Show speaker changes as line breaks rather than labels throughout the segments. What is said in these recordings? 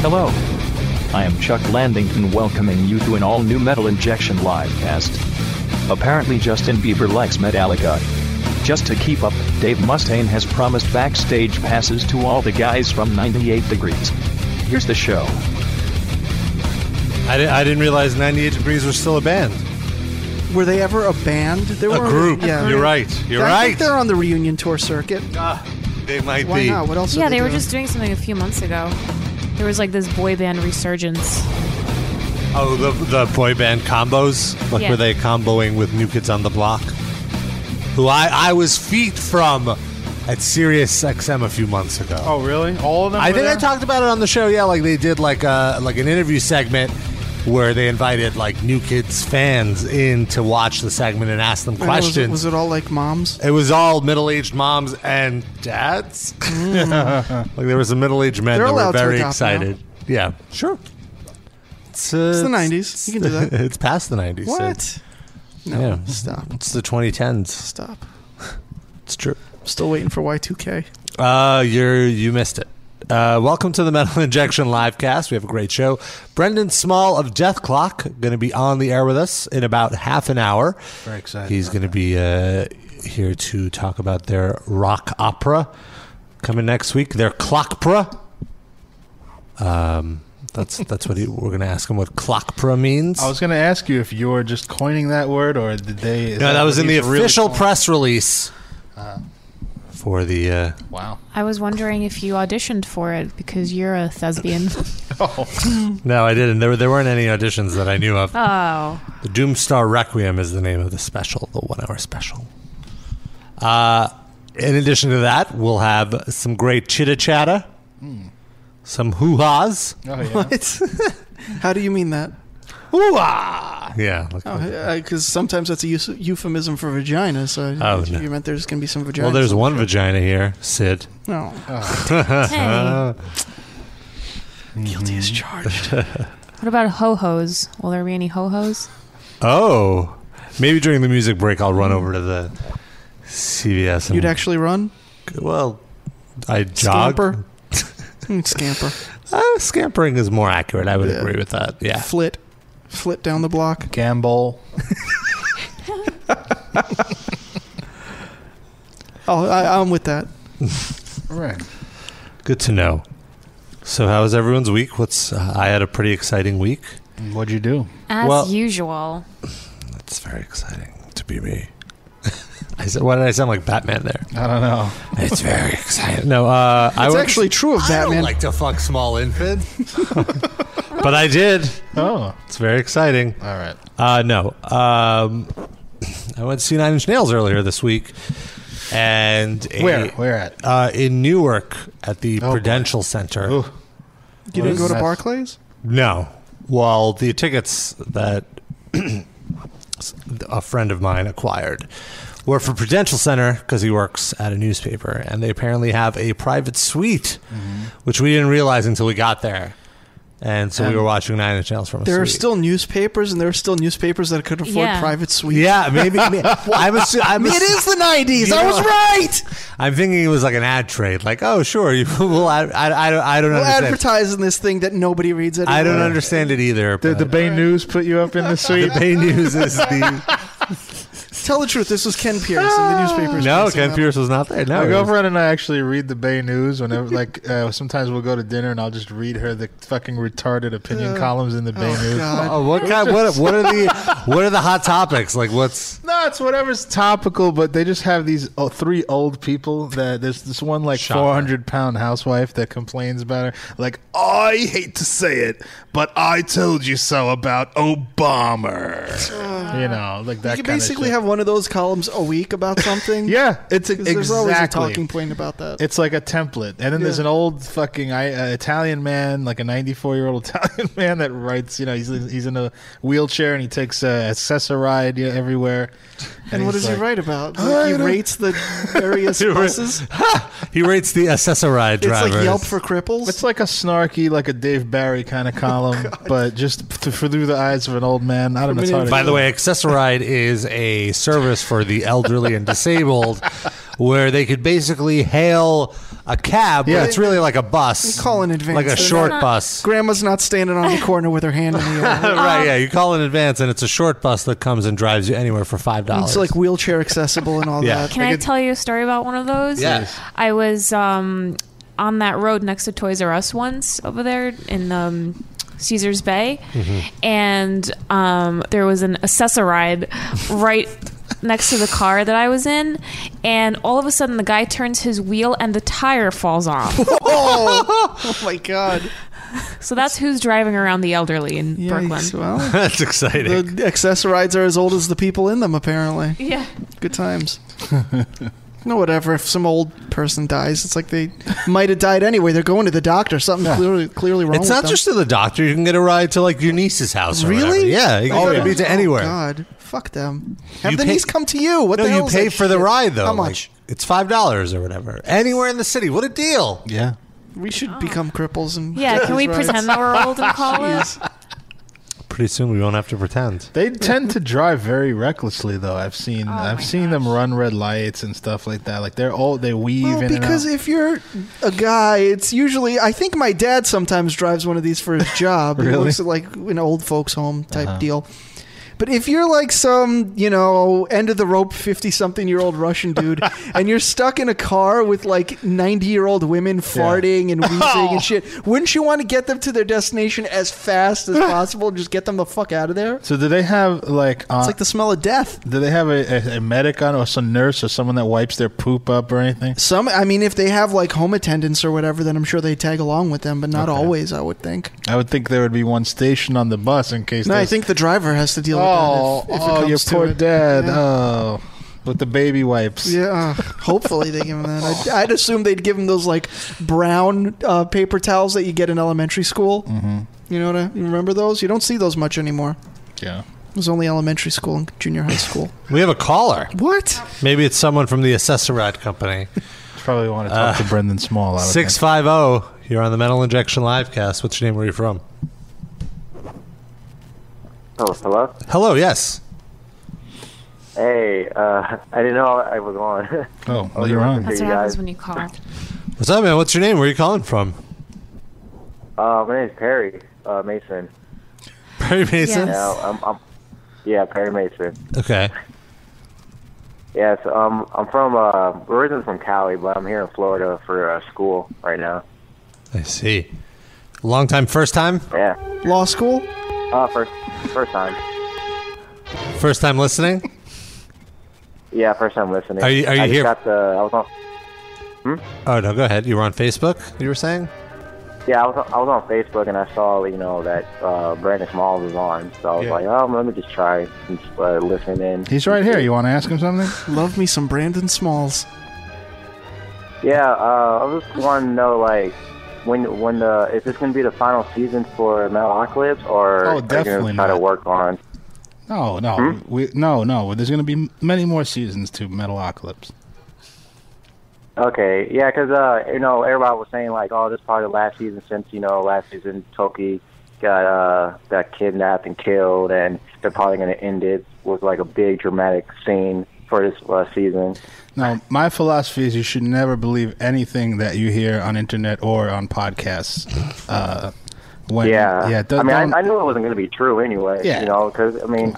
Hello. I am Chuck Landington welcoming you to an all new Metal Injection livecast. Apparently, Justin Bieber likes Metallica. Just to keep up, Dave Mustaine has promised backstage passes to all the guys from 98 Degrees. Here's the show.
I didn't, I didn't realize 98 Degrees was still a band.
Were they ever a band? They
A
were
group.
Yeah,
You're right. You're
I
right.
think they're on the reunion tour circuit.
Ah, they might
Why
be.
not? What else? are
yeah, they were
doing?
just doing something a few months ago. There was like this boy band resurgence.
Oh, the, the boy band combos. Like,
Yeah.
were they comboing with New Kids on the Block? Who I, I was feet from at Sirius XM a few months ago.
Oh, really? All of them?
I
were
think I
there?
talked about it on the show. Yeah, like they did like a like an interview segment where they invited like New Kids fans in to watch the segment and ask them
I don't know, was it-
questions.
Was it, all like moms?
It was all middle-aged moms and dads. like there was a middle-aged men
They're
that were
allowed to
very
adopt now.
excited. Yeah, sure. It's, uh,
It's the '90s. You can do that.
It's past the nineties.
What? No,
Yeah.
stop,
It's the 2010s.
stop.
It's true.
I'm still waiting for Y2K.
Uh, you're you missed it. Uh, welcome to the Metal Injection livecast. We have a great show. Brendan Small of Death Clock going to be on the air with us in about half an hour.
Very excited
He's going to be uh, here to talk about their rock opera coming next week. Their clockpra. Um, that's that's what he, we're going to ask him what clockpra means.
I was going to ask you if you were just coining that word or did they. is
no, that was
what
in the
he's really
official
calling-
press release for the. Uh,
Wow.
I was wondering if you auditioned for it because you're a thespian.
no, I didn't. There were- there weren't any auditions that I knew of.
oh,
The Doomstar Requiem is the name of the special, the one hour special. Uh, in addition to that, we'll have some great chitta chatter, some hoo ha's.
Oh, yeah.
What? How do you mean that?
Hoo ah! Yeah. look-
Oh, because sometimes that's a eus- euphemism for vagina. So I-
Oh,
you
no.
meant there's gonna be some vagina.
well, there's one vagina here, Sid.
no
Oh.
hey.
guilty as charged.
What about ho hos? Will there be any ho hos?
Oh, maybe during the music break, I'll run over to the CVS. And,
You'd actually run,
well, I jog.
scamper, Mm, scamper,
Uh, scampering is more accurate. I would
Yeah.
agree with that. Yeah.
flit, flit down the block.
Gamble.
Oh, I, I'm with that.
Right.
Good to know. So, how was everyone's week? What's uh, I had a pretty exciting week.
What'd you do?
As
Well-
usual.
It's very exciting to be me. I said, why did I sound like Batman there?
I don't know.
It's very exciting. No, uh, I
It's
was
actually true of
I
Batman.
don't like to fuck small infant, but I did.
Oh.
It's very exciting.
All right.
Uh, no, um, I went to see Nine Inch Nails earlier this week, and a-
Where? Where at?
Uh, in Newark at the
Oh, boy.
Prudential
Ooh.
Center.
you
Well,
didn't go to
that's-
Barclays?
No. Well, the tickets that a friend of mine acquired were for Prudential Center because he works at a newspaper, and they apparently have a private suite,
Mm-hmm.
which we didn't realize until we got there. And so we
Um,
were watching Nine Inch Nails from a
There are
suite.
still newspapers, and there are still newspapers that could afford
Yeah.
private suites.
yeah, maybe. maybe I'm assu- I'm
It
assu-
is the 90s.
You
I
know-
was right.
I'm thinking it was like an ad trade. Like, oh, sure, you will. Ad- I, I, I don't
We'll
understand.
advertise in this thing that nobody reads anymore.
I don't understand it either.
Did the
but-
Bay News put you up in the suite?
the Bay News is the
Tell the truth. This was Ken Pierce in the newspapers.
no.
passing
Ken
that
Pierce was not there. No,
My
it was-
girlfriend and I actually read the Bay News whenever, like, uh, sometimes we'll go to dinner and I'll just read her the fucking retarded opinion
Yeah.
columns in the Bay
Oh,
News.
God.
Uh, Oh, what kind? What? What are the? What are the hot topics? Like, what's?
No, it's whatever's topical, but they just have these oh, three old people that there's this one like
Shocker.
400 pound housewife that complains about her. Like, oh, I hate to say it, but I told you so about Obama. you know, like
up.
that
You
kinda
basically
shit.
have one of those columns a week about something.
Yeah, it's
'Cause There's always a talking
exactly.
point about that.
It's like a template. And then there's
Yeah.
an old fucking I, uh, Italian man, like a 94 year old Italian man that writes, you know, he's, he's in a wheelchair and he takes a accessoride you know, everywhere.
and what
he's
does he
like-
write about? Like, he
don't-
rates the various buses.
He rates the accessoride
It's
drivers.
like Yelp for cripples.
It's like a snarky, like a Dave Barry kind of column, but just th- through the eyes of an old man. I don't know.
From
It's
an
hard to-
By the way, accessoride is a service for the elderly and disabled, where they could basically hail a cab,
Yeah.
but it's really like a bus.
Call in advance.
Like a
They're
short
not-
bus.
Grandma's not standing on the corner with her hand in the air.
right, yeah. You call in advance, and it's a short bus that comes and drives you anywhere for five
Uh,
dollars.
It's like wheelchair accessible and all
Yeah.
that.
Can I tell you a story about one of those?
Yes.
I was um, on that road next to Toys R Us once over there in um, Caesar's Bay,
Mm-hmm.
and um, there was an accessoride right next to the car that I was in, and all of a sudden the guy turns his wheel and the tire falls off.
Oh my god.
so that's who's driving around the elderly in
Yikes.
Brooklyn.
Well,
that's exciting.
the accessorides are as old as the people in them, apparently.
Yeah.
Good times. no, whatever. If some old person dies, it's like they might have died anyway. They're going to the doctor. Something clearly, clearly wrong.
it's
with
not
them.
just to the doctor. You can get a ride to like your niece's house. Or whatever.
Really?
Yeah. You can
Oh,
get a
yeah.
ride to
Oh,
anywhere.
God, fuck them. Have
You
the
pay-
niece come to you. What
no,
the hell
you
is
pay
that
for the
shit?
ride though.
How
Like,
much?
it's five dollars or whatever. Anywhere in the city. What a deal!
Yeah.
we should become cripples and
Yeah, can we
rides.
pretend that we're old and call it?
Jeez.
Pretty soon we won't have to pretend.
They tend to drive very recklessly, though. I've seen
my
I've seen them run red lights and stuff like that. Like they're all they weave
Well,
in
because
and out.
if you're a guy, it's usually I think my dad sometimes drives one of these for his job. He
Really? Uh-huh.
works at like an old folks home type deal. But if you're like some, you know, end of the rope 50 something year old Russian dude and you're stuck in a car with like 90 year old women farting and wheezing
Oh.
and shit, wouldn't you want to get them to their destination as fast as possible and just get them the fuck out of there? It's
so do they have like uh,
like the smell of death.
do they have a, a, a medic on or some nurse or someone that wipes their poop up or anything?
Some, I mean, if they have like home attendants or whatever, then I'm sure they tag along with them, but not always, I would think.
I would think there would be one stationed on the bus in case.
No, I
there's-
think the driver has to deal
Oh,
with that. If, if it
oh,
comes
your
to
poor
it.
dad.
Yeah.
Oh, with the baby wipes.
Yeah, uh, hopefully they give him that. I'd, I'd assume they'd give him those like brown uh, paper towels that you get in elementary school. Mm-hmm. You know what? I, you remember those? You don't see those much anymore.
Yeah.
It was only elementary school and junior high school.
We have a caller.
what?
Maybe it's someone from the Accessoride Company. Uh,
Probably want to talk to Brendan Small. I would
Six
think.
five zero. You're on the Metal Injection Livecast. What's your name? Where are you from?
Oh, hello.
Hello. Yes.
Hey, uh, I didn't know I was on.
Oh, well, you're on.
That's
Hey,
what happens
guys.
when you call.
What's up, man? What's your name? Where are you calling from?
uh, my name's Perry uh, Mason.
Perry Mason.
Yeah.
Now, I'm, I'm, yeah, Perry Mason.
Okay.
Yes, um, I'm from uh, originally from Cali, but I'm here in Florida for uh, school right now.
I see. Long time, first time,
Yeah,
Law school?
uh, first first time.
first time listening.
Yeah, first time listening.
Are you- are you
I just
here-
Got the, I was on.
Hmm?
Oh no, go ahead. You were on Facebook. You were saying.
Yeah, I was on, I was on Facebook and I saw you know that uh, Brandon Smalls was on, so I was
Yeah.
like, oh, let me just try and, uh, listen in.
He's right here. You want to ask him something?
Love me some Brandon Smalls.
Yeah, uh, I just want to know like when when the is this going to be the final season for Metalocalypse or
Oh,
are you gonna
definitely
try to
not.
work on?
No, no, we no, no. There's going to be many more seasons to Metalocalypse.
Okay, yeah, because uh, you know everybody was saying like, oh, this is probably the last season since you know last season Toki got uh got kidnapped and killed, and they're probably going to end it with like a big dramatic scene for this uh, season.
Now, my philosophy is you should never believe anything that you hear on internet or on podcasts. Uh, when,
Yeah,
yeah. don't-
Uh, I mean,
don't-
I, I knew it wasn't going to be true anyway.
Yeah.
you know, because I mean,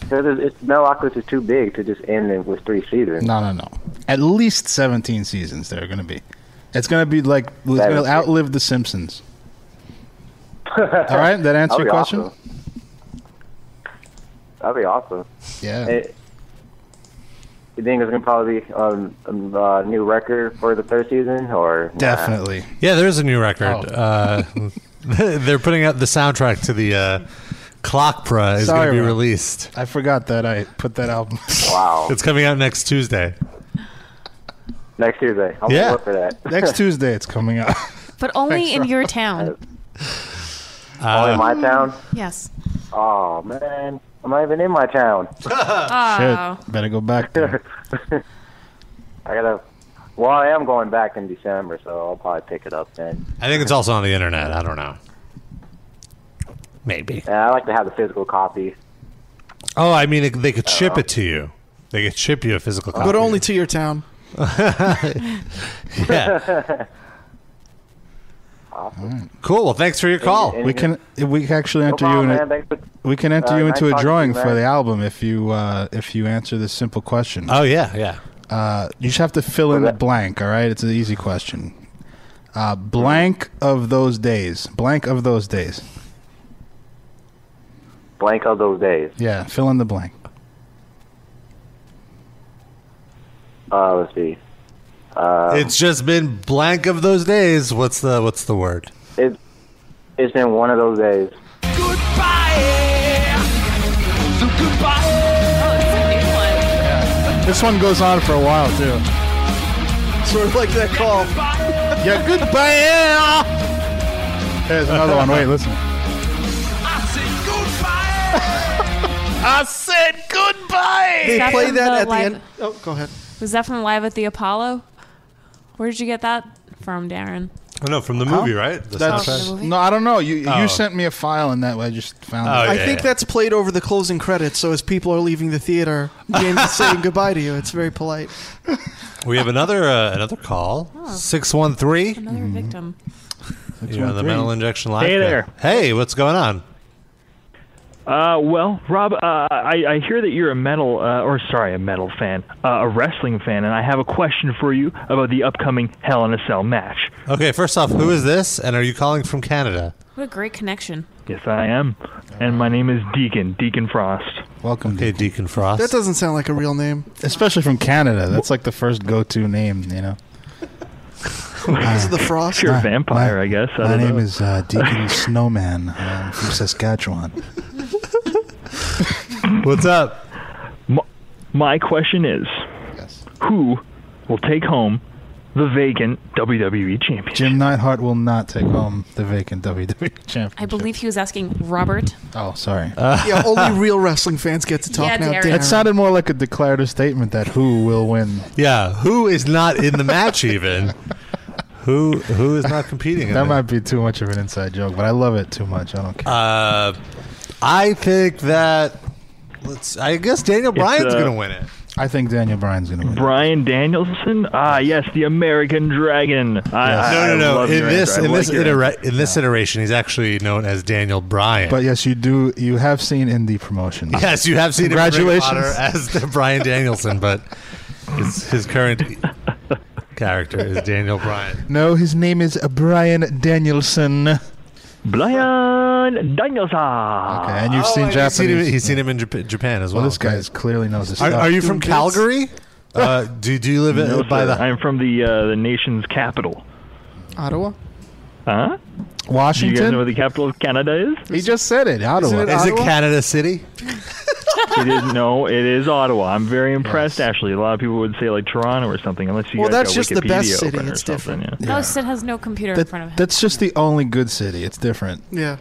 because it's, it's Metalocalypse is too big to just end it with three seasons.
No, no, no. At least 17 seasons there are going to be. It's going to be like, it's going to
Seventeen.
outlive The Simpsons. All right, that answer
That'd
your
be
question?
awesome. That'd be awesome.
Yeah.
It, you think it's gonna probably be um, um, uh, new record for the third season, or nah?
Definitely.
Yeah, there is a new record.
Oh.
Uh, they're putting out the soundtrack to the uh, Clockpra is going
Sorry,
to be
Rob.
released.
I forgot that I put that album.
Oh.
Wow!
It's coming out next Tuesday.
Next Tuesday, I'll
Yeah.
look for that.
Next Tuesday it's coming out.
But only in your town.
Oh,
Uh,
in my town.
Yes.
Oh man, I'm not even in my town.
Oh.
Shit. Better go back there.
I gotta. Well, I am going back in December, so I'll probably pick it up then.
I think it's also on the internet. I don't know. Maybe.
And I like to have the physical copy.
Oh, I mean, it- they could ship it to you. They could ship you a physical copy.
But only to your town.
Yeah. Cool. Well, thanks for your call.
Oh, We can we can actually enter you
problem,
in a,
man. Thanks for-
we can enter
Uh,
you
nice
into a
talking to
drawing
you,
for
man.
the album if you uh, if you answer this simple question.
Oh yeah, yeah.
Uh, you just have to fill in the blank. All right, it's an easy question. Uh, blank of those days. Blank of those days.
Blank of those days.
Yeah, fill in the blank.
Uh, let's see. Uh,
Oh.
it's just been blank of those days. What's the what's the word?
It, it's been one of those days.
This one goes on for a while too.
Sort of like that call.
Yeah, goodbye. There's another one. Wait, listen.
They
That's
play
from
that
the
at the
live-
end. Oh, go ahead.
Was that from Live at the Apollo? Where did you get that from, Darren?
Oh no, from the movie, right? The
That's,
soundtrack?
soundtrack.
no, I don't know. You
Oh.
you sent me a file and that way I just found
Oh,
it.
I
yeah,
think
yeah.
that's played over the closing credits, so as people are leaving the theater, James is saying goodbye to you. It's very polite.
We have another uh, another call.
Oh.
Six one three.
Another victim.
You're on the mental injection line.
Hey there.
Hey, what's going on?
Uh, well, Rob, uh, I, I hear that you're a metal, uh, or sorry, a metal fan, uh, a wrestling fan, and I have a question for you about the upcoming Hell in a Cell match.
Okay, first off, who is this, and are you calling from Canada?
What a great connection.
Yes, I am, and my name is Deacon, Deacon Frost.
Welcome,
Hey,
dude.
Deacon Frost.
That doesn't sound like a real name.
especially from Canada. That's like the first go-to name, you know.
Is it the Frost?
You're a
My-
vampire,
my-
I guess. I
My
don't
name
know.
is uh, Deacon Snowman. I'm from Saskatchewan.
what's up?
M- my question is, who will take home the vacant E WWE championship?
Jim Neidhart will not take home the vacant WWE championship.
I believe he was asking Robert.
Oh, sorry.
Uh,
Yeah, only real wrestling fans get to talk
Yeah,
now.
Darren.
it sounded more like a declarative statement that who will win.
Yeah, who is not in the match even? Who who is not competing? in
That
it?
might be too much of an inside joke, but I love it too much. I don't care.
Uh, I think that. Let's. I guess Daniel Bryan's
uh,
going to win it.
I think Daniel Bryan's gonna win.
Brian Danielson? Ah, yes, the American Dragon. I, I,
No, no,
I
no.
love
In
your
this,
answer. I
in
like
this,
your answer.
itera- in this iteration, he's actually known as Daniel Bryan.
But yes, you do. You have seen indie promotions.
yes, you have seen
Congratulations.
him in Ring of Honor as the Bryan Danielson, but his, his current character is Daniel Bryan.
No, his name is Brian Danielson. Okay,
Brian Danielson.
and you've seen
Oh, He's
Japanese.
seen him, he's seen him in Jap- Japan as well.
well, this guy is clearly knows his
Are,
stuff.
are you from
Doing
Calgary? Uh, do do you live in,
No,
by
sir.
the?
I'm from the uh, the nation's capital.
Ottawa.
Huh? Do you guys know
Washington?
what the capital of Canada is?
He just said it.
Isn't
Ottawa.
it
Is it
Ottawa?
Canada City?
it is no, it is Ottawa. I'm very impressed, actually. A lot of people would say like Toronto or something, unless you
Well,
guys
that's
got
just the best
Wikipedia
city.
open or
It's
something,
different.
yeah.
No, Sid has no computer in front of
That,
him.
that's just the only good city. It's different.
Yeah.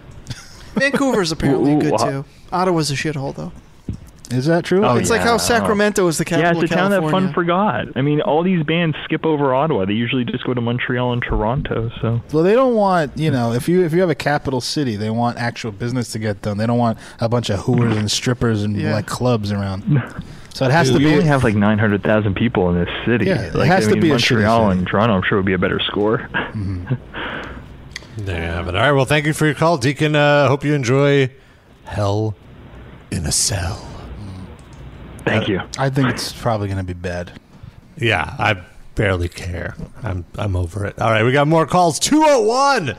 Vancouver's apparently
Ooh,
uh,
good
wow.
too. Ottawa's a shithole though.
Is that true?
Oh,
It's like how Sacramento is the
Yeah,
capital
it's a
of
town
California.
that fun for God. I mean, all these bands skip over Ottawa. They usually just go to Montreal and Toronto. So
Well, they don't want you know if you if you have a capital city, they want actual business to get done. They don't want a bunch of hooers and strippers and
Yeah.
like clubs around. So it has
we
to
only
be.
have like 900,000 people in this city.
Yeah, it
like,
has
I
to
mean,
be a shitty
Montreal
city.
and Toronto. I'm sure would be a better score.
There you have it. All right. Well, thank you for your call, Deacon. Uh, hope you enjoy Hell in a Cell.
Thank you.
I think it's probably going to be bad.
Yeah, I barely care. I'm I'm over it. All right, we got more calls. Two oh one.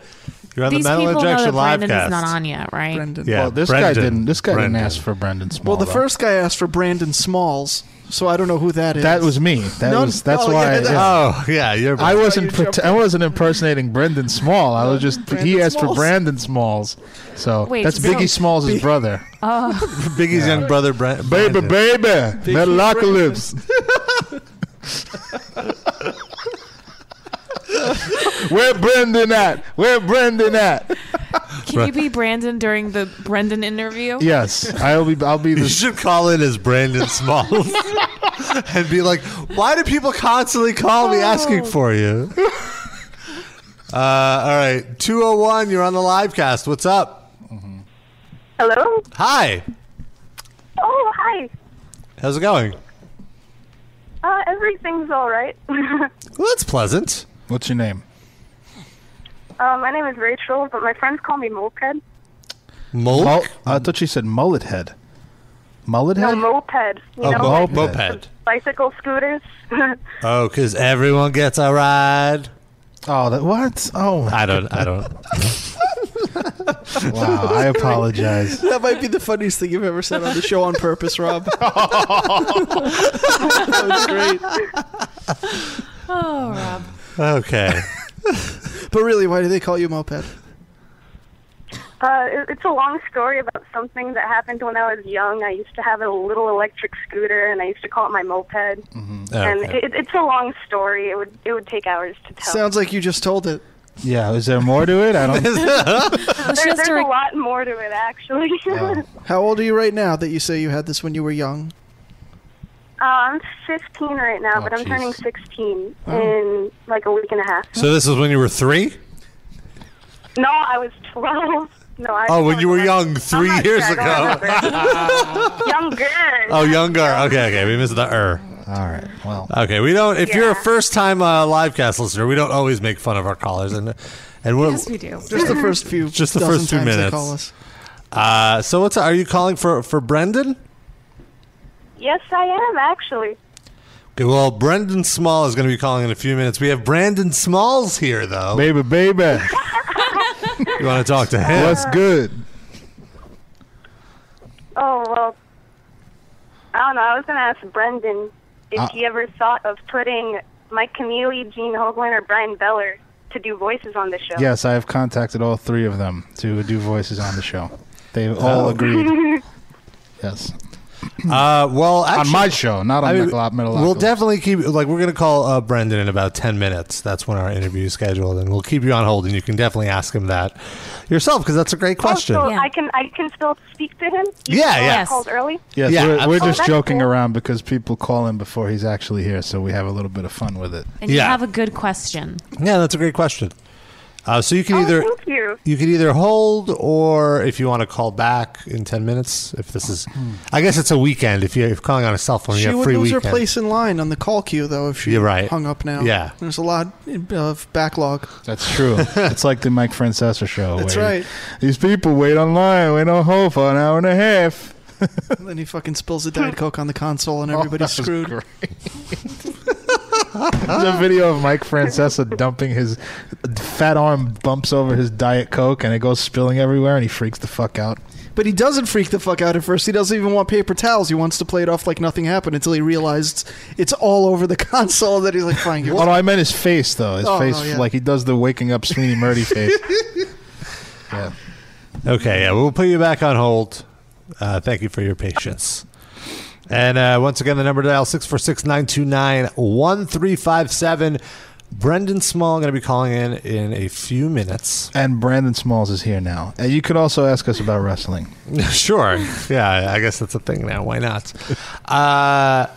You're on
These
the metal
people know
injection
that
live
Brandon
cast.
is not on yet, right?
Brendan.
Yeah,
well, this guy
Brendan.
didn't. This guy
Brendan.
didn't ask for Brendan Small.
Well, the
though.
first guy asked for Brandon Smalls, so I don't know who that is.
that was me. That
No,
was that's
no,
why.
yeah,
I-
that-
yeah.
Oh yeah, you're.
I wasn't.
you
pret- I wasn't impersonating Brendan Small. I was just. he
Brendan
asked for
Smalls.
Brandon Smalls. So
Wait,
that's
so-
Biggie Smalls' brother.
Oh. Biggie's young brother, Bra-
Baby,
Brandon.
baby, Metalocalypse. Where Brendan at? Where Brendan at?
Can you be Brandon during the Brendan interview?
Yes, I'll be. I'll be
You
the.
should call in as Brandon Smalls and be like, "Why do people constantly call me
Oh.
asking for you?" Uh, all right, two oh one. You're on the live cast. What's up?
Hello?
Hi,
Oh, hi.
how's it going?
Uh, everything's all right. um,
Well, that's pleasant.
What's your name?
Uh, my name is Rachel, but my friends call me Moped.
Mulk?
I thought you said mullet head. Mullet
No,
head?
moped. You
Oh,
know,
mo-
like
moped.
bicycle scooters.
Oh, because everyone gets a ride.
Oh, that what? Oh,
I don't. I don't.
wow. I apologize.
That might be the funniest thing you've ever said on the show on purpose, Rob. that was great.
Oh, Rob.
Okay.
But really, why do they call you moped?
Uh, it, it's a long story about something that happened when I was young. I used to have a little electric scooter, and I used to call it my moped. And
Mm-hmm. okay.
it, it's a long story. It would it would take hours to tell.
Sounds like you just told it.
Yeah, is there more to it? I don't.
Oh, she
there,
has
there's
to
a
re-
lot more to it, actually. uh,
How old are you right now that you say you had this when you were young?
Uh, I'm 15 right now, but I'm
Oh, jeez. Oh.
turning 16 in like a week and a half.
So this is when you were three.
No, I was 12. No, I
Oh, when you were
I'm
young, three
not
years
sure. I
ago.
don't remember. Younger.
Oh, younger. Okay, okay. We missed the er.
All right. Well,
Okay, we don't. If you're a
Yeah.
first-time uh, livecast listener, we don't always make fun of our callers, and and we're,
Yes, we do.
Just the first few.
Just the
dozen
first few
times They
minutes.
call us.
uh, so what's are you calling for for Brendan?
Yes, I am actually.
Okay, well, Brendan Small is going to be calling in a few minutes. We have Brandon Smalls here, though.
baby, baby,
You want to talk to him?
what's good?
Oh well. I don't know. I was gonna ask Brendan if
Uh,
he ever thought of putting Mike Keneally, Gene Hoglan, or Brian Beller to do voices on the show.
Yes, I have contacted all three of them to do voices on the show. They all
Oh.
agreed. Yes,
Uh, well, actually,
on my show, not on
I mean,
Michelob Middle.
We'll definitely keep like we're going to call uh, Brendan in about ten minutes. That's when our interview is scheduled, and we'll keep you on hold, and you can definitely ask him that yourself because that's a great question.
Oh, so
Yeah.
I can I can still speak to him. even
Yeah,
though I
yeah.
Called early.
Yes,
Yeah,
we're, we're
absolutely.
just
Oh, that's
joking
cool.
around because people call him before he's actually here, so we have a little bit of fun with it.
And you
Yeah.
have a good question.
Yeah, that's a great question. Uh, so you can
Oh,
either
thank you.
you can either hold or if you want to call back in 10 minutes if this is i guess it's a weekend if you're if calling on a cell phone you
Hmm. She
have
would
free
lose
weekend
her place in line on the call queue, though, if she
You're right.
hung up now.
Yeah.
There's a lot of backlog.
That's true. it's like the Mike Francesa show.
That's
where
right.
These people wait online, wait on hold for an hour and a half.
And then he fucking spills a Diet Coke on the console and everybody's
that was
screwed.
There's a video of Mike Francesa dumping his fat arm bumps over his Diet Coke and it goes spilling everywhere and he freaks the fuck out.
But he doesn't freak the fuck out at first. He doesn't even want paper towels. He wants to play it off like nothing happened until he realized it's all over the console that he's like, fine, you're
Oh, no, I meant his face though. His
Oh,
face,
no, yeah.
like he does the waking up Sweeney Murdy face. yeah.
okay yeah we'll put you back on hold uh, thank you for your patience and uh, once again the number to dial 646-929-1357 brendan small going to be calling in in a few minutes
And Brandon Smalls is here now. And you could also ask us about wrestling.
sure yeah i guess that's a thing now why not uh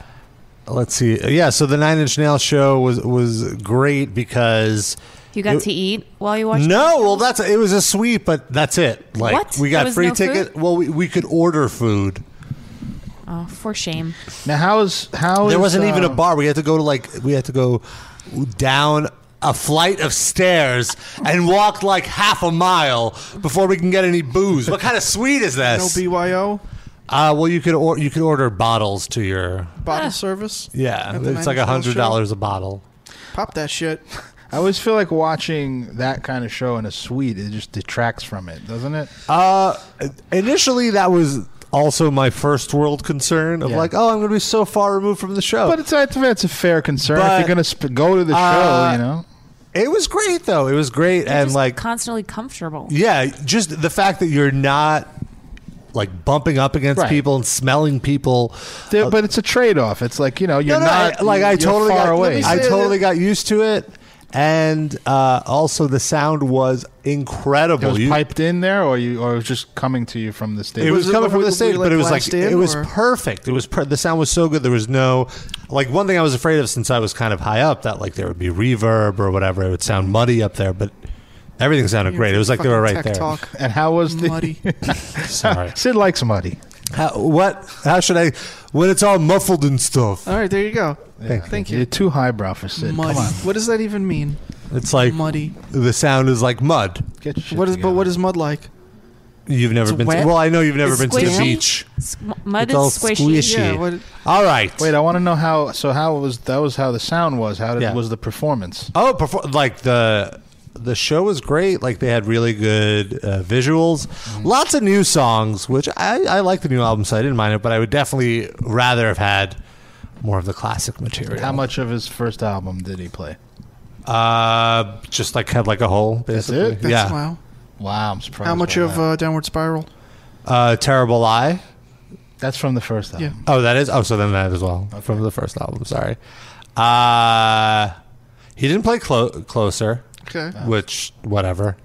let's see yeah so the nine inch nail show was was great because
You got
It-
to eat while you watched.
No, well, that's it was a sweep, but that's it. Like
What?
we
There
got
was
free
no
ticket.
food?
Well, we, we could order food.
Oh, for shame.
Now, how is how
there
is,
wasn't even a
uh,
bar. We had to go to like we had to go down a flight of stairs and walk like half a mile before we can get any booze. What kind of sweet is
no
this?
BYO
uh, well, you could or, you could order bottles to your
bottle service.
yeah.
At the
It's like
Nine Inch Nails
hundred dollars a bottle.
show. Pop that shit.
I always feel like watching that kind of show in a suite. It just detracts from it, doesn't it?
Uh, initially, that was also my first world concern of
Yeah.
like, oh, I'm going to be so far removed from the show.
But it's I think that's a fair concern
But,
if you're gonna sp- go to the
uh,
show. You know,
It was great though. It was great and
Just
like
constantly comfortable.
yeah, just the fact that you're not like bumping up against
Right.
people and smelling people. uh,
There- but it's a trade off. It's like you know you're
No, no,
not
I- like I
you're
totally
far
got,
away.
I
say that-
totally got used to it. And uh, also the sound was
it
incredible.
was
You-
piped in there, or you, or it was just coming to you from the stage.
it was,
Was it
coming
what
from
we-
the stage,
we,
but it
like,
was like
lashed in,
it was
or-
perfect. It was per- the sound was so good. There was no like one thing I was afraid of since I was kind of high up that like there would be reverb or whatever. It would sound muddy up there, but everything sounded great. It was like they were
Fucking
right
tech
there.
Talk.
and how was the
Muddy.
Sorry.
Sid likes muddy.
How, what? How should I? When it's all muffled and stuff.
All right, there you go. Thank you.
You're too highbrow for Sid.
Muddy.
Come on.
What does that even mean?
It's like
muddy.
The sound is like mud.
Get your shit
What is? But
together.
what is mud like?
You've never
It's
been.
wet?
To, well, I know you've never
It's
been to
squishy?
the beach.
S- mud
It's
is
all
squishy.
squishy.
Yeah. What,
All right.
Wait, I want to know how. So how was that? Was how the sound was? How did,
Yeah.
was the performance?
Oh, perfor- like the the show was great. Like they had really good uh, visuals,
Mm.
lots of new songs, which I, I like the new album, so I didn't mind it. But I would definitely rather have had more of the classic material.
How much of his first album did he play?
Uh, just like had like a whole. Basically.
it? That's
yeah.
Wow.
Wow, I'm surprised.
How much
by
of
that.
uh, downward spiral?
Uh, terrible lie.
that's from the first album?
Yeah.
Oh, that is. Oh, so then that as well from the first album. Sorry. Uh, he didn't play clo- closer,
Okay.
which whatever.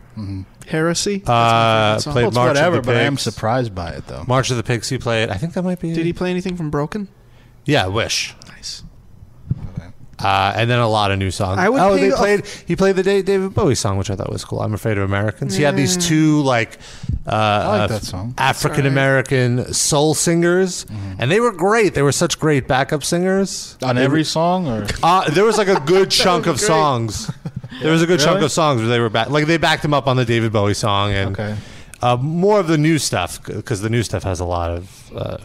Heresy. That's my
Uh,
favorite song.
played
Well, it's
March
whatever,
of the
but I am
Pigs.
surprised by it though.
March of the Pigs. He played. I think that might be.
Did he play anything from Broken?
Yeah, Wish.
Nice.
Uh, and then a lot of new songs.
I would
oh,
pay
they
a-
played. He played the Da- David Bowie song, which I thought was cool. I'm afraid of Americans. He had these two like, uh,
like
uh,
that song. Mm-hmm.
African American soul singers, and they were great. They were such great backup singers.
On
They
every
were-
song, or
uh, there was like a good chunk of songs. There was a good chunk
Really?
of songs where they were back. Like they backed him up on the David Bowie song and
Okay.
uh, more of the new stuff because the new stuff has a lot of uh,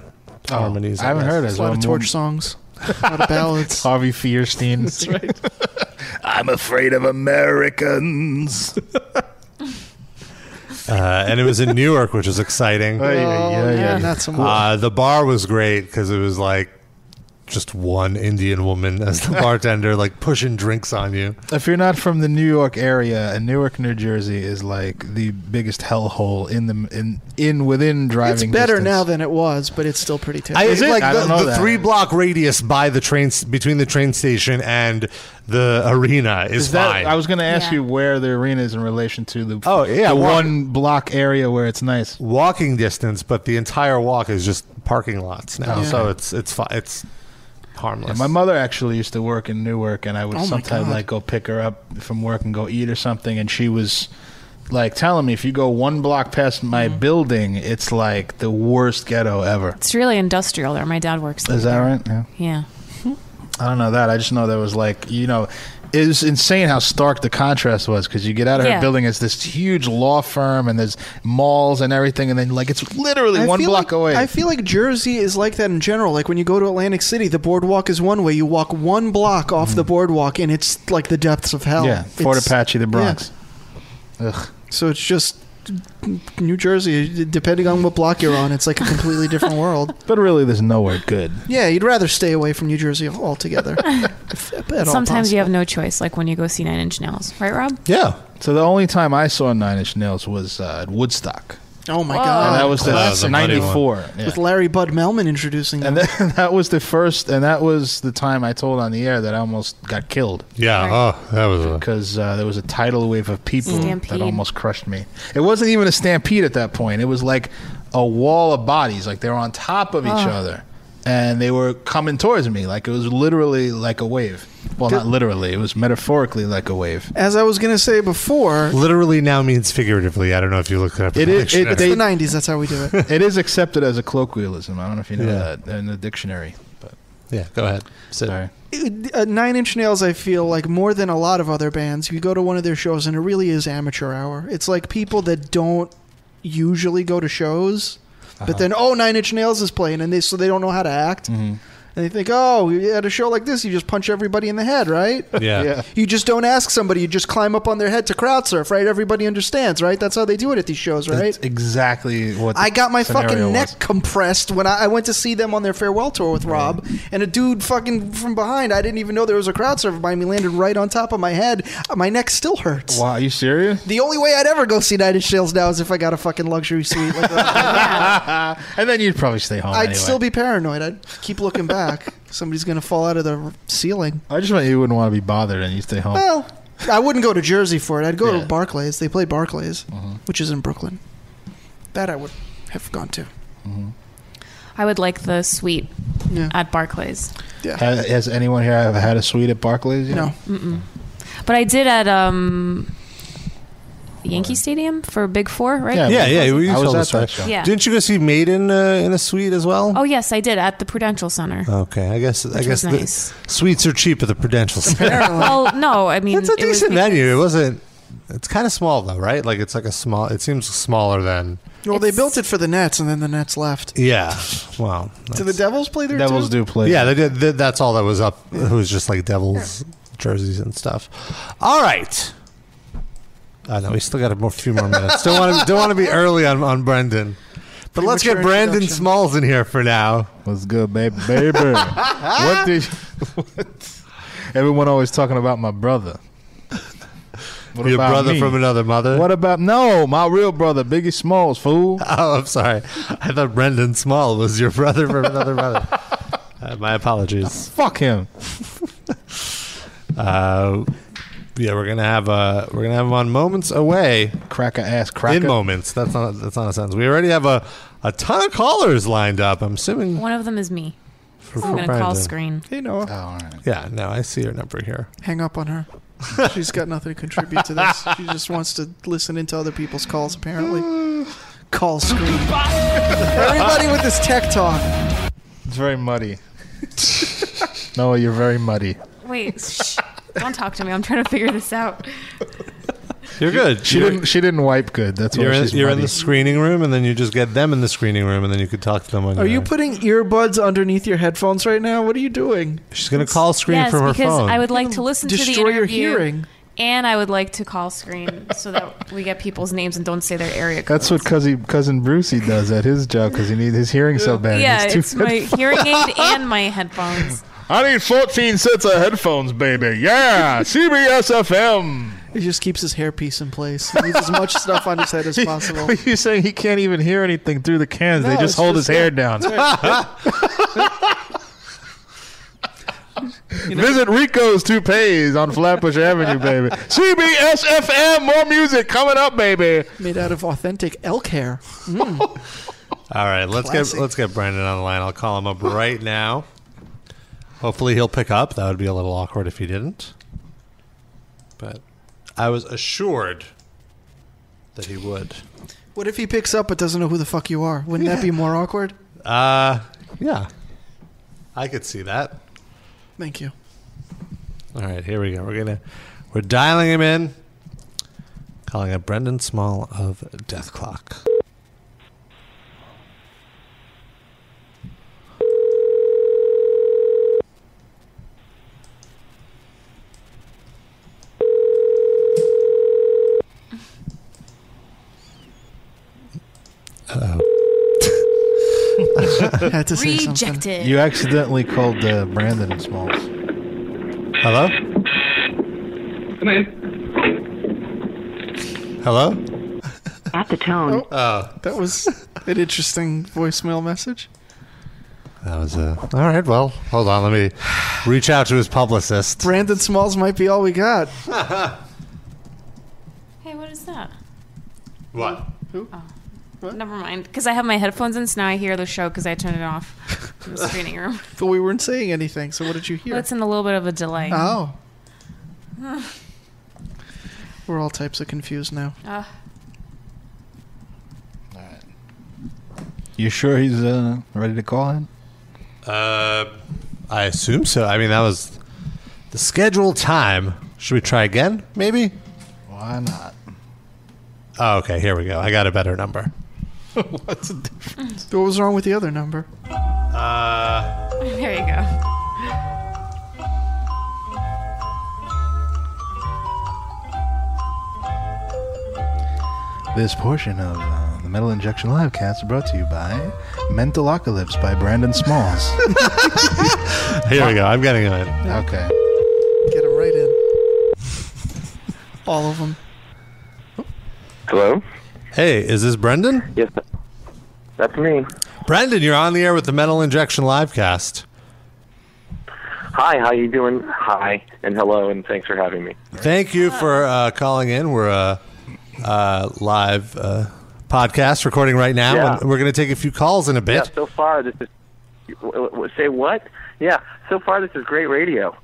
harmonies.
Oh, I haven't
guess.
heard it.
There's a lot of torch songs. A lot of ballads.
Harvey Fierstein. That's right. I'm afraid of Americans.
Uh, and it was in Newark, which was exciting.
Oh,
Oh,
yeah, yeah.
Not so much.
Uh, the bar was great because it was like just one Indian woman as the bartender, like pushing drinks on you.
If you're not from the New York area, and Newark, New Jersey is like the biggest hellhole in the in in within
It's
driving.
better
distance.
now than it was, but it's still pretty terrible.
I,
Is
it's
it?
like
I
the,
don't know
the
that.
three block radius by the train s- between the train station and the arena is,
Is that,
fine.
I was going to ask
Yeah.
you where the arena is in relation to the
Oh, yeah,
the
walk-
one block area where it's nice.
walking distance, but the entire walk is just parking lots now,
Yeah.
so it's it's fi- it's harmless.
My mother actually used to work in Newark, and I would
Oh, my
sometimes
God.
like go pick her up from work and go eat or something. And she was like telling me if you go one block past my
Mm-hmm.
building, it's like the worst ghetto ever.
It's really industrial there. My dad works there.
Is that right? Yeah.
Yeah.
I don't know that. I just know there was like you know. It was insane how stark the contrast was because you get out of her
Yeah.
building, it's this huge law firm and there's malls and everything, and then like it's literally
I
one
feel
block
like-
away.
I feel like Jersey is like that in general. Like when you go to Atlantic City, the boardwalk is one way. You walk one block off the boardwalk, and it's like the depths of hell.
Mm. yeah, Fort
It's-
Apache, the Bronx. Ugh.
So it's just New Jersey. Depending on what block you're on, it's like a completely different world.
But really, there's nowhere good.
Yeah, you'd rather stay away from New Jersey altogether. if at all
Sometimes you
possible.
have no choice, like when you go see Nine Inch Nails, right, Rob?
yeah,
So the only time I saw Nine Inch Nails was uh, at Woodstock,
Oh my
Whoa.
and
God!
that was
Uh,
the
the muddy one.
'94.
With Larry Bud Melman introducing
And
them.
that, that was the first, and that was the time I told on the air that I almost got killed
yeah. Oh, that was a,
because uh, there was a tidal wave of people that
Stampede.
almost crushed me. It wasn't even a stampede at that point; it was like a wall of bodies, like they were on top of each other, and they were coming towards me. Like it was literally like a wave. Well, not literally; it was metaphorically like a wave.
As I was gonna say before,
literally now means figuratively. I don't know if you looked it up. in
It
the
is- it-
dictionary.
they-
the '90s. That's how we do it.
it is accepted as a colloquialism. I don't know if you know
Yeah.
that in the dictionary. But
yeah, go ahead. Sit.
sorry.
uh, Nine Inch Nails, I feel like more than a lot of other bands, you go to one of their shows and it really is amateur hour. It's like people that don't usually go to shows, but then oh, Nine Inch Nails is playing, and they so they don't know how to act, and they think oh, at a show like this, you just punch everybody in the head, right?
Yeah.
Yeah.
You just don't ask somebody. You just climb up on their head to crowd surf, right? Everybody understands, right? That's how they do it at these shows, right?
That's exactly what the
I got my
scenario
fucking
was.
neck compressed when I, I went to see them on their farewell tour with Rob, and a dude fucking from behind, I didn't even know there was a crowd surfer by me, landed right on top of my head. Uh, My neck still hurts.
Wow, are you serious?
The only way I'd ever go see Nine Inch Nails now is if I got a fucking luxury suite. Like that.
and then you'd probably stay home.
I'd
Oh, anyway.
still be paranoid. I'd keep looking back. Somebody's gonna fall out of the r- ceiling.
I just meant you wouldn't want to be bothered, and you stay home.
Well, I wouldn't go to Jersey for it. I'd go
Oh. Yeah. Uh-huh.
to Barclays. They play Barclays, which is in Brooklyn. That I would have gone to.
I would like the suite
Yeah.
at Barclays.
yeah.
has, has anyone here ever had a suite at Barclays? yet?
No.
But I did at um the Yankee Stadium for Big Four, right?
yeah, yeah. We
I was
told
at
us
that
that.
show.
Yeah.
Didn't you go see Maiden uh, in a suite as well?
Oh yes, I did at the Prudential Center.
Okay, I guess I
Which
guess the
was nice.
suites are cheap at the Prudential. Center.
well, no, I mean
it's a
it was
decent
because-
venue. It wasn't. It's kind of small though, right? Like it's like a small. It seems smaller than.
Well, they built it for the Nets, and then the Nets left.
Yeah. Wow.
Do the Devils play there
Devils
too?
do play.
Yeah, they did, th that's all that was up. It was just like Devils jerseys and stuff. All right. I know we still got a more, few more minutes. Don't want to don't want to be early on on Brendan, but let's get
Premature
Brandon
introduction.
Smalls in here for now.
What's good, baby? Baby. what did you, what? Everyone always talking about my brother. What
Your
about
brother
me?
from another mother.
What about no, Oh, my real brother, Biggie Smalls, fool.
Oh, I'm sorry. I thought Brendan Small was your brother from another mother. Uh, my apologies.
Fuck him.
Uh, yeah, we're gonna have uh, we're gonna have him on moments away.
Cracker ass cracker.
In moments. That's not that's not a sentence. We already have a, a ton of callers lined up. I'm assuming
One of them is me.
for,
I'm
for
gonna call
Brandon.
screen.
You know.
Oh, all right.
Yeah, no, I see your number here.
Hang up on her. She's got nothing to contribute to this. She just wants to listen into other people's calls, apparently. Call screen. Everybody with this tech talk.
It's very muddy. Noah, you're very muddy.
Wait, shh, don't talk to me. I'm trying to figure this out.
You're good.
She
you're,
didn't she didn't wipe good. That's why
You're, in,
she's
you're in
muddy.
the screening room, and then you just get them in the screening room, and then you could talk to them. On
Oh,
Are
your
you
own.
putting earbuds underneath your headphones right now? What are you doing?
She's gonna call screen
yes,
from her
because
phone.
I would like to listen to the
Destroy your
interview.
hearing.
And I would like to call screen so that we get people's names and don't say their area code.
That's what cousin cousin Brucey does at his job because he needs his hearing so bad.
Yeah,
It's too
it's my hearing aid and my headphones.
I need 14 sets of headphones, baby. Yeah, CBS FM.
He just keeps his hairpiece in place. He needs as much stuff on his head as possible.
You're saying he can't even hear anything through the cans.
No,
they
it's
just hold
just
his hair down. Visit Rico's toupees on Flatbush Avenue, baby. CBS FM, more music coming up, baby.
Made out of authentic elk hair. Mm.
All right, let's
Classy.
get let's get Brandon on the line. I'll call him up right now. Hopefully he'll pick up. That would be a little awkward if he didn't. But I was assured that he would.
What if he picks up but doesn't know who the fuck you are? Wouldn't that be more awkward?
Uh yeah. I could see that.
Thank you.
All right, here we go. We're gonna we're dialing him in. Calling up Brendan Small of Death Clock.
I had to say something.
Rejected.
You accidentally called uh, Brandon Smalls.
Hello?
Come in.
Hello?
At the tone,
Oh.
Uh.
That was an interesting voicemail message.
That was uh all right, well, hold on, let me reach out to his publicist.
Brandon Smalls might be all we got.
hey, what is that? Oh.
What?
Never mind, because I have my headphones in, so now I hear the show because I turned it off in the screening room.
But we weren't saying anything, so what did you hear?
But it's in a little bit of a delay.
oh. We're all types of confused now.
Ugh.
You sure he's uh, ready to call in?
Uh, I assume so. I mean, that was the scheduled time. Should we try again? Maybe.
Why not?
Oh, okay. Here we go. I got a better number.
What's the difference?
What was wrong with the other number?
Uh,
there you go.
This portion of uh, the Metal Injection Livecast is brought to you by Mentalocalypse by Brandon Smalls.
here we go. I'm getting it. in.
okay.
Get him right in. All of them.
Hello?
Hey, is this Brendan?
Yes. That's me.
Brendan, you're on the air with the Metal Injection Livecast.
Hi, how you doing? Hi, and hello, and thanks for having me.
Thank you for uh, calling in. We're a uh, live uh, podcast recording right now,
Yeah.
and we're going to take a few calls in a
Yeah,
bit.
so far this is. w- w- Say what? Yeah, so far this is great radio.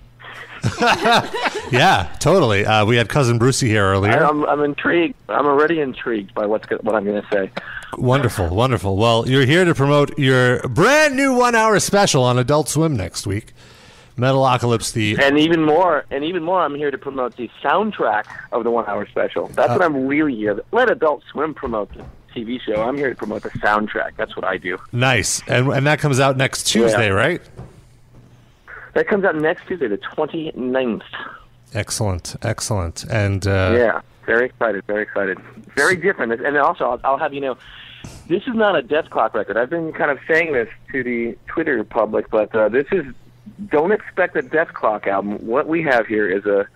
yeah, totally. Uh, we had cousin Brucey here earlier.
I, I'm, I'm intrigued. I'm already intrigued by what's go- what I'm going to say.
Wonderful, wonderful. Well, you're here to promote your brand new one-hour special on Adult Swim next week, Metalocalypse. The
And even more, and even more, I'm here to promote the soundtrack of the one-hour special. That's what I'm really here. Let Adult Swim promote the TV show. I'm here to promote the soundtrack. That's what I do.
nice, and and that comes out next Tuesday, right?
That comes out next Tuesday, the 29th.
Excellent, excellent. And uh,
yeah, very excited, very excited. Very different. And also, I'll, I'll have you know, this is not a Death Clock record. I've been kind of saying this to the Twitter public, but uh, this is, don't expect a Death Clock album. What we have here is a,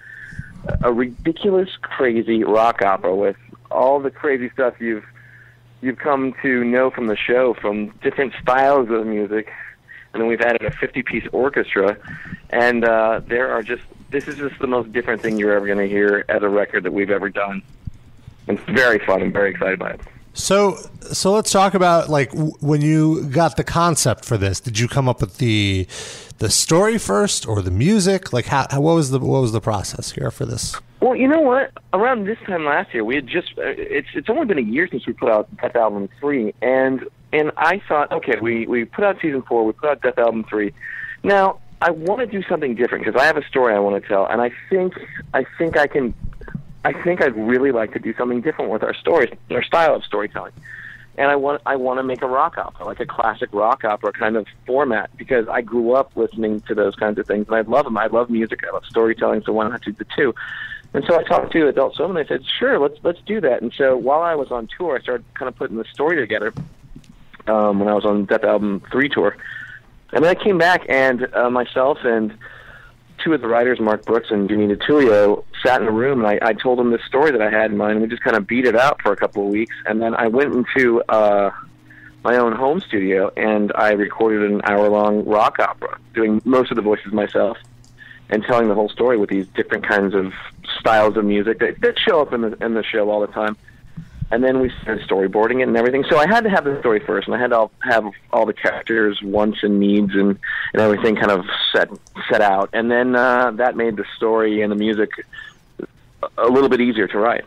a ridiculous, crazy rock opera with all the crazy stuff you've you've come to know from the show, from different styles of music, and then we've added a 50-piece orchestra, and uh, there are just this is just the most different thing you're ever going to hear as a record that we've ever done. It's very fun. I'm very excited by it.
so so let's talk about like w- when you got the concept for this. Did you come up with the the story first or the music? Like how, how what was the what was the process here for this?
Well, you know what? Around this time last year, we had just—it's—it's only been a year since we put out Death Album Three, and and I thought, okay, we we put out season four, we put out Death Album Three. Now I want to do something different because I have a story I want to tell, and I think I think I can, I think I'd really like to do something different with our stories, our style of storytelling, and I want I want to make a rock opera, like a classic rock opera kind of format, because I grew up listening to those kinds of things, and I love them. I love music, I love storytelling, so why not do the two? And so I talked to Adult Swim, and they said, "Sure, let's let's do that." And so while I was on tour, I started kind of putting the story together um, when I was on Death Album Three tour, and then I came back, and uh, myself and two of the writers, Mark Brooks and Jimmy DiTullio, sat in a room, and I, I told them this story that I had in mind, and we just kind of beat it out for a couple of weeks, and then I went into uh, my own home studio, and I recorded an hour-long rock opera, doing most of the voices myself and telling the whole story with these different kinds of styles of music that, that show up in the, in the show all the time. And then we started storyboarding it and everything. So I had to have the story first, and I had to all- have all the characters' wants and needs and, and everything kind of set set out. And then uh, that made the story and the music a- a little bit easier to write.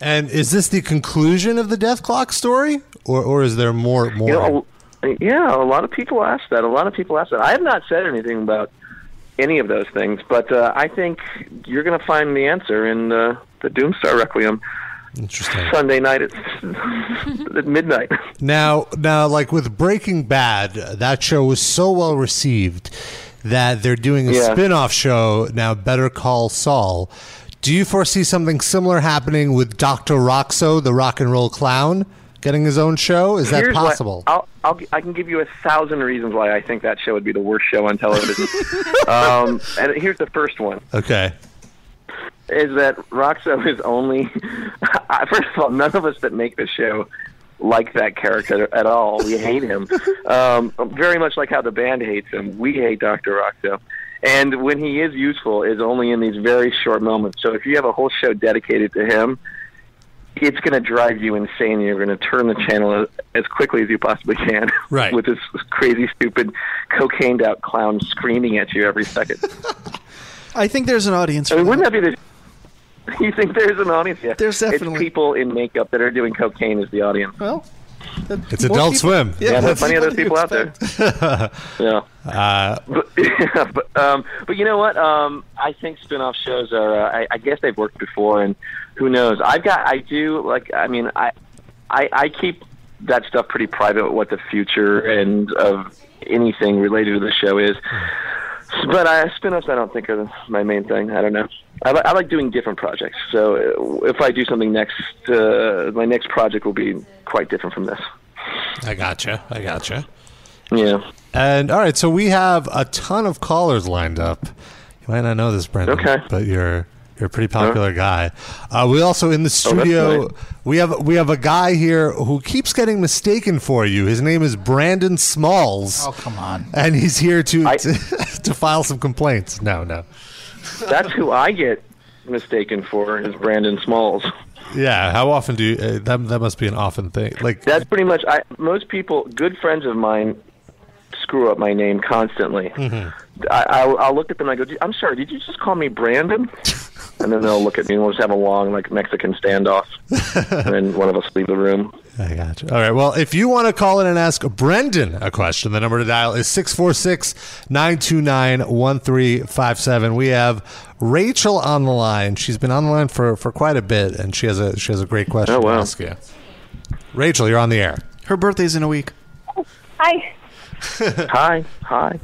And is this the conclusion of the Death Clock story, or or is there more more?
You know, a- yeah, a lot of people ask that. A lot of people ask that. I have not said anything about any of those things, but uh, I think you're going to find the answer in uh, the Doomstar Requiem.
Interesting.
Sunday night at, at midnight.
Now, now, like with Breaking Bad, that show was so well received that they're doing a
Yeah.
spin-off show now, Better Call Saul. Do you foresee something similar happening with Dr. Roxo, the rock and roll clown, getting his own show? Is that
Here's why-
possible?
I'll, I'll, gi can give you a thousand reasons why I think that show would be the worst show on television. um, and here's the first one.
okay.
is that Roxo is only. First of all, none of us that make the show like that character at all. We hate him. Um, very much like how the band hates him. We hate Dr. Roxo. And when he is useful, is only in these very short moments. So if you have a whole show dedicated to him, it's going to drive you insane. You're going to turn the channel as quickly as you possibly can.
Right.
with this crazy, stupid, cocained out clown screaming at you every second.
I think there's an audience.
I mean, wouldn't that be the? You think there's an audience? Yeah.
There's
It's
definitely-
people in makeup that are doing cocaine is the audience.
Well,
It's Adult Swim.
Yeah, there's plenty of those people out there. yeah.
Uh,
But, yeah, but, um, but you know what? Um, I think spin-off shows are. Uh, I, I guess they've worked before, and who knows? I've got. I do like. I mean, I, I, I keep that stuff pretty private. What the future and of anything related to the show is. But I, spin-offs, I don't think are the- my main thing. I don't know. I, li- I like doing different projects. So uh, if I do something next, uh, my next project will be quite different from this.
I gotcha. I gotcha.
Yeah.
And all right, so we have a ton of callers lined up. You might not know this, Brendan,
Okay.
but you're you're a pretty popular guy. Uh, we also
Oh,
in the studio
nice.
we have we have a guy here who keeps getting mistaken for you. His name is Brandon Smalls,
Oh, come on.
and he's here to,
I-
to to file some complaints. No, no,
That's who I get mistaken for is Brandon Smalls.
yeah. How often do you? Uh, that that must be an often thing. Like
That's pretty much. I most people, good friends of mine, screw up my name constantly. I, I'll, I'll look at them and I go, I'm sorry, did you just call me Brandon? And then they'll look at me and we'll just have a long like Mexican standoff. and then one of us leave the room.
I gotcha. All right. Well, if you want to call in and ask Brendan a question, the number to dial is 646 929 1357. We have Rachel on the line. She's been on the line for, for quite a bit, and she has a she has a great question
Oh, wow.
to ask you. Rachel, you're on the air.
Her birthday's in a week.
Hi.
Hi. Hi.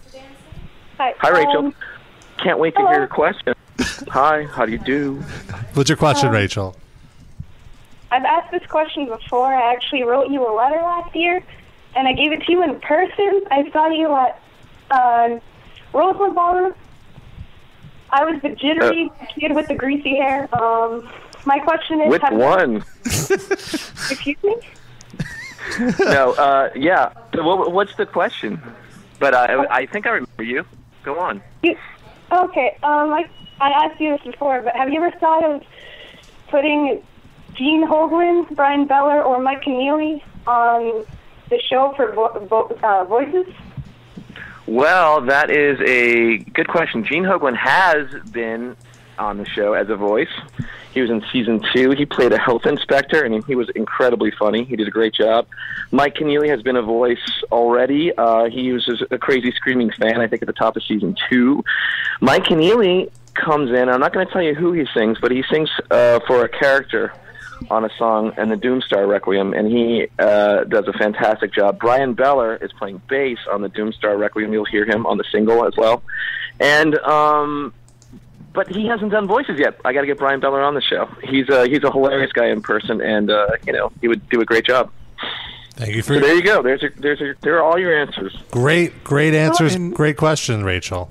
Hi.
Hi, Rachel.
Um,
Can't wait to hear your question. Hi. How do you do?
What's your question, Rachel?
I've asked this question before. I actually wrote you a letter last year, and I gave it to you in person. I saw you at um, Rosewood Ballroom. I was the jittery
Uh,
kid with the greasy hair. Um, my question is,
Which
have-
one?
Excuse me.
no. Uh, yeah. So what, what's the question? But I, I think I remember you. Go on.
You, okay. Um, I I asked you this before, but have you ever thought of putting Gene Hoglan, Brian Beller, or Mike Keneally on the show for vo- vo- uh, voices?
Well, that is a good question. Gene Hoglan has been on the show as a voice. He was in season two. He played a health inspector, and he was incredibly funny. He did a great job. Mike Keneally has been a voice already. Uh, he was just a crazy screaming fan, I think, at the top of season two. Mike Keneally comes in. I'm not going to tell you who he sings, but he sings uh, for a character on a song in the Doomstar Requiem, and he uh, does a fantastic job. Brian Beller is playing bass on the Doomstar Requiem. You'll hear him on the single as well. And um, but he hasn't done voices yet. I got to get Brian Beller on the show. He's a he's a hilarious guy in person, and uh, you know he would do a great job.
Thank you for
So there you go. There's your, there's your, there are all your answers.
great, great answers. Great question, Rachel.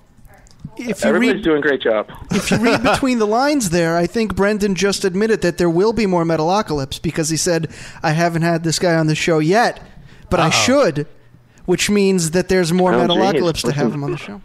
If you
Everybody's
read
doing a great job.
if you read between the lines there, I think Brendan just admitted that there will be more Metalocalypse because he said, I haven't had this guy on the show yet, but I
Uh-oh.
should, which means that there's more
Oh, geez.
Metalocalypse to have him on the show.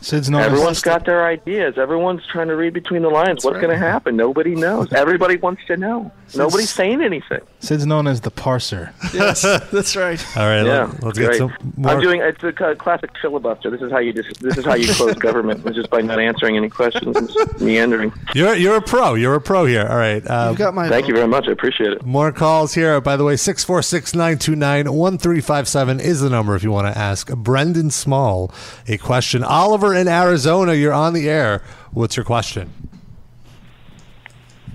Sid's not
Everyone's got their ideas. Everyone's trying to read between the lines. What's going to happen? Nobody knows. Everybody wants to know. Nobody's saying anything.
Sid's known as the parser.
Yes, that's right.
All right.
Yeah,
let, us get
great.
some more.
I'm doing it's a ca- classic filibuster. This is how you just this is how you close government is just by not answering any questions and just meandering.
You're you're a pro. You're a pro here. All right. Um,
Got my
Thank you very much. I appreciate it.
More calls here. By the way, 646 929 1357 is the number if you want to ask Brendan Small a question. Oliver in Arizona, you're on the air. What's your question?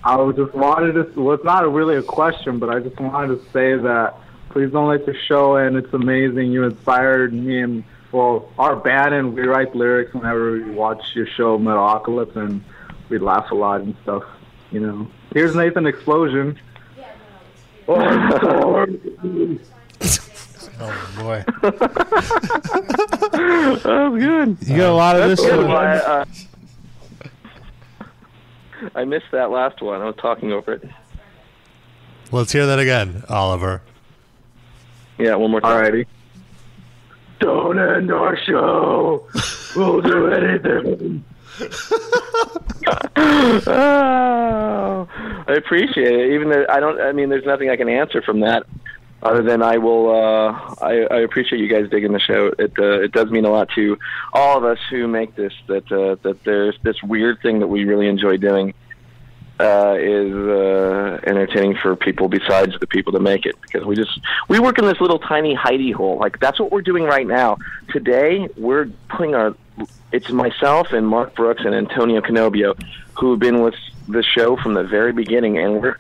I was just wanted to. Well, it's not really a question, but I just wanted to say that please don't let the show end. It's amazing. You inspired me and well, our band, and we write lyrics whenever we watch your show, Metalocalypse, and we laugh a lot and stuff. You know, here's Nathan Explosion.
Oh boy,
oh, good.
you got a lot of
That's
this.
good.
uh,
I, uh, I missed that last one. I was talking over it.
Let's hear that again, Oliver.
Yeah, one more time.
Alrighty.
Don't end our show. We'll do anything. oh, I appreciate it. Even though I don't, I mean, there's nothing I can answer from that, other than I will. Uh, I, I appreciate you guys digging the show. It uh, it does mean a lot to all of us who make this. That uh, that there's this weird thing that we really enjoy doing uh, is uh, entertaining for people besides the people that make it because we just we work in this little tiny hidey hole like that's what we're doing right now today we're putting our it's myself and mark brooks and antonio canobio who have been with the show from the very beginning and we're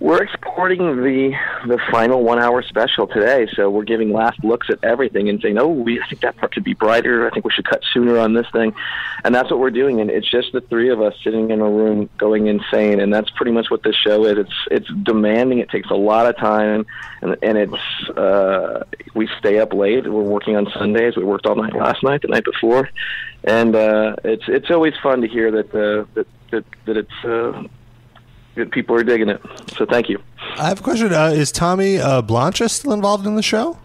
we're exporting the the final one hour special today, so we're giving last looks at everything and saying, "Oh, we I think that part could be brighter. I think we should cut sooner on this thing," and that's what we're doing. And it's just the three of us sitting in a room going insane, and that's pretty much what this show is. It's it's demanding. It takes a lot of time, and and it's uh, we stay up late. We're working on Sundays. We worked all night last night, the night before, and uh, it's it's always fun to hear that uh, that, that that it's. Uh, that people are digging it. So thank you.
I have a question. Uh, is Tommy uh, Blancha still involved in the show?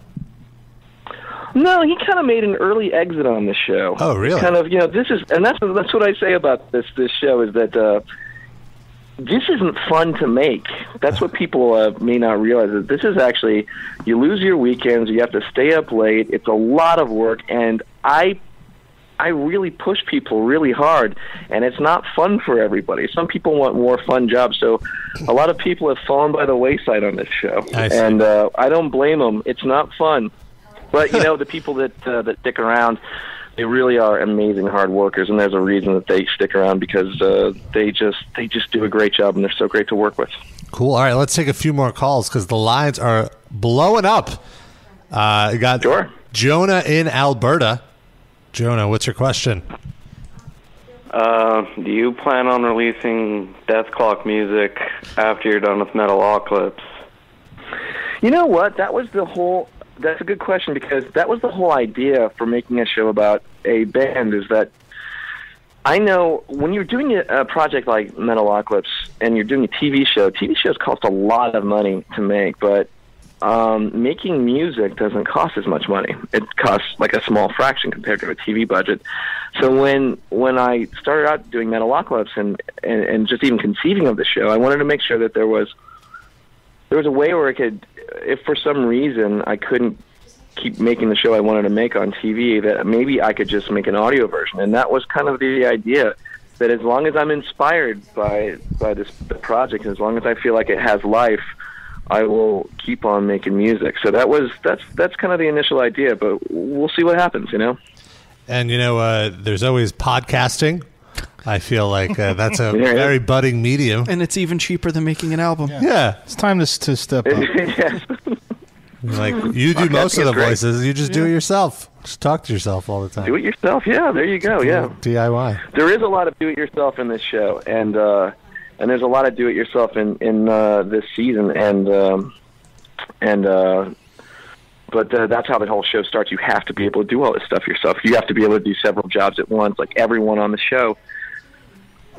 No, he kind of made an early exit on the show.
Oh, really?
Kind of, you know, this is, and that's that's what I say about this this show is that uh, this isn't fun to make. That's what people uh, may not realize. That this is actually, you lose your weekends. You have to stay up late. It's a lot of work, and I, I really push people really hard, and it's not fun for everybody. Some people want more fun jobs, so a lot of people have fallen by the wayside on this show,
I see.
and uh, I don't blame them. It's not fun, but you know the people that uh, that stick around. They really are amazing hard workers, and there's a reason that they stick around because uh, they just they just do a great job, and they're so great to work with.
Cool. All right, let's take a few more calls because the lines are blowing up. Uh, I got Jonah in Alberta. Jonah, what's your question?
Uh, do you plan on releasing Death Clock music after you're done with Metalocalypse?
You know what? That was the whole. That's a good question because that was the whole idea for making a show about a band. Is that I know when you're doing a, a project like Metalocalypse and you're doing a TV show, TV shows cost a lot of money to make, but um, making music doesn't cost as much money. It costs like a small fraction compared to a TV budget. So when when I started out doing Metalocalypse and, and and just even conceiving of the show, I wanted to make sure that there was there was a way where I could, if for some reason I couldn't keep making the show I wanted to make on TV, that maybe I could just make an audio version. And that was kind of the idea that as long as I'm inspired by by this the project, as long as I feel like it has life, I will keep on making music. So that was that's that's kind of the initial idea, but we'll see what happens, you know.
And you know, uh, there's always podcasting. I feel like uh, that's a
Yeah, yeah.
very budding medium.
And it's even cheaper than making an album.
Yeah. Yeah.
It's time to, to step up.
Like you do
Podcasting
most of
is
the
great.
voices. You just do it yourself. Just talk to yourself all the time.
Do it yourself. Yeah, there you go. Yeah.
DIY.
there is a lot of do it yourself in this show and uh and there's a lot of do it yourself in in uh this season and um and uh but uh, that's how the whole show starts. You have to be able to do all this stuff yourself. You have to be able to do several jobs at once, like everyone on the show.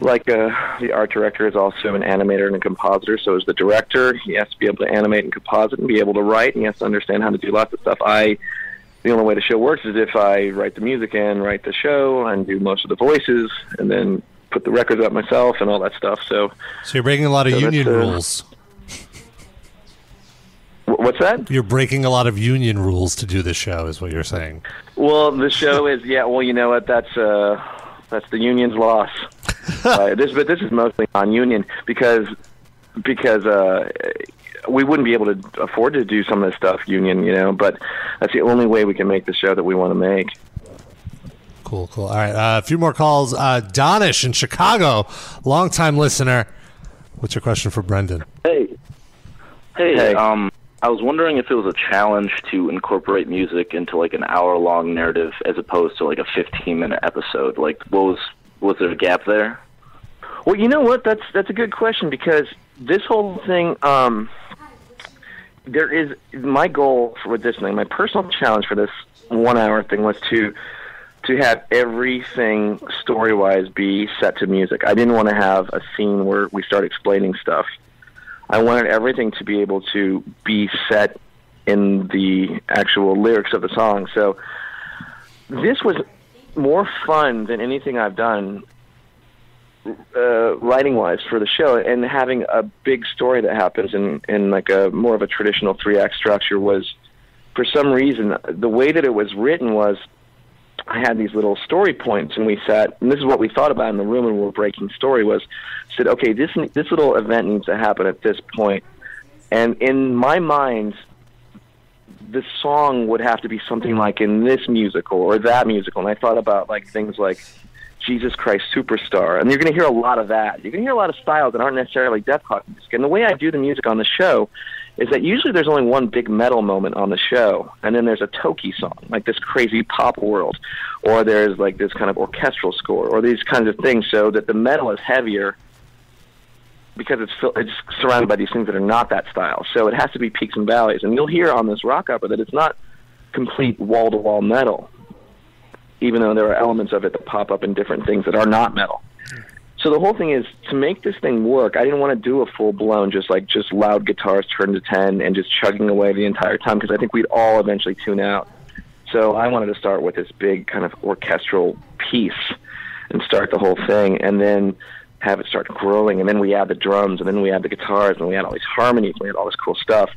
Like uh, the art director is also an animator and a compositor, so is the director. He has to be able to animate and composite and be able to write, and he has to understand how to do lots of stuff. I the only way the show works is if I write the music and write the show and do most of the voices and then put the records up myself and all that stuff. So,
So you're breaking a lot of
So that's,
union
uh,
rules.
What's that?
You're breaking a lot of union rules to do this show, is what you're saying.
well, the show is yeah. Well, you know what? That's uh, that's the union's loss. uh, this, but this is mostly non-union because because uh, we wouldn't be able to afford to do some of this stuff union, you know. But that's the only way we can make the show that we want to make.
Cool, cool. All right, uh, a few more calls. Uh, Donish in Chicago, longtime listener. What's your question for Brendan?
Hey. Hey, um I was wondering if it was a challenge to incorporate music into like an hour long narrative as opposed to like a 15 minute episode. Like what was was there a gap there?
Well, you know what? That's that's a good question because this whole thing. Um, there is my goal for with this thing. My personal challenge for this one-hour thing was to to have everything story-wise be set to music. I didn't want to have a scene where we start explaining stuff. I wanted everything to be able to be set in the actual lyrics of the song. So this was more fun than anything I've done uh, writing wise for the show and having a big story that happens in, in like a more of a traditional three act structure was for some reason the way that it was written was I had these little story points and we sat and this is what we thought about in the room when we were breaking story was said okay this this little event needs to happen at this point and in my mind the song would have to be something like in this musical or that musical and I thought about like things like Jesus Christ Superstar. And you're going to hear a lot of that. You're going to hear a lot of styles that aren't necessarily death rock music. And the way I do the music on the show is that usually there's only one big metal moment on the show, and then there's a Toki song, like this crazy pop world, or there's like this kind of orchestral score, or these kinds of things, so that the metal is heavier because it's fil- it's surrounded by these things that are not that style. So it has to be peaks and valleys. And you'll hear on this rock opera that it's not complete wall to wall metal, even though there are elements of it that pop up in different things that are not metal. So the whole thing is to make this thing work. I didn't want to do a full blown just like just loud guitars turned to ten and just chugging away the entire time because I think we'd all eventually tune out. So I wanted to start with this big kind of orchestral piece and start the whole thing, and then have it start growing, and then we add the drums, and then we add the guitars, and we add all these harmonies, and we had all this cool stuff.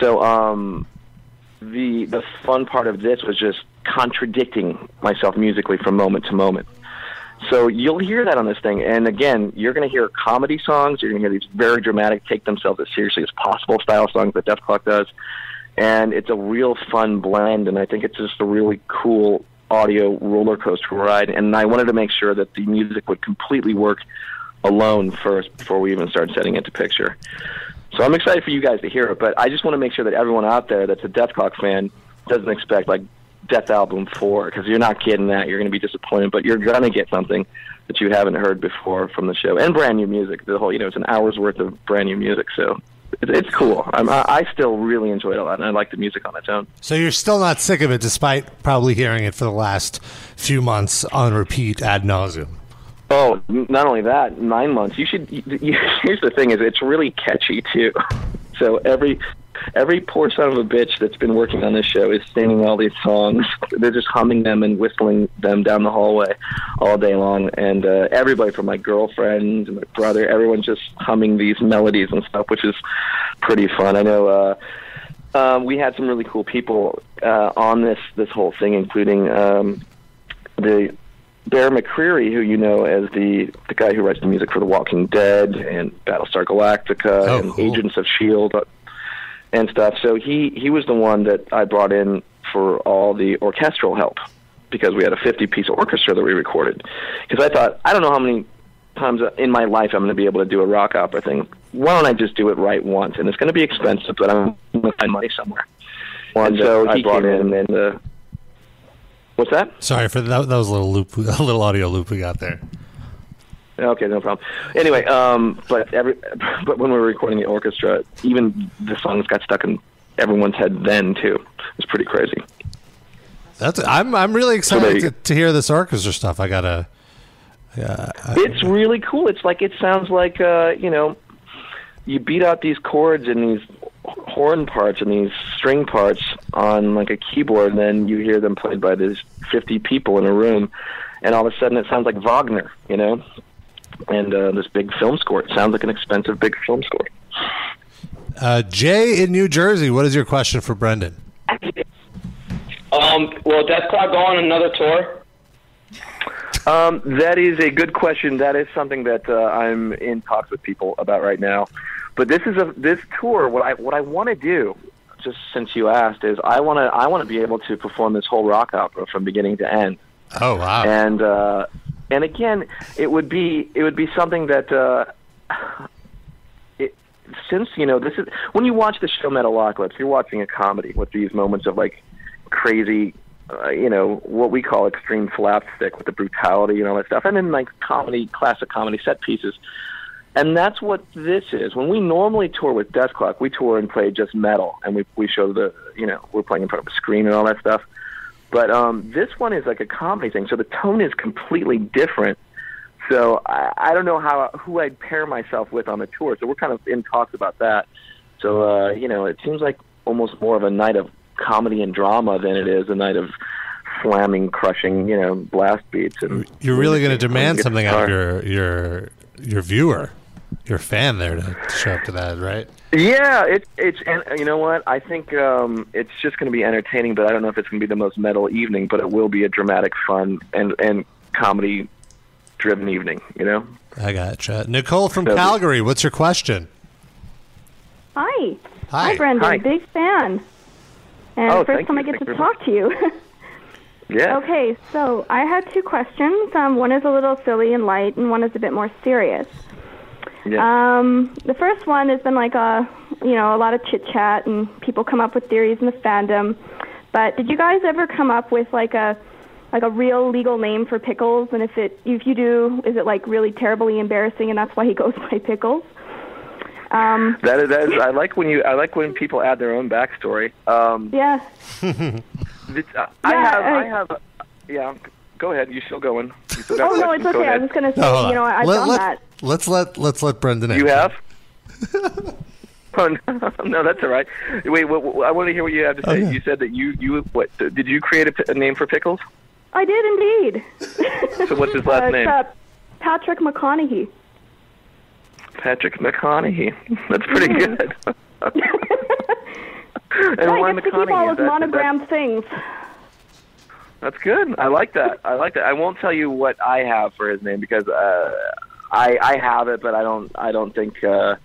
So um, the the fun part of this was just contradicting myself musically from moment to moment. So you'll hear that on this thing, and again, you're going to hear comedy songs. You're going to hear these very dramatic, take themselves as seriously as possible style songs that Death Clock does, and it's a real fun blend. And I think it's just a really cool audio roller coaster ride. And I wanted to make sure that the music would completely work alone first before we even started setting it to picture. So I'm excited for you guys to hear it, but I just want to make sure that everyone out there that's a Death Clock fan doesn't expect like Death Album 4 because you're not getting that. You're going to be disappointed, but you're going to get something that you haven't heard before from the show and brand new music. The whole, you know, it's an hour's worth of brand new music, so it, it's cool. I'm, I, I still really enjoy it a lot, and I like the music on its own.
So you're still not sick of it, despite probably hearing it for the last few months on repeat ad nauseum.
Oh, n- not only that, nine months. You should. You, you, here's the thing: is it's really catchy too. So every every poor son of a bitch that's been working on this show is singing all these songs. They're just humming them and whistling them down the hallway all day long. And uh, everybody, from my girlfriend, and my brother, everyone's just humming these melodies and stuff, which is pretty fun. I know. Uh, um, we had some really cool people uh, on this this whole thing, including um, the Bear McCreary, who you know as the the guy who writes the music for The Walking Dead and Battlestar Galactica
Oh,
and Agents of Shield E and stuff. So he he was the one that I brought in for all the orchestral help because we had a 50 piece orchestra that we recorded. Because I thought I don't know how many times in my life I'm going to be able to do a rock opera thing. Why don't I just do it right once? And it's going to be expensive, but I'm going to find money somewhere. and so
that
he
I brought
came in and uh, what's that?
Sorry for that. That was a little loop, a little audio loop we got there.
Okay, no problem. Anyway, um, but every but when we were recording the orchestra, even the songs got stuck in everyone's head then too. It was pretty crazy.
That's I'm I'm really
So there
excited
you
to, to hear this orchestra stuff. I gotta. Yeah, uh, I-
It's really cool. It's like it sounds like uh, you know, you beat out these chords and these horn parts and these string parts on like a keyboard, and then you hear them played by these fifty people in a room, and all of a sudden it sounds like Wagner, you know, and uh, this big film score. It sounds like an expensive big film score.
uh, Jay in New Jersey. What is your question for Brendan?
Um, will Death Clock go on another tour?
Um, that is a good question. That is something that uh, I'm in talks with people about right now. But this is a this tour. What I what I want to do, just since you asked, is I want to I want to be able to perform this whole rock opera from beginning to end.
Oh wow!
And uh, and again, it would be it would be something that. Uh, it, since you know this is when you watch the show Metalocalypse, you're watching a comedy with these moments of like crazy, uh, you know, what we call extreme slapstick with the brutality and all that stuff, and then like comedy, classic comedy set pieces. And that's what this is. When we normally tour with Death Clock, we tour and play just metal, and we we show the you know we're playing in front of a screen and all that stuff. But um, this one is like a comedy thing, so the tone is completely different. So I, I don't know how who I'd pair myself with on the tour. So we're kind of in talks about that. So uh, you know, it seems like almost more of a night of comedy and drama than it is a night of slamming, crushing, you know, blast beats. And
You're really going to demand
Guitar.
something out of your your your viewer, your fan there to, to show up to that, right?
Yeah, it, it's and uh, you know what? I think um, it's just going to be entertaining, but I don't know if it's going to be the most metal evening, but it will be a dramatic, fun, and and comedy driven evening. You know.
I gotcha. Nicole from
So-
Calgary. What's your question?
Hi.
Hi.
Brendan.
Hi.
Big fan. And
Oh, thank
first time
you.
I get
Thank
to
you very
talk to you.
Yeah.
Okay, so I had two questions. Um, one is a little silly and light, and one is a bit more serious. Um, the first one has been like a, you know, a lot of chit chat, and people come up with theories in the fandom. But did you guys ever come up with like a, like a real legal name for pickles? And if it, if you do, is it like really terribly embarrassing, and that's why he goes by pickles? Um,
That is, that is I like when you I like when people add their own backstory. Um,
yeah.
this- uh, I
Yeah,
have I,
I-
have yeah. Go ahead. You still going? You still got
Oh no,
questions.
it's
Go
okay. I
ahead.
was just gonna say,
No, Oh, hold
you know,
on.
I've
let,
done
let,
that.
Let's let let's let Brendan.
You
answer.
have? Oh, no, no, that's all right. Wait, what, what- I want to hear what you have to say. You said that you you what did you create a, pi- a name for pickles?
I did indeed.
So what's his last
Uh,
name?
it's, uh, Patrick McConaughey.
Patrick McConaughey. That's pretty
Hmm.
good. and
Yeah,
why
I get to keep all
McConaughey?
those
That-
monogrammed things.
That's good. I like that. I like that. I won't tell you what I have for his name because uh, I I have it, but I don't I don't think uh,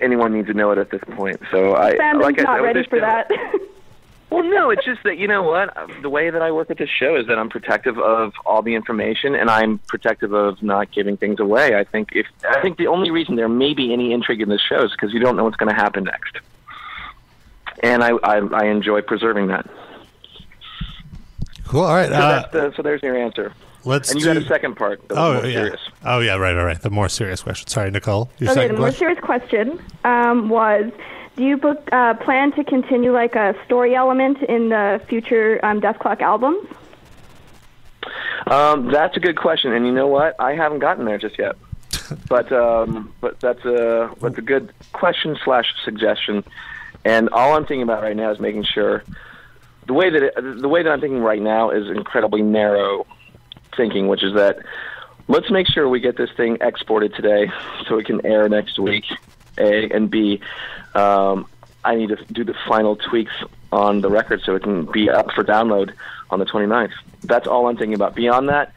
anyone needs to know it at this point. So I
Fandom's
like I
not
said, with
ready
this
for
show-
that.
Well, no, it's just that you know what the way that I work at this show is that I'm protective of all the information, and I'm protective of not giving things away. I think if I think the only reason there may be any intrigue in this show is because you don't know what's going to happen next, and I I, I enjoy preserving that.
Cool. All right.
So,
Uh,
that's the, so there's your answer.
let's
and you
do-
got a second part. that was
oh
more
yeah.
serious.
Oh yeah. Right. All right. The more serious question. Sorry, Nicole. Your
okay, the
second
more
question.
serious question um, was: Do you book, uh, plan to continue like a story element in the future um, Death Clock albums?
Um, that's a good question, and you know what? I haven't gotten there just yet. but um, but that's a that's a good question slash suggestion, and all I'm thinking about right now is making sure the way that it, the way that I'm thinking right now is incredibly narrow thinking, which is that let's make sure we get this thing exported today so it can air next week. A and B, um, I need to do the final tweaks on the record so it can be up for download on the 29th. That's all I'm thinking about. Beyond that,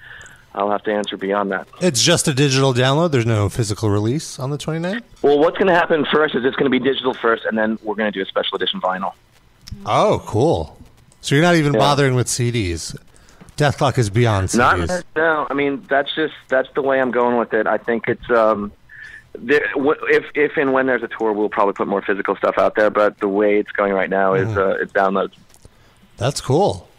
I'll have to answer beyond that.
It's just a digital download. There's no physical release on the 29th.
Well, what's going to happen first is it's going to be digital first, and then we're going to do a special edition vinyl.
Oh, cool. So you're not even bothering with CDs. Death Clock is beyond CDs.
Not no. I mean, that's just that's the way I'm going with it. I think it's um, there, w- if if and when there's a tour, we'll probably put more physical stuff out there. But the way it's going right now is uh, it's downloads.
That's cool.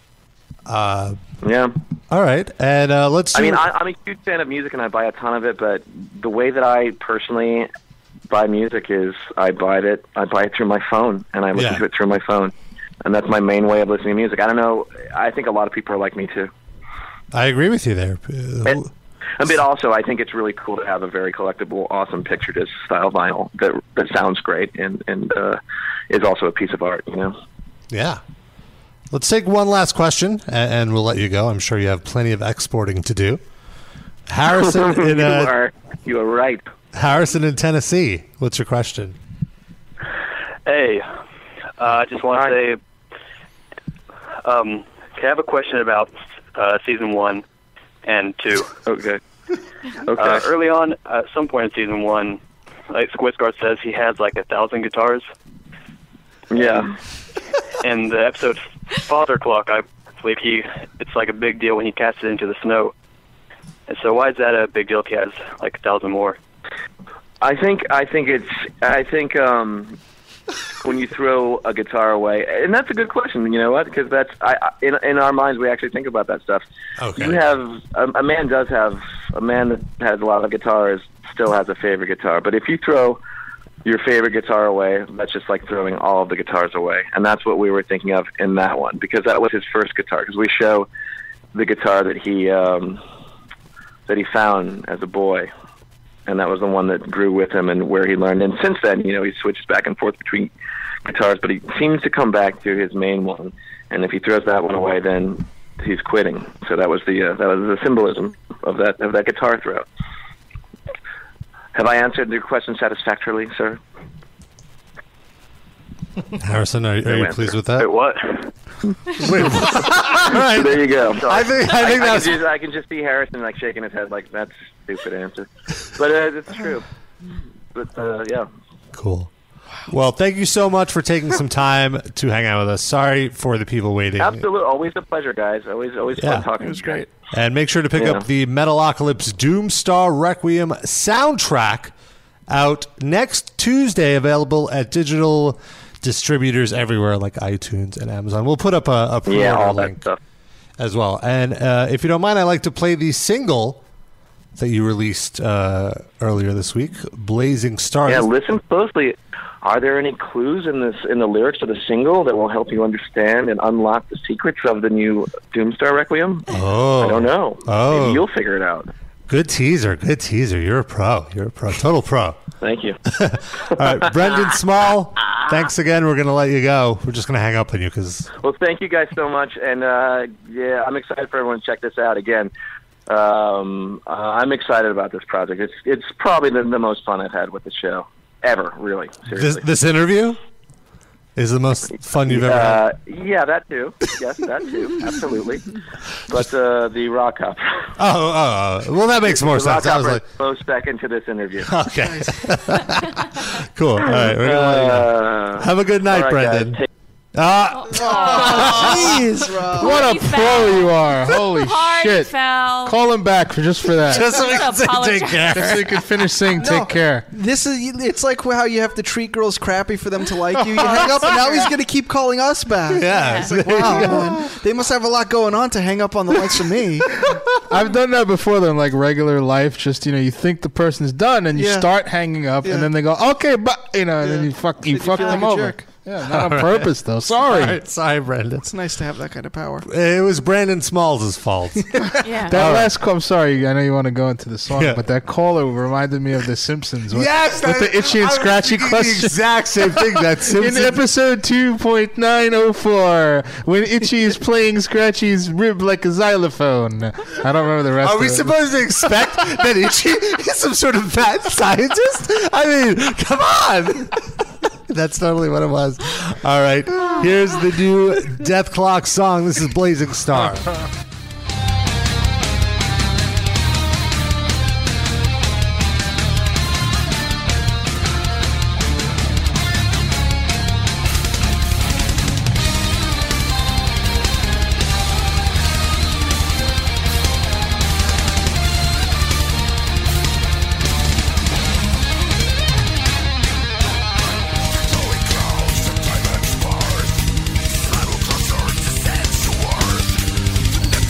Uh,
yeah.
All right, and uh, let's. Do,
I mean, I, I'm a huge fan of music and I buy a ton of it, but the way that I personally buy music is I buy it I buy it through my phone and I listen
Yeah.
to it through my phone. And that's my main way of listening to music. I don't know. I think a lot of people are like me too.
I agree with you there. Uh,
And, and but also, I think it's really cool to have a very collectible, awesome picture disc style vinyl that that sounds great and and uh, is also a piece of art. You know.
Yeah. Let's take one last question, a- and, and we'll let you go. I'm sure you have plenty of exporting to do. Harrison in
you
uh,
are you are right.
Harrison in Tennessee. What's your question?
Hey, uh, I just want to say, um, can I have a question about uh, season one and two?
Okay.
Uh, early on, at some point in season one, like Squidguard says, he has like a thousand guitars.
Yeah.
In the episode Father Clock, I believe he it's like a big deal when he casts it into the snow. And so, why is that a big deal if he has like a thousand more?
I think I think it's I think um, when you throw a guitar away, and that's a good question. You know what? Because that's I, I in in our minds we actually think about that stuff.
Okay.
You have um, a, a man does have a man that has a lot of guitars still has a favorite guitar, but if you throw your favorite guitar away, that's just like throwing all of the guitars away, and that's what we were thinking of in that one because that was his first guitar. Because we show the guitar that he um, that he found as a boy and that was the one that grew with him and where he learned. And since then, you know, he switches back and forth between guitars, but he seems to come back to his main one. And if he throws that one away, then he's quitting. So that was the uh, that was the symbolism of that of that guitar throw. Have I answered your question satisfactorily, sir?
Harrison, are, are
No
you
answer.
pleased with that?
Wait, what?
There you go.
I think- I think
I,
that's-
can just, I can just see Harrison like shaking his head, like that's a stupid answer. But uh, it's true. But uh, yeah.
Cool. Well, thank you so much for taking some time to hang out with us. Sorry for the people waiting.
Absolutely, always a pleasure, guys. Always, always
Yeah.
fun talking. It was great.
And make sure to pick up the Metalocalypse Doomstar Requiem soundtrack out next Tuesday, available at digital distributors everywhere like iTunes and Amazon. We'll put up a, a pre-order
Yeah, all that
link as well. And uh, if you don't mind, I like to play the single that you released uh, earlier this week, Blazing Stars.
Yeah, listen closely. Are there any clues in this in the lyrics of the single that will help you understand and unlock the secrets of the new Doomstar Requiem?
Oh.
I don't know.
Oh.
Maybe you'll figure it out.
Good teaser. Good teaser. You're a pro. You're a pro. Total pro.
Thank you.
All right, Brendan Small, thanks again. We're going to let you go. We're just going to hang up on you because
Well, thank you guys so much, and uh, yeah, I'm excited for everyone to check this out again. Um, uh, I'm excited about this project. It's it's probably the, the most fun I've had with the show ever. Really,
This,
seriously.
this interview is the most fun you've ever had.
uh, yeah, that too. Yes, that too. Absolutely. But uh, the rock opera.
Oh, oh, oh, well, that makes more
the rock
sense. I was
opera
like,
is close second to this interview.
okay, cool. All right, we're gonna let you go.
Uh,
Have a good night,
all right, guys.
Brendan. Ah,
Jeez, what a
Holy
pro you are! Holy
Hard
shit!
foul.
Call him back for just for that.
Just so we can say, "Take Apologize. care."
Just so you can finish saying "Take care."
This is it's like how you have to treat girls crappy for them to like you. You hang up, and now he's going to keep calling us back.
Yeah.
It's like, wow, man, they must have a lot going on to hang up on the likes of me.
I've done that before, though, in like regular life. Just you know, you think the person's done, and you
Yeah.
start hanging up,
Yeah.
and then they go, "Okay, but you know," and then you fuck, you fuck
feel
them
like a
over.
jerk.
Yeah, not on purpose though. Sorry.
All right, sorry, Brendan.
It's nice to have that kind of power.
It was Brandon Smalls' fault.
Yeah.
That
All right.
last call, I'm sorry, I know you want to go into the song,
Yeah.
but that caller reminded me of The Simpsons. With,
Yes,
with
that-
the itchy
I
and
was
scratchy
thinking the
question.
exact same thing, that Simpsons-
In episode 2.904, when Itchy is playing Scratchy's rib like a xylophone. I don't remember the rest
Are
of
we
it.
supposed to expect that Itchy is some sort of mad scientist? I mean, come on. That's totally what it was. All right, here's the new Death Clock song. This is Blazing Star.
Never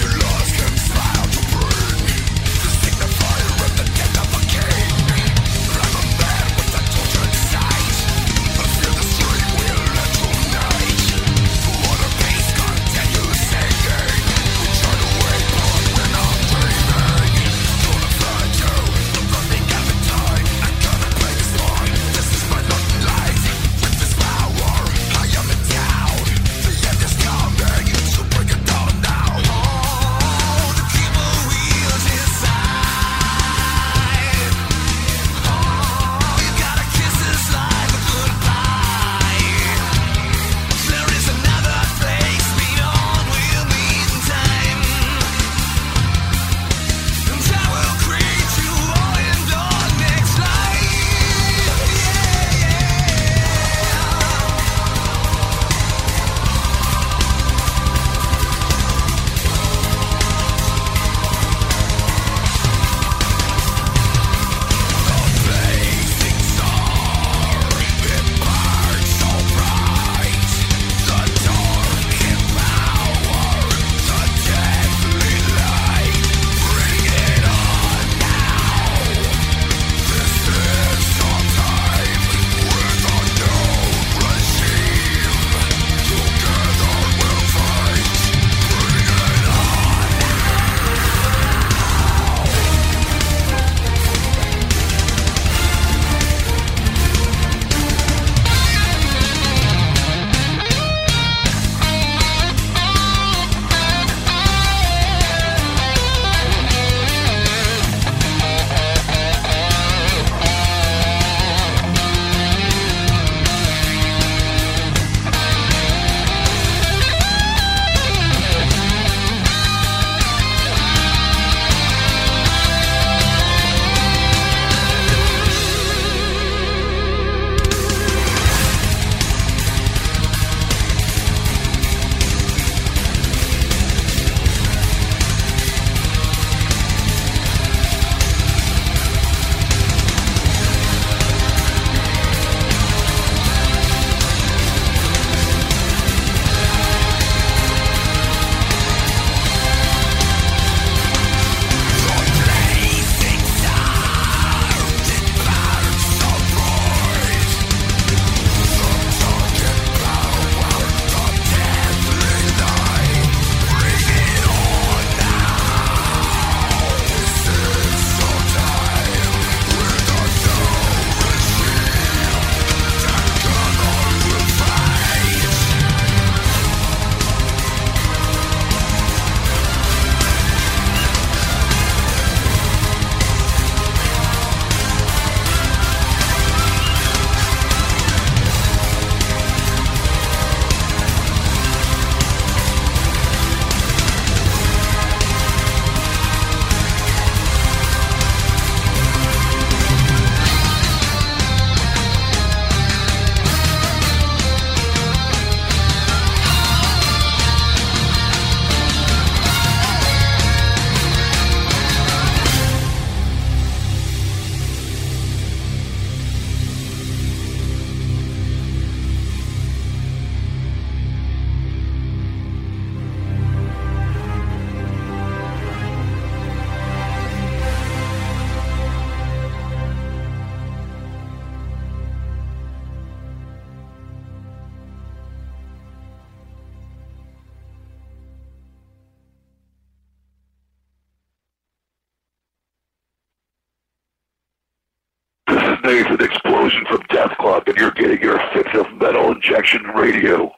listening to the explosion from Death Clock, and you're getting your fix of metal injection radio.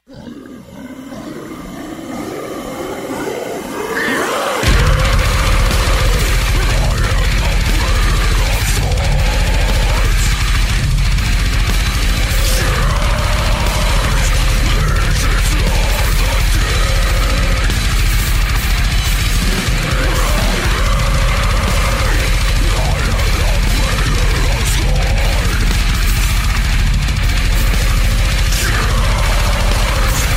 Thank you.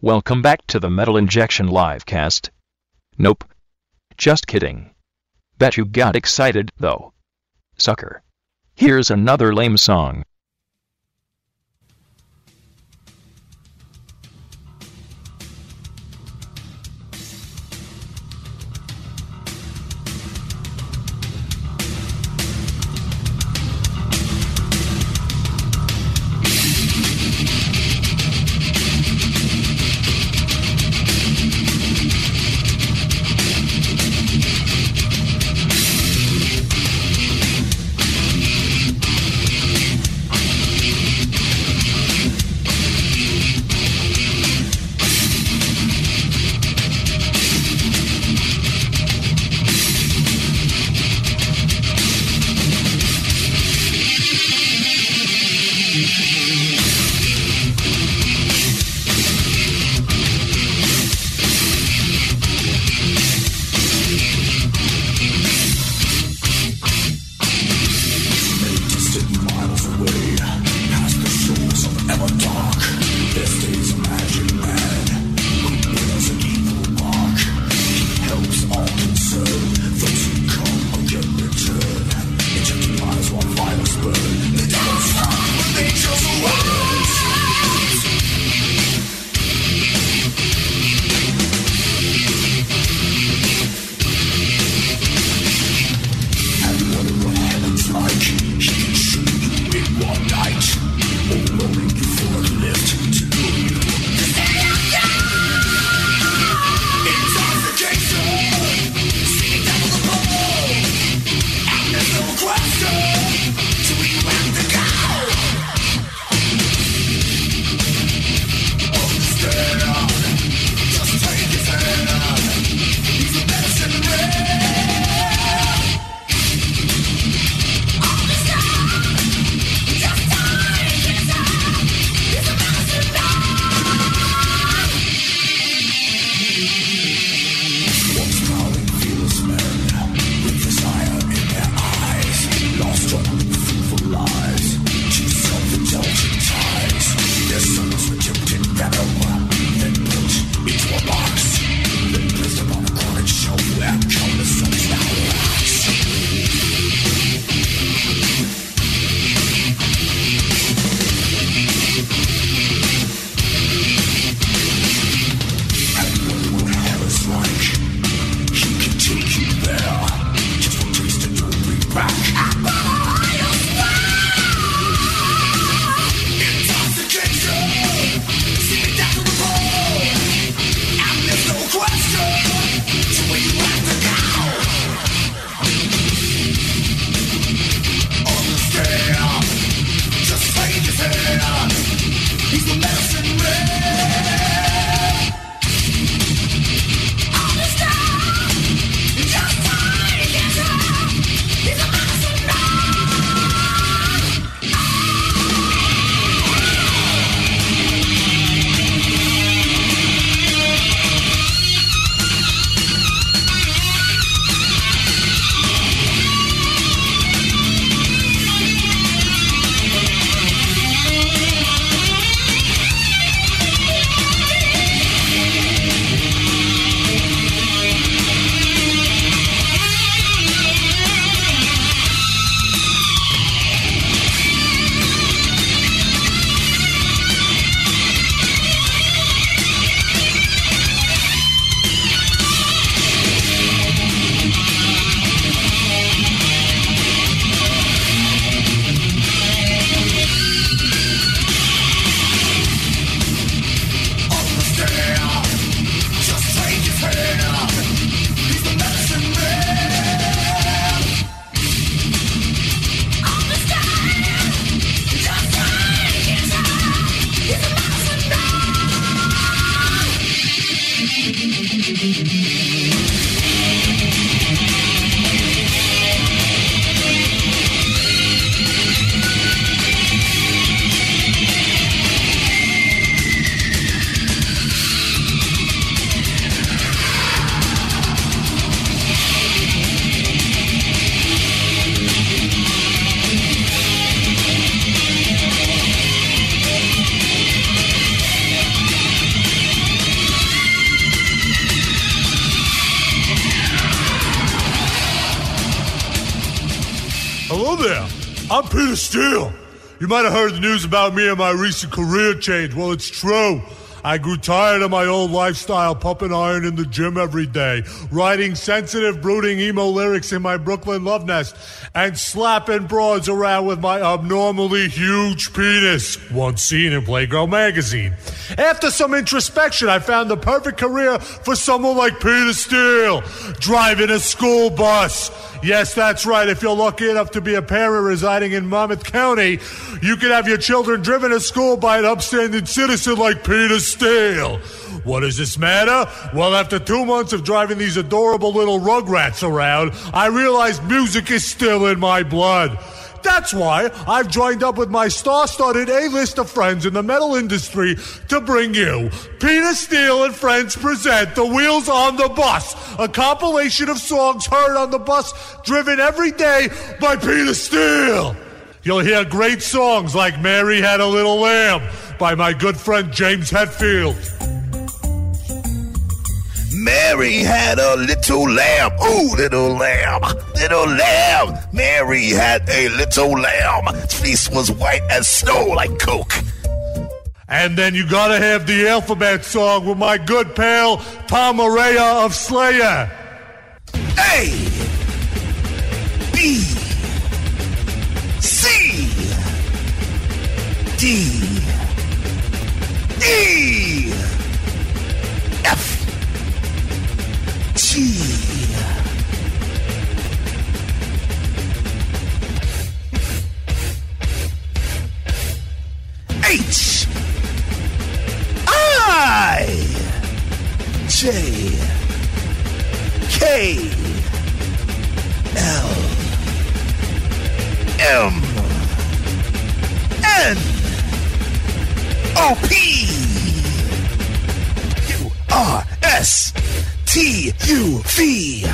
Welcome back to the Metal Injection Livecast. Nope. Just kidding. Bet you got excited, though. Sucker. Here's another lame song.
I'm Peter Steele. You might have heard the news about me and my recent career change. Well, it's true. I grew tired of my old lifestyle, pumping iron in the gym every day, writing sensitive, brooding emo lyrics in my Brooklyn love nest, and slapping broads around with my abnormally huge penis, once seen in Playgirl magazine. After some introspection, I found the perfect career for someone like Peter Steele, driving a school bus. Yes, that's right. If you're lucky enough to be a parent residing in Monmouth County, you can have your children driven to school by an upstanding citizen like Peter Steele. What does this matter? Well, after two months of driving these adorable little rugrats around, I realized music is still in my blood. That's why I've joined up with my star studded A list of friends in the metal industry to bring you Peter Steele and Friends Present The Wheels on the Bus, a compilation of songs heard on the bus driven every day by Peter Steele. You'll hear great songs like Mary Had a Little Lamb by my good friend James Hetfield.
Mary had a little lamb. Ooh, little lamb, little lamb. Mary had a little lamb. Its fleece was white as snow like coke.
And then you gotta have the alphabet song with my good pal Tom Araya of Slayer.
A, B, C, D, E, F, G. H I J K L M N O P U R S T U V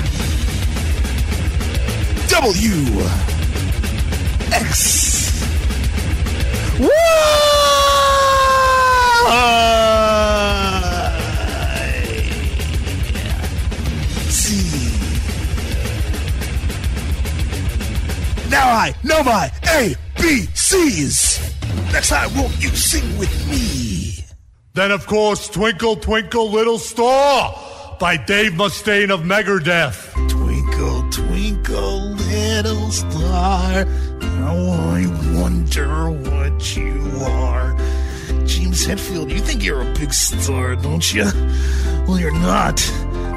W X Y Z. Now I know my ABCs. Next time, won't you sing with me?
Then, of course, Twinkle Twinkle Little Star by Dave Mustaine of Megadeth.
Twinkle, twinkle, little star. Now I wonder what you are. James Hetfield, you think you're a big star, don't you? Well, you're not.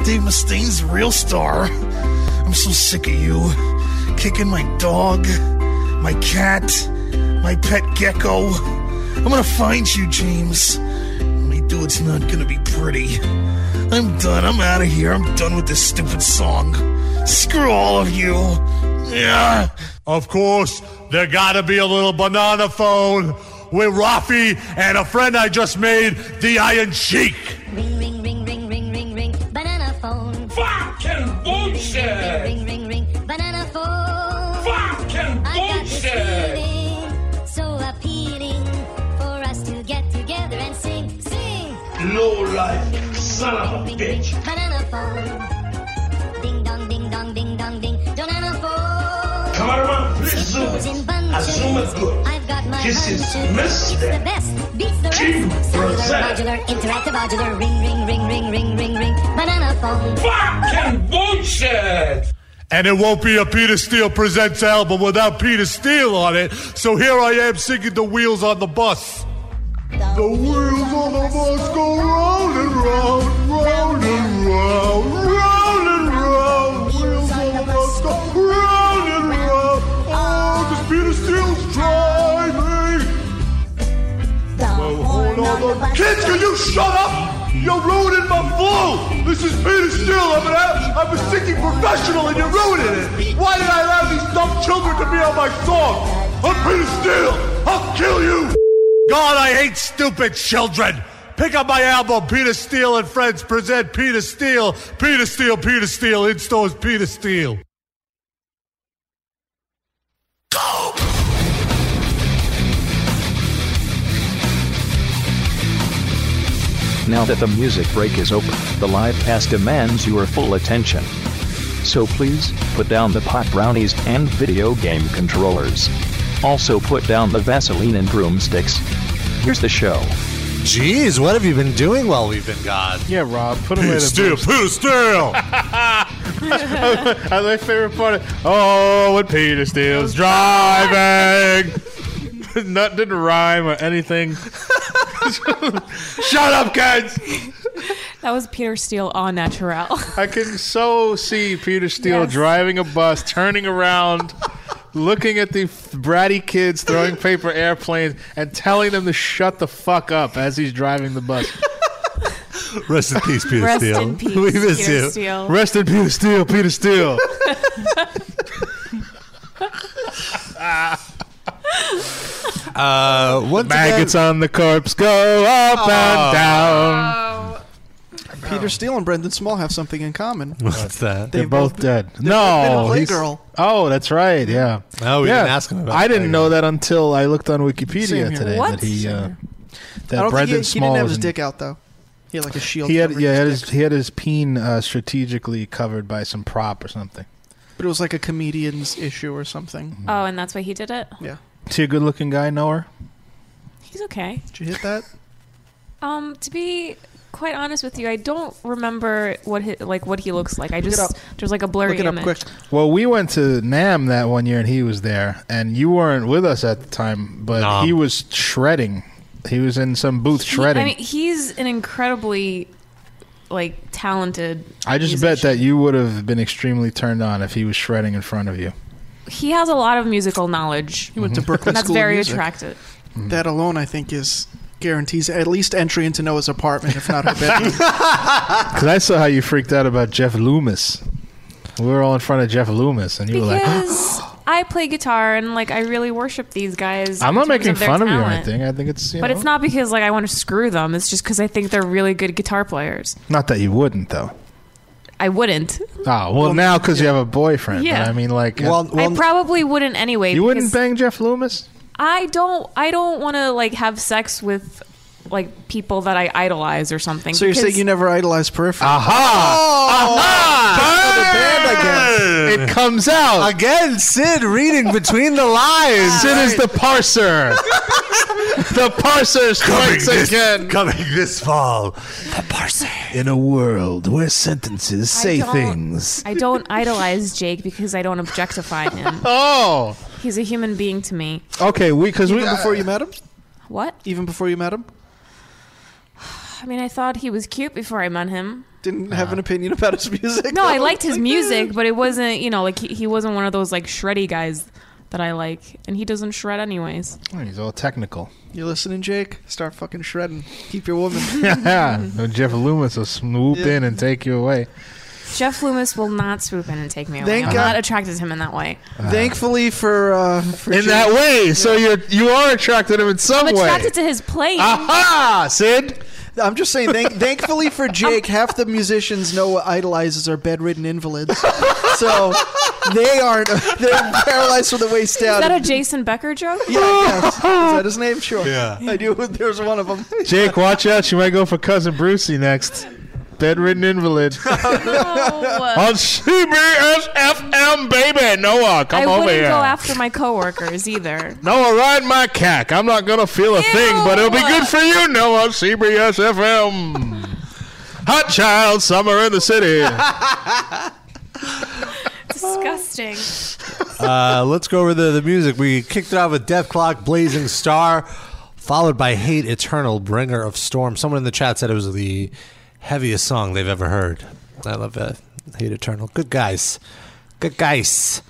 Dave Mustaine's a real star. I'm so sick of you. Kicking my dog, my cat, my pet gecko. I'm gonna find you, James. When I do, it's not gonna be pretty. I'm done. I'm out of here. I'm done with this stupid song. Screw all of you. Yeah.
Of course, there gotta be a little banana phone with Rafi and a friend I just made, the Iron Sheik.
Ring, ring, ring, ring, ring, ring, ring, banana phone.
Fucking bullshit.
Ring, ring, ring, ring, banana phone.
Fucking
I got this
bullshit.
feeling so appealing for us to get together and sing, sing.
Low life, son of a bitch.
Banana phone. Ding dong, ding dong, ding dong, ding. Banana phone.
Cameraman, please zoom
It goes
it.
in
I
bunches.
zoom it good.
I've got my
This is
hunches.
Mr.
It's the best. Beats the
Jim
rest. Cellular,
Rosette.
modular, interactive, modular. Ring, ring, ring, ring, ring, ring, ring. Banana phone.
Fucking bullshit.
And it won't be a Peter Steele Presents album without Peter Steele on it, so here I am singing The Wheels on the Bus.
The wheels on the bus go round and round, round and round, round and round. Wheels on the bus go round and round. Oh, the speed of steel's driving. The horn on the bus. Kids, can you shut up? You're ruining my flow. This is Peter Steele. I'm an a- I'm a singing professional, and you're ruining it. Why did I allow these dumb children to be on my song? I'm Peter Steele. I'll kill you.
God, I hate stupid children. Pick up my album, Peter Steele and Friends present Peter Steele, Peter Steele, Peter Steele, in stores, Peter Steele.
Now that the music break is over, the live cast demands your full attention. So please, put down the pot brownies and video game controllers. Also, put down the Vaseline and broomsticks. Here's the show.
Jeez, what have you been doing while we've been gone?
Yeah, Rob, put
Put
away
it
the
still,
broomstick.
put it still.
That's my favorite part. Of, oh, when Peter Steele's driving. Not didn't rhyme or anything. Shut up, kids!
That was Peter Steele on natural.
I can so see Peter Steele
Yes.
driving a bus, turning around, looking at the f- bratty kids throwing paper airplanes, and telling them to shut the fuck up as he's driving the bus.
Rest in peace, Peter Rest Steele. in peace, We miss Peter you. Steele.
Rest in Peter Steele. Peter Steele.
Uh, once
Maggots on the corpse go up and down.
Peter Steele and Brendan Small have something in common.
What's that?
They're
They've
both dead.
they've
No,
both been a
he's-
Playgirl.
Oh, that's right. Yeah.
Oh, we
yeah.
didn't ask him about
I didn't
Playgirl.
know that until I looked on Wikipedia
Same here.
today
What?
that he uh,
I don't
that
think
Brendan
he, he
Small
didn't have
was
his
in-
dick out though. He had like a shield.
He had
covering
yeah, he
his
had his,
dick.
he had his peen uh, strategically covered by some prop or something.
but it was like a comedian's issue or
Mm-hmm.
something.
Oh, and that's why he did it?
Yeah.
Is he a good-looking guy, Noah?
He's okay.
Did you hit that?
Um, to be quite honest with you, I don't remember what he, like what he looks like. I
it
just there's like a blurry image.
Well, we went to Nam that one year and he was there, and you weren't with us at the time, but
Nam.
he was shredding. He was in some booth shredding.
I mean, he's an incredibly like talented.
I just bet that you would have been extremely turned on if he was shredding in front of you.
He has a lot of musical knowledge. He
went to Brooklyn
and that's
School of
very
Music.
attractive.
Mm-hmm.
That alone, I think, is guarantees at least entry into Noah's apartment, if not her bedroom.
Because I saw how you freaked out about Jeff Loomis. We were all in front of Jeff Loomis, and you were like,
Because I play guitar and like I really worship these guys.
"I'm
in
not
terms
making
their
fun of you or
talent.
anything. I think it's you
But
know,
it's not because like I want to screw them. It's just because I think they're really good guitar players.
not that you wouldn't though.
I wouldn't.
Oh well, now because you have a boyfriend.
Yeah.
But I mean, like,
I probably wouldn't anyway.
you wouldn't
because
bang Jeff Loomis.
I don't. I don't want to like have sex with like people that I idolize or something.
so you're saying
because-
you never idolized Periphery?
It comes out
again. Sid reading between the lines.
Sid is the parser. the parser strikes
this,
again.
Coming this fall. The
parser.
In a world where sentences
I
say
don't-
things.
I don't idolize Jake because I don't objectify him.
oh,
he's a human being to me.
Okay, we because we
Even before you met him.
What?
Oh. Even before you met him,
I mean, I thought he was cute before I met him.
didn't have an opinion about his music.
No, I liked his music, but it wasn't. You know, like he, he wasn't one of those like shreddy guys that I like, and he doesn't shred anyways.
He's all technical.
You listening, Jake? Start fucking shredding. Keep your woman.
no, Jeff Loomis will swoop
Yeah.
in and take you away.
Jeff Loomis will not swoop in and take me away.
Thank
I'm
God.
not attracted to him in that way.
Uh-huh.
Thankfully for, uh, for
in
Jake-
that way. So you're you are attracted to him in some
I'm
way.
attracted to his playing.
Aha, Sid.
I'm just saying. Thank, thankfully for Jake, half the musicians Noah idolizes are bedridden invalids, so they aren't. They're paralyzed from the waist
Is
down.
that a Jason Becker joke?
yeah, I guess. Is that his name? Sure.
Yeah.
I knew there's one of them.
Jake, watch out. She might go for cousin Brucey next. Bedridden invalid. On CBSFM, baby. Noah, come
I
over
wouldn't
here.
go after my coworkers either.
Noah, ride my cack. I'm not gonna feel a thing, but it'll be good for you, Noah. CBS FM. Hot child, summer in the city.
Disgusting.
uh, let's go over the, the music. We kicked it off with Death Clock, Blazing Star, followed by Hate Eternal, Bringer of Storm. Someone in the chat said it was the heaviest song they've ever heard. I love uh, Hate Eternal. Good guys. Good guys.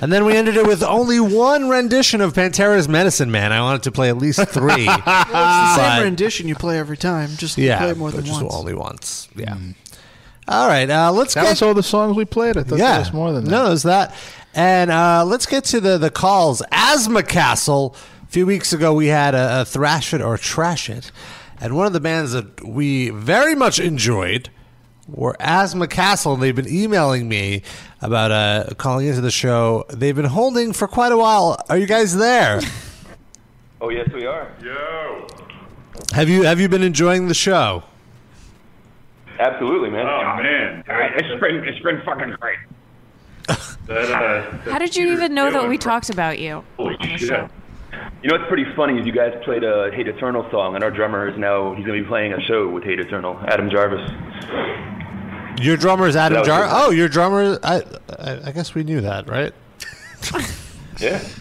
And then we ended it with only one rendition of Pantera's Medicine Man. I wanted to play at least three.
Well, it's the
But-
same rendition you play every time. Just you
yeah,
play it more
but
than
just
once. Mm.
only once. Yeah. All right, uh, let's
That
get
was all the songs we played. I thought there was more than that.
No, it was that. And uh, let's get to the, the calls. Asthma Castle. A few weeks ago, we had a, a Thrash It or Trash It. And one of the bands that we very much enjoyed were Asthma Castle. And they've been emailing me about uh, calling into the show. They've been holding for quite a while. Are you guys there?
Oh yes, we are. Yo.
have you have you been enjoying the show?
Absolutely, man.
Oh man, I- it's been it's been fucking great. that, uh,
uh,
How did you even know that we
talked?
talked about you?
Holy shit!
You know what's pretty funny is you guys played a Hate Eternal song, and our drummer is now he's gonna be playing a show with Hate Eternal. Adam Jarvis.
Your drummer is Adam
No,
Jar.
you're right.
Oh, your drummer. I, I I guess we knew that, right?
Yeah.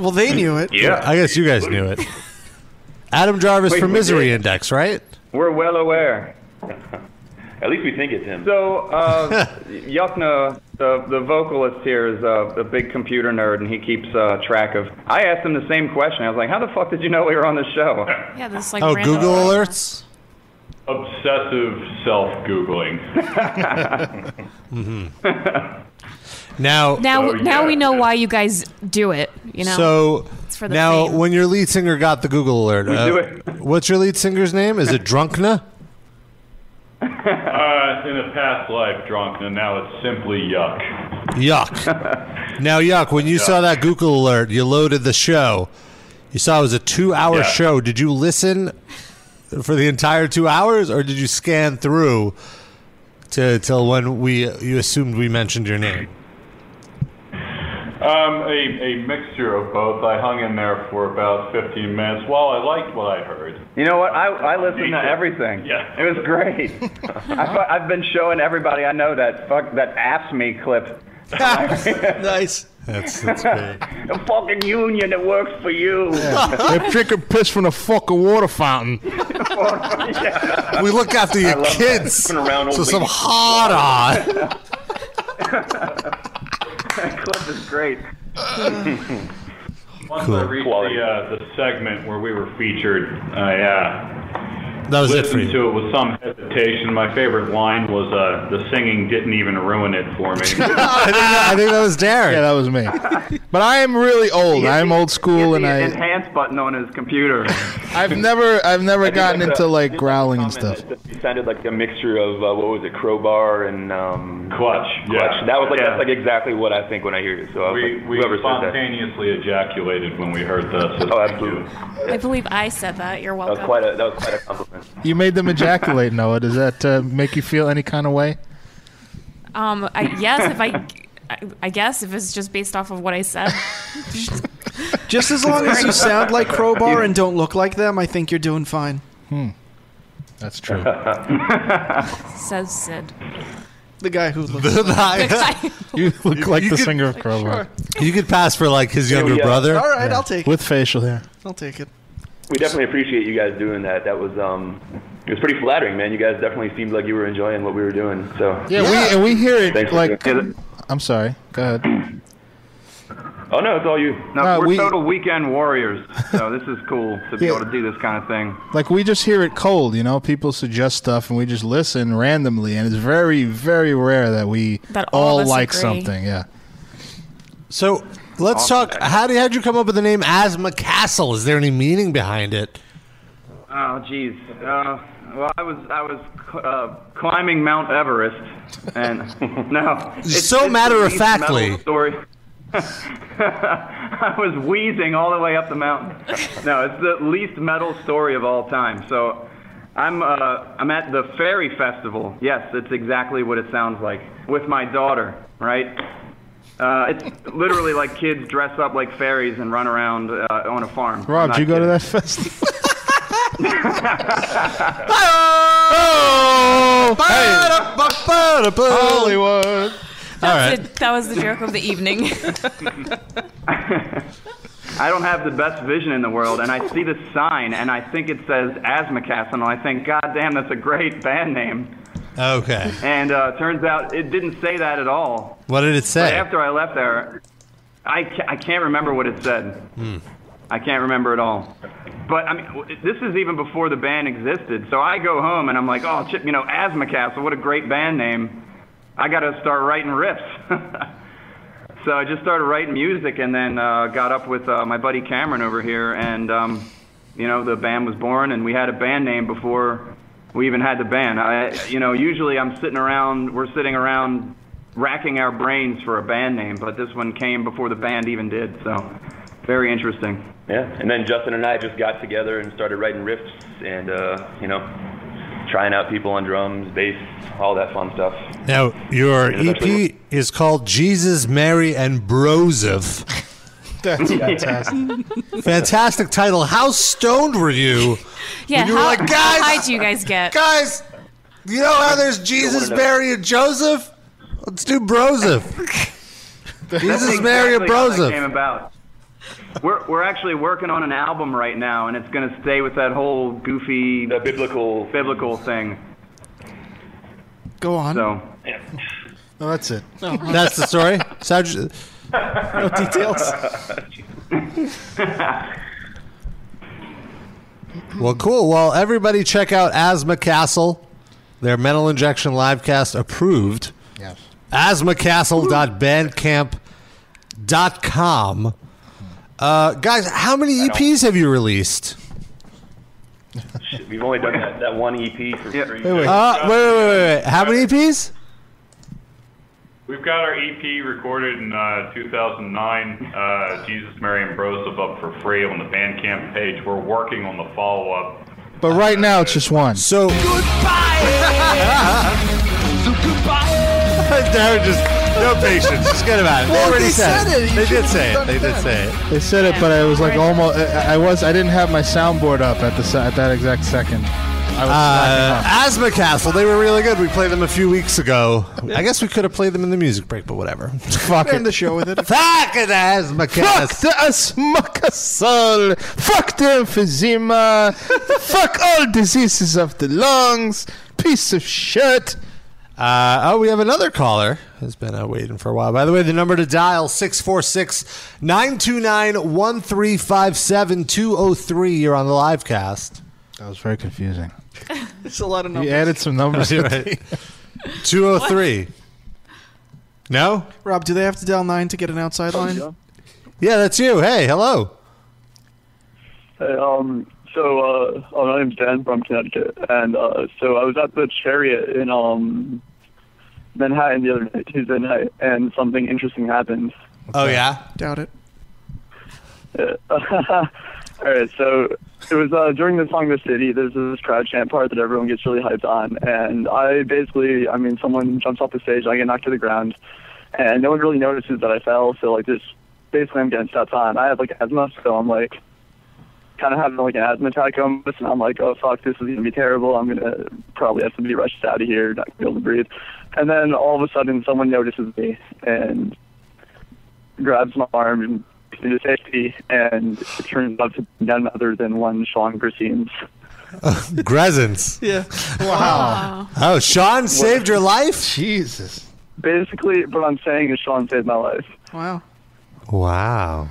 Well, they knew it.
Yeah.
I guess you guys knew it. Adam Jarvis
Wait,
from
we
Misery
did.
Index, right?
We're well aware. At least we think it's him.
So, uh, Yuckna, the, the vocalist here, is a, a big computer nerd, and he keeps uh, track of. I asked him the same question. I was like, "How the fuck did you know we were on the show?"
Yeah, this is like
Oh,
random
Google
questions.
Alerts.
Obsessive self googling.
Mm-hmm. Now,
Now, now we know why you guys do it. You know,
so
it's for the
now
fame.
when your lead singer got the Google alert,
We
uh,
do
what's your lead singer's name? Is it Drunkna?
uh, in a past life, drunk, and now it's simply yuck.
Yuck. now, Yuck, when you saw that Google alert, you loaded the show. You saw it was a two hour
Yeah.
show. Did you listen for the entire two hours or did you scan through to till when we you assumed we mentioned your name?
Um, a, a mixture of both. I hung in there for about 15 minutes while I liked what I heard.
You know what? I, I listen to everything. Yeah. It was great. I, fu- I've been showing everybody I know that fuck that ass me clip. nice.
That's,
that's
great.
the fucking union that works for you.
that chicken pissed from the fucking water fountain.
We look after
I
your
love that.
kids.
Been around
So
old
some
ladies.
hard on.
that clip is great.
Once
Cool.
I reached the, uh, the segment where we were featured, I uh,
That was it for
listened
you.
to it with some hesitation. My favorite line was uh, the singing didn't even ruin it for me.
I, think that, I think that was Darren.
Yeah, that was me. But I am really old. I am old school, and I
enhance button on his computer.
I've never I've never
I do
gotten
like
into
the-
like growling and stuff.
That you sounded like a mixture of uh, what was it, crowbar and um, clutch.
yeah.
Clutch. That was like
Yeah.
that's like exactly what I think when I hear it. So I was
we
like,
we
whoever said that.
spontaneously ejaculated when we heard this. Oh, absolutely.
I believe I said that. You're
That was
welcome.
quite a that was quite a compliment.
You made them ejaculate, Noah. Does that uh, make you feel any kind of way?
um, I, yes, if I, I, I guess if it's just based off of what I said.
Just as long as you sound like Crowbar and don't look like them, I think you're doing fine.
Hmm. That's true.
Says Sid.
The guy who looks
The guy.
You look like
you
the
could-
singer of Crowbar.
You could pass for like his
Yeah,
younger
yeah.
brother.
All right,
Yeah.
I'll take it.
With facial hair.
I'll take it.
We definitely appreciate you guys doing that. That was um, it was pretty flattering, man. You guys definitely seemed like you were enjoying what we were doing. So
Yeah, we and we hear it
Thanks for
like.
doing
I'm sorry. Go ahead.
Oh no, it's all you.
No,
No,
Uh,
we're
we-
total weekend warriors, so this is cool to be
Yeah.
able to do this kind of thing.
Like we just hear it cold, you know. People suggest stuff, and we just listen randomly, and it's very, very rare that we
That all
all
of us
like
agree.
something. Yeah.
So let's talk. How did how'd you come up with the name Asthma Castle? Is there any meaning behind it?
Oh, geez. Uh, well, I was I was cl- uh, climbing Mount Everest, and no,
So
the
matter-of-factly.
least metal Story. I was wheezing all the way up the mountain. No, it's the least metal story of all time. So, I'm uh, I'm at the Fairy Festival. Yes, it's exactly what it sounds like with my daughter. Right. Uh, it's literally like kids dress up like fairies and run around uh, on a farm.
Rob,
Not
did you go to that festival?
Oh!
Hollywood.
That,
All
was
right.
the, that was the joke of the evening.
I don't have the best vision in the world, and I see this sign, and I think it says Asthmacast, and I think, God damn, that's a great band name.
Okay.
And uh, turns out it didn't say that at all.
What did it
But
say?
after I left there, I, ca- I can't remember what it said.
Hmm.
I can't remember at all. But I mean, w- this is even before the band existed. So I go home and I'm like, oh, Chip, you know, Asthma Castle, what a great band name. I got to start writing riffs. so I just started writing music and then uh, got up with uh, my buddy Cameron over here. And, um, you know, the band was born and we had a band name before we even had the band. I, you know, usually I'm sitting around, we're sitting around racking our brains for a band name, but this one came before the band even did. So very interesting.
Yeah, and then Justin and I just got together and started writing riffs and uh, you know, trying out people on drums, bass, all that fun stuff.
E Now your EP is called Jesus, Mary, and Broseph.
That's
Yeah.
fantastic.
Fantastic title. How stoned were you?
Yeah,
when you
how,
were like,
how
guys,
high do you guys get?
Guys, you know how there's Jesus, Mary, and Joseph? Let's do Broseph. Jesus,
That's
Mary, and
exactly how that
Broseph.
Came about. We're we're actually working on an album right now, and it's going to stay with that whole goofy the biblical biblical thing.
Go on.
So
No, Oh, that's it.
That's the story. Sarge-
No details.
Well, cool. Well, everybody check out Asthma Castle. Their mental injection live cast approved.
Yes.
asthmacastle.bandcamp.com. Uh, guys, how many EPs have you released?
Shit, We've only done that, that one EP for free.
Uh, wait, wait, wait, wait. How many E EPs?
We've got our EP recorded in uh, 2009, uh, Jesus, Mary, and Broseph up for free on the Bandcamp page. We're working on the follow up.
But right now, it's just one.
So Darren just no patience. Just get him out. They
Well,
already
they
said,
said
it.
it. You
They did
should've
say it.
done
They did
that.
say it.
They said it, but I was like almost. I, I was. I didn't have my soundboard up at the se- at that exact second. I was
Uh, Asthma Castle. They were really good. We played them a few weeks ago. I guess we could have played them in the music break, but whatever. Fuck
End the show with it.
Fuck it, Asthma
Fuck the asmakasol. Fuck the emphysema. Fuck all diseases of the lungs. Piece of shit.
Uh, oh, we have another caller who's been uh, waiting for a while. By the way, the number to dial 646 929 1357 203. You're on the live cast.
That was very confusing.
It's a lot of
He
numbers.
added some numbers.
You're right. 203. No?
Rob, do they have to dial nine to get an outside
Oh,
line?
Yeah, that's you. Hey, hello.
Hey, um, so uh, oh, my name's Dan from Connecticut, and uh, so I was at the Chariot in um, Manhattan the other night, Tuesday night, and something interesting happened.
Oh, yeah?
Doubt it.
Uh, all right, so it was uh, during the song "The City." There's this crowd chant part that everyone gets really hyped on, and I basically, I mean, someone jumps off the stage, I get knocked to the ground, and no one really notices that I fell. So like, this basically, I'm getting stepped on. I have like asthma, so I'm like, kind of having like an asthma attack almost, and I'm like, oh fuck, this is gonna be terrible. I'm gonna probably have to be rushed out of here, not be able to breathe. And then all of a sudden, someone notices me and grabs my arm and takes me to safety, and it turns out to be none other than one Sean Grissines.
Gresins.
Yeah.
Wow.
Oh, Sean saved your life? Jesus.
Basically, what I'm saying is Sean saved my life.
Wow.
Wow.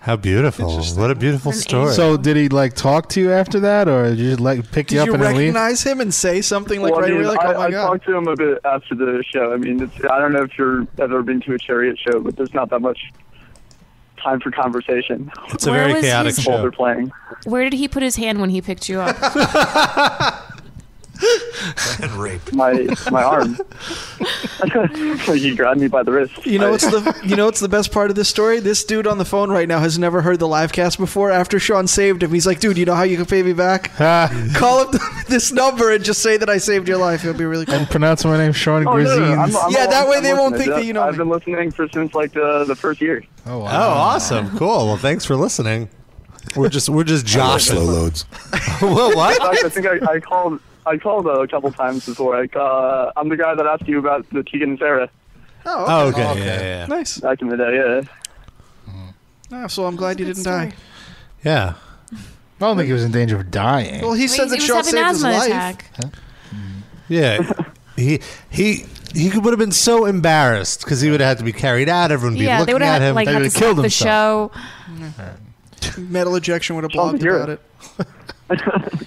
How beautiful. What a beautiful story.
So did he like talk to you after that, or did you just like pick
Did
you up
you
and then leave?
recognize him and say something like
Well,
right
I,
away?
mean,
Like, oh
I,
my
I
god.
talked to him a bit after the show. I mean, it's, I don't know if you've ever been to a chariot show, but there's not that much time for conversation.
It's a Where very was chaotic his- show.
While they're playing.
Where did he put his hand when he picked you up?
And rape.
My my arm. he grabbed me by the wrist.
You know
I-
what's the you know what's the best part of this story? This dude on the phone right now has never heard the live cast before. After Sean saved him, he's like, "Dude, you know how you can pay me back?
Ah.
Call up this number and just say that I saved your life. It'll be really cool."
and pronounce my name Sean
Oh, no, no, no,
Grisines.
I'm- I'm
Yeah,
a
that way
long-time
they won't
listener.
think that you know
I've been listening for since like uh, the, the first year.
Oh,
Oh, awesome. Cool. Well, thanks for listening. We're just we're just Josh
slow
loads. what? what?
I think I, I called I called a couple times before. Like, uh, I'm the guy that asked you about the Tegan and Sarah
Oh, okay. Yeah, yeah, yeah.
Nice.
back in the day. Yeah.
Ah, so I'm glad you didn't die.
Yeah.
I don't think he was in danger of dying.
Well, he said that Sean saved his life.
Yeah. he he he could, would have been so embarrassed because he would have had to be carried out. Everyone would be
yeah, they
looking
would
at
have
him.
like
they
had
would have
to stop
killed
the
himself.
show.
Metal Ejection would have blogged about it.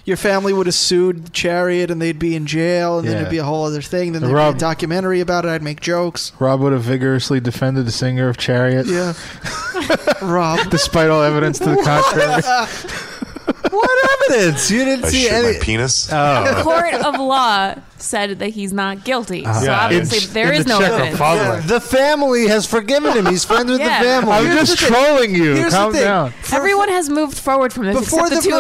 Your family would have sued the chariot, and they'd be in jail, and then
Yeah.
it'd be a whole other thing. Then there'd
Rob-
be a documentary about it. I'd make jokes.
Rob would have vigorously defended the singer of Chariot.
Yeah. Rob.
Despite all evidence to the contrary.
What evidence? You didn't
I
see
shit
any
my
penis.
The court of law said that he's not guilty. so
Yeah,
obviously
in-
there
Ah. in
is
the
no
Czech
evidence.
Republic. The family has forgiven him. He's friends with
Yeah.
the family.
I'm just
trolling you.
Here's the
Calm
thing.
down.
Everyone has moved forward from this
Before
except the,
the,
two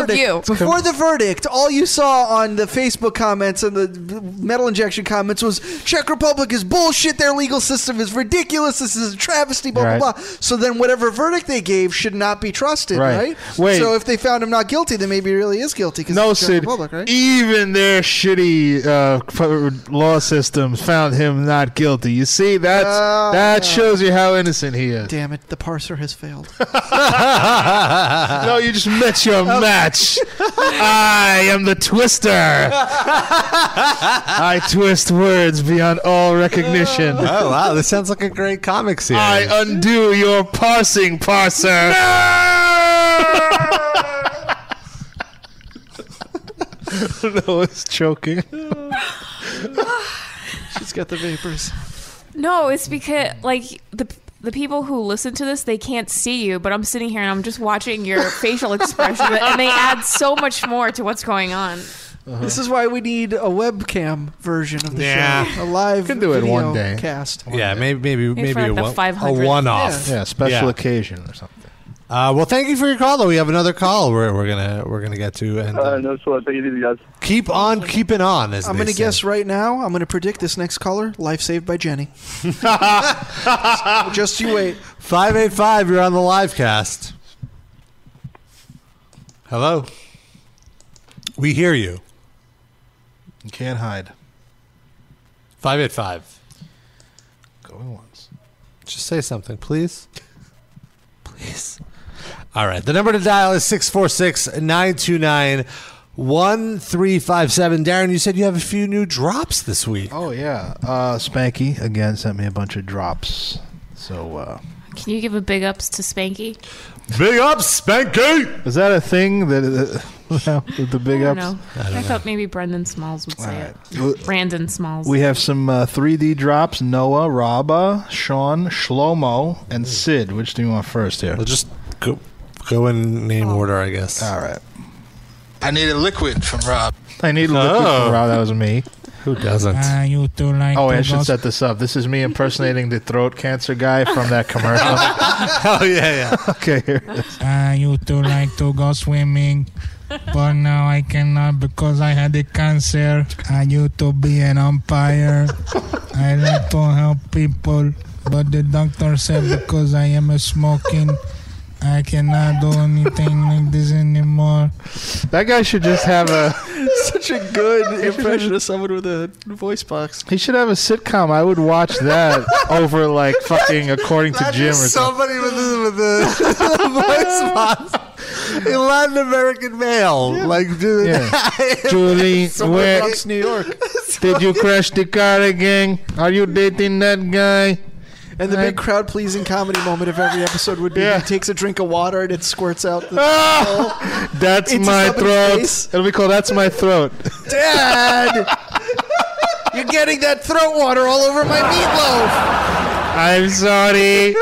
of
verdict,
you.
before the verdict, all you saw on the Facebook comments and the metal injection comments was Czech Republic is bullshit. Their legal system is ridiculous. This is a travesty. Blah blah
Right.
blah. So then, whatever verdict they gave should not be trusted,
Right.
right?
Wait.
So if they found him not guilty, then maybe he really is guilty because
No,
it's Czech
Sid. E-
Republic, right?
Even their shitty uh, f- law systems found him not guilty. You see, that's,
Oh,
that
yeah.
shows you how innocent he is.
Damn it, the parser has failed.
no, you just met your match. I am the twister. I twist words beyond all recognition.
Oh wow, this sounds like a great comic series.
I undo your parsing, parser. no, it's choking.
She's got the vapors.
No, it's because like the the people who listen to this they can't see you, but I'm sitting here and I'm just watching your facial expression, and they add so much more to what's going on.
This is why we need a webcam version of the
Yeah.
show, a live
Can do it
video
one day.
cast.
Yeah, maybe maybe
Maybe
maybe
for like
a,
the
one, a
500th.
one-off.
Yeah.
Yeah, special
Yeah.
occasion or something.
Uh, well, thank you for your call. Though we have another call we're, we're gonna we're gonna get to and
Uh, no sweat. Take it easy, guys.
keep on keeping on. As
I'm
they
going to
say.
guess right now. I'm going to predict this next caller. Life saved by Jenny. Just you wait.
Five eight five. You're on the live cast. Hello. We hear you.
You can't hide.
Five eight five.
Going once.
Just say something, please. Please. All right. The number to dial is 646 929 1357. Darren, you said you have a few new drops this week.
Oh yeah, uh, Spanky again sent me a bunch of drops. So uh,
Can you give a big ups to Spanky?
big ups, Spanky.
Is that a thing that uh, with the big
I
ups?
don't know. I, thought maybe Brendan Smalls would say it. Brandon Smalls.
We have some uh, 3D drops: Noah, Raba, Sean, Shlomo, and Sid. Which do you want first here?
Hmm. We'll just go go in name order, I guess.
All right.
I need a liquid from Rob.
I need a liquid
Oh.
from Rob. That was me.
Who doesn't?
Ah, you do like
oh, wait, I should set this up. This is me impersonating the throat cancer guy from that commercial.
oh yeah,
yeah. okay, here it is.
I used to Ah, like to go swimming, but now I cannot because I had the cancer. I used to be an umpire. I like to help people, but the doctor said because I am a smoking, I cannot do anything like this anymore.
That guy should just have a.
Such a good impression of someone with a voice box.
He should have a sitcom. I would watch that over like fucking according to Jim or something.
somebody with the, with the, the voice box. A Latin American male, like dude.
Yeah. Julie,
Someone
where-
Bronx, New York.
Did you crash the car again? Are you dating that guy? Uh,
And the big crowd pleasing comedy moment of every episode would be he takes a drink of water and it squirts out the.
Ah,
Oh,
That's
Into
my
somebody's
throat.
face.
It'll be called That's My Throat.
Dad! You're getting that throat water all over my meatloaf!
I'm sorry.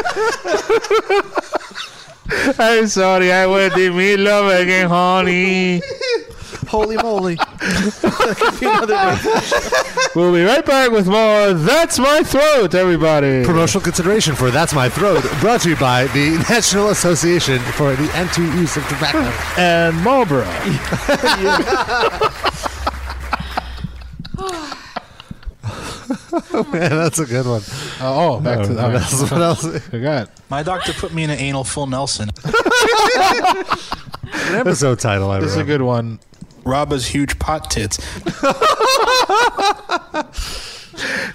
I'm sorry. I want the meatloaf again, honey.
Holy moly. That could be another
We'll be right back with more That's My Throat, everybody.
Promotional consideration for That's My Throat, brought to you by the National Association for the Anti-Use of Tobacco.
And Marlboro.
oh, man, that's a good one.
oh,
back to the-
That's what else.
Forgot.
My doctor put me in an anal full Nelson.
An episode title, I
This is a
remember.
good one.
Robba's huge pot tits.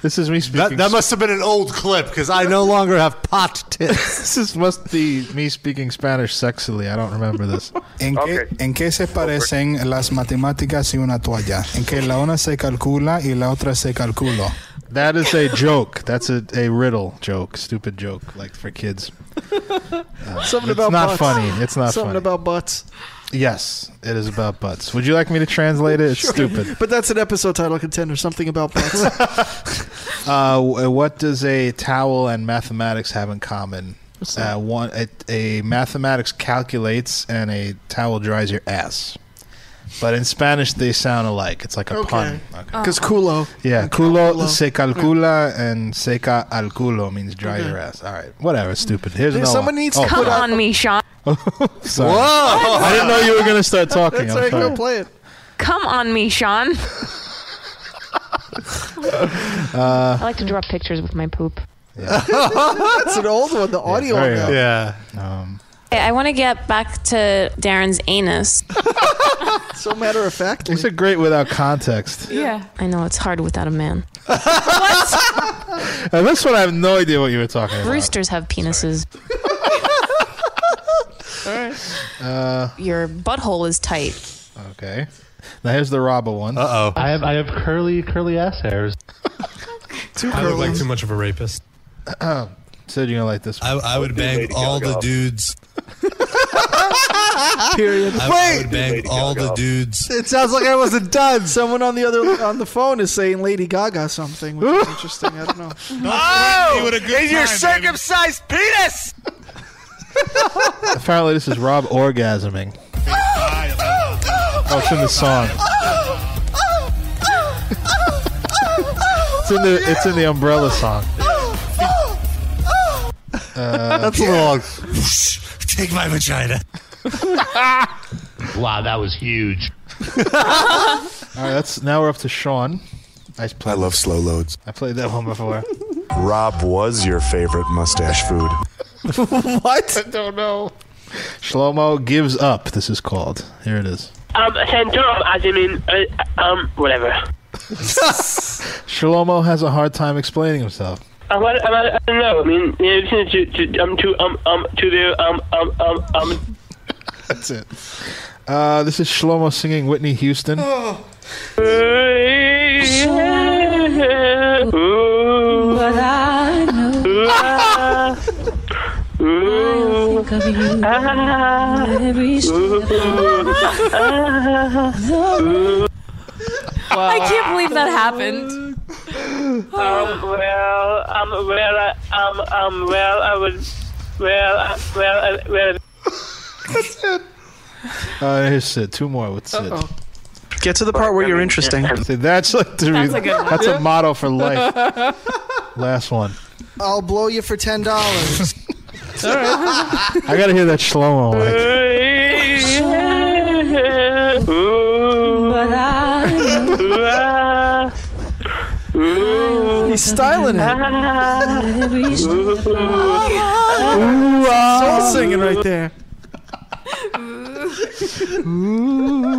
This is me
That,
speaking.
that must have been an old clip because I no longer have pot tits.
this is, must be me speaking Spanish sexily. I don't remember this.
¿En, qué, ¿En qué se parecen las matemáticas y una toalla? En que la una se calcula y la otra se calculó.
That is a joke. That's a, a riddle joke, stupid joke, like for kids.
Something
it's
about
not
butts.
funny. It's not
Something
funny.
about butts.
yes, it is about butts. Would you like me to translate it? It's stupid.
But that's an episode title contender. Something about butts.
Uh, w- what does a towel and mathematics have in common? Uh, one, a, a mathematics calculates, and a towel dries your ass. but in Spanish they sound alike. It's like a pun.
Because
Uh-huh.
culo.
Yeah,
Oh, culo.
culo, se calcula, and seca al culo means dry your ass. All right, whatever, stupid. Here's
There's-
another
someone
one.
needs to
Oh,
Come
sorry.
on me, Sean.
Sorry.
Whoa!
I didn't know you were going to start talking. I'm sorry.
play it.
Come on me, Sean. I
Uh,
like to draw pictures with my poop.
That's an old one. The audio.
very
on that.
old.
Yeah.
Okay, I want to get back to Darren's anus.
so matter of fact.
these are great without context.
Yeah. I know it's hard without a man.
And this one, I have no idea what you were talking about.
Roosters have penises.
Uh,
Your butthole is tight.
okay. Now here's the Robba one. Uh oh. I have I have curly curly ass hairs.
Too I look like too much of a rapist.
Sid, you're gonna like this. One.
I would bang all the dudes.
Period.
I, I
Wait.
would bang all the dudes.
It sounds like I wasn't done. Someone on the other on the phone is saying Lady Gaga something, which is interesting. I don't know.
Oh,
a good
is your
time,
circumcised penis?
Apparently, this is Rob orgasming. Oh, it's in the song. It's in the it's in the umbrella song. Uh,
That's a little.
Take my vagina.
wow, that was huge. All right, that's now we're up to Sean. I,
I love slow loads.
I played that one before.
Rob was your favorite mustache food.
what? I don't know. Shlomo gives up. This is called. Here it is.
Um, Sandom, as in, in uh, um, whatever.
Shlomo has a hard time explaining himself.
Um, I, I, I don't know. I mean, you know, to, to, um, to, um, um, to the, um, um, um, um,
That's it. Uh, this is Shlomo singing Whitney Houston.
Oh.
But I know I think of you every step of the way.
I can't believe that happened.
um, well, um, well, uh, um, um, well, I would, well, uh, well, uh, well. That's it.
Uh, here's Sid. Two more with Sid.
Uh-oh. Get to the part where you're interesting.
See, that's like the
That's
that's,
a good one.
that's
Yeah.
a motto for life. Last one.
I'll blow you for ten dollars.
I gotta hear that Shlomo. Like,
He's styling it.
ah.
ah.
Soul singing right there.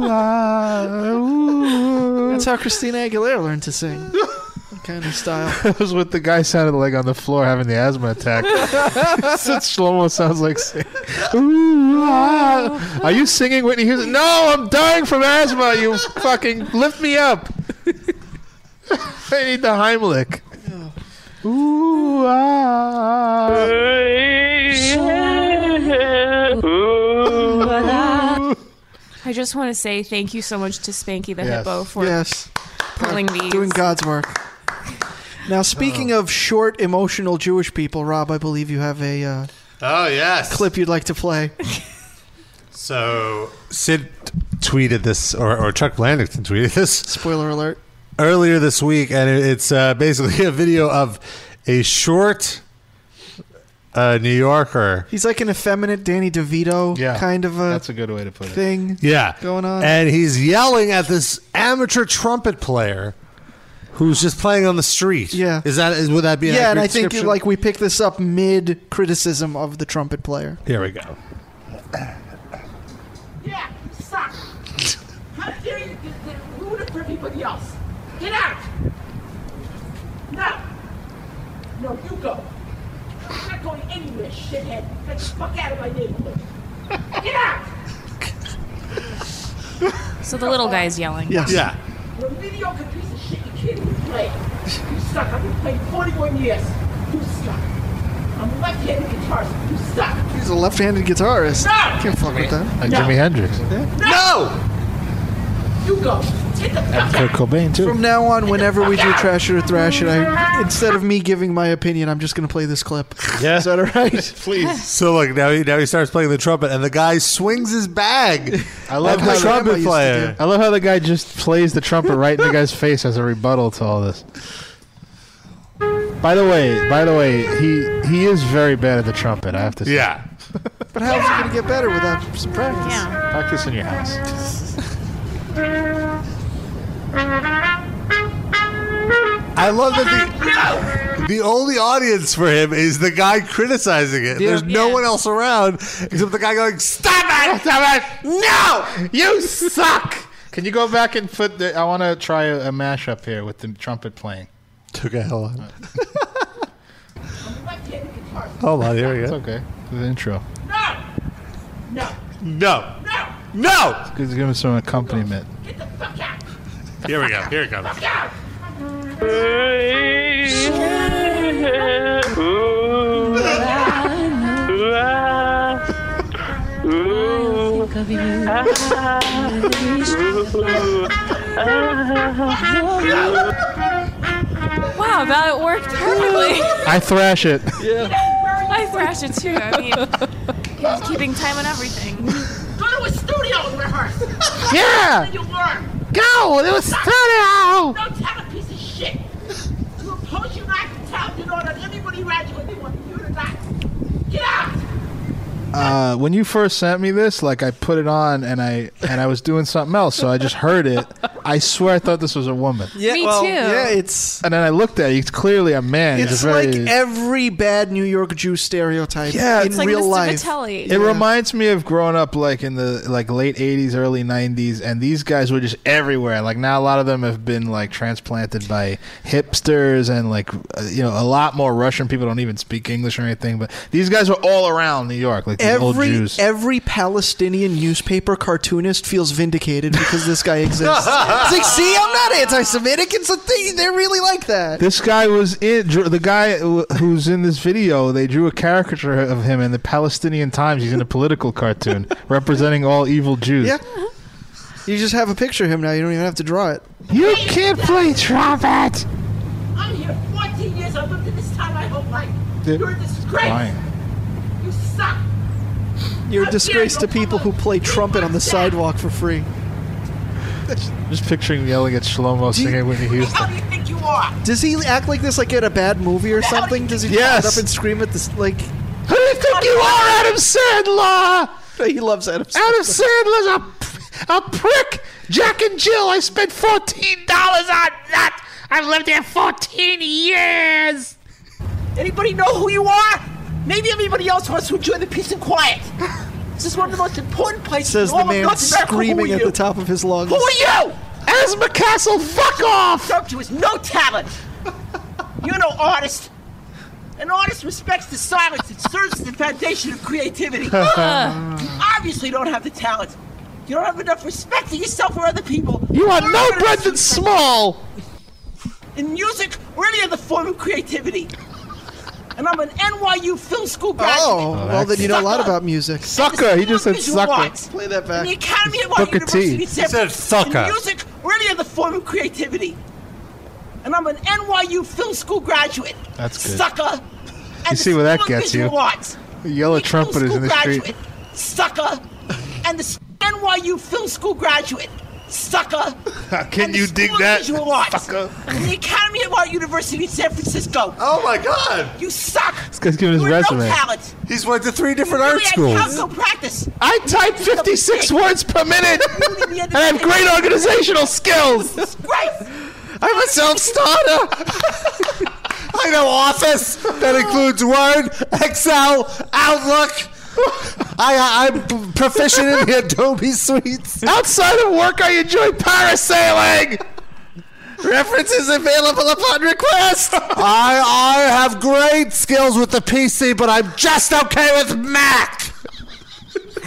ah,
That's how Christina Aguilera learned to sing. That kind of style.
that was what the guy sounded like on the floor having the asthma attack. That's what Shlomo sounds like. sing- Ooh, ah. Are you singing Whitney Houston? No, I'm dying from asthma. You fucking lift me up. I need the Heimlich. Ooh, ah,
ah. I just want to say thank you so much to Spanky the
Yes.
Hippo for
Yes.
pulling these.
Doing God's work. Now, speaking of short, emotional Jewish people, Rob, I believe you have a uh,
Oh yes.
clip you'd like to play.
So Sid tweeted this, or, or Chuck Blandington tweeted this.
Spoiler alert.
Earlier this week, and it- it's uh, basically a video of a short uh, New Yorker.
He's like an effeminate Danny DeVito kind of a. That's
a good way to put
Thing.
Yeah.
Going on.
And he's yelling at this amateur trumpet player who's just playing on the street. Yeah. Is that is would that be an
yeah, and I
accurate
think
description?
like we picked this up mid criticism of the trumpet player.
Here we go.
Yeah, suck. How dare you get, get, ruin it for everybody else? Get out! No! No, you go. I'm not going anywhere, shithead. Get the fuck out of my neighborhood. Get out!
So the little guy's yelling.
Yes. Yeah. You're a mediocre piece of shit. You can't even play. You suck. I've been playing 41 years. You suck. I'm a left-handed guitarist. You suck.
He's a left-handed guitarist.
No!
Can't fuck with that.
like Jimi Hendrix.
No!
You go. Take the
And Kurt Cobain too.
From now on, whenever we do Trash It or Thrash It, I, instead of me giving my opinion, I'm just going to play this clip.
Yeah.
Is that all right?
Please. So look now he now he starts playing the trumpet and the guy swings his bag. I
love
the
how-
trumpet player.
I love how the guy just plays the trumpet right in the guy's face as a rebuttal to all this. By the way, by the way, he he is very bad at the trumpet. I have to say.
Yeah.
But how's it going to get better without some practice?
Practice in your house.
I love that the, the only audience for him is the guy criticizing it.
Yeah.
There's no one else around except the guy going, Stop it! Stop it! No!
You suck! Can you go back and put the? I want to try a, a mashup here with the trumpet playing.
Took a hell on. Hold on, here we go. It's
okay. The intro.
No! No!
Give give him some accompaniment.
Here we go. Here it comes.
Wow, that worked perfectly.
I thrash it.
I thrash it too. I mean, keeping time on everything.
Go to a studio and rehearse.
Yeah.
That's where You learn.
Go to a studio.
Don't tell a piece of shit. You oppose you not to tell. You know that anybody around you you want you to not. Get out.
Uh, when you first sent me this, like I put it on and I and I was doing something else, so I just heard it. I swear I thought this was a woman.
Yeah, Me well, too. yeah, it's-
And then I looked at it. It's clearly a man.
It's
very-
like every bad New York Jew stereotype
yeah,
in real life.
It reminds me of growing up like in the like late '80s, early '90s, and these guys were just everywhere. Like now, a lot of them have been like transplanted by hipsters and like uh, you know a lot more Russian people don't even speak English or anything. But these guys were all around New York, like these old
every
Jews.
every Palestinian newspaper cartoonist feels vindicated because this guy exists. it's like, see, I'm not anti-Semitic. It's a thing. They really like that.
This guy was in drew- the guy who- who's in this video. They drew a caricature of him in the Palestinian Times. He's in a political cartoon representing all evil Jews.
Yeah. You just have a picture of him now. You don't even have to draw it.
You can't play trumpet.
I'm here 14 years. I've lived in this town my whole life.
Dude,
You're a disgrace.
lying.
You suck.
You're a disgrace to people who play trumpet on the sidewalk for free.
Just picturing him yelling at Shlomo singing Whitney Houston.
You think you are.
Does he act like this like at a bad movie or something? Does he
Yes.
stand up and scream at this like?
Who do you think you are, Adam Sandler?
He loves Adam. Sandler.
Adam Sandler's a, a prick. Jack and Jill, I spent $14 on that. I've lived there 14 years.
Anybody know who you are? Maybe everybody else wants to enjoy the peace and quiet. This is one of the most important places
Says
in all
the
of
man
North America.
screaming
who are
at
you?
the top of his lungs.
Who are you?
As McCastle, fuck off!
Served you with no talent. You're no artist. An artist respects the silence that serves as the foundation of creativity. you obviously don't have the talent. You don't have enough respect for yourself or other people.
You are
Learn
no
how to
Brendan
respect
Small.
In music or any other form of creativity. And I'm an NYU film school graduate.
Oh, well then you know a lot
Sucker.
about music.
Sucker. He just said
As you
sucker.
want.
Play that back.
In the Academy of
It's
Art
Booker T.
University
He
in San
said
Francisco,
sucker.
in music or any other form of creativity. And I'm an NYU film school graduate.
That's good.
Sucker.
You see where that gets you.
Arts.
Yellow trumpeters in the street.
Graduate. Sucker. And the s- NYU film school graduate. Sucker.
Can you dig that?
Visual arts. In the Academy of Art University in San Francisco.
Oh my God.
You suck.
This guy's giving his
You're
resume.
No talent.
He's went to three different
You
art
really had
schools.
Calco practice.
I type 56 words per minute and I have great organizational skills.
I'm a self-starter. I know Office. That includes Word, Excel, Outlook. I, uh, I'm p- proficient in the Adobe suites.
Outside of work, I enjoy parasailing.
References available upon request. I, I have great skills with the PC, but I'm just okay with Mac.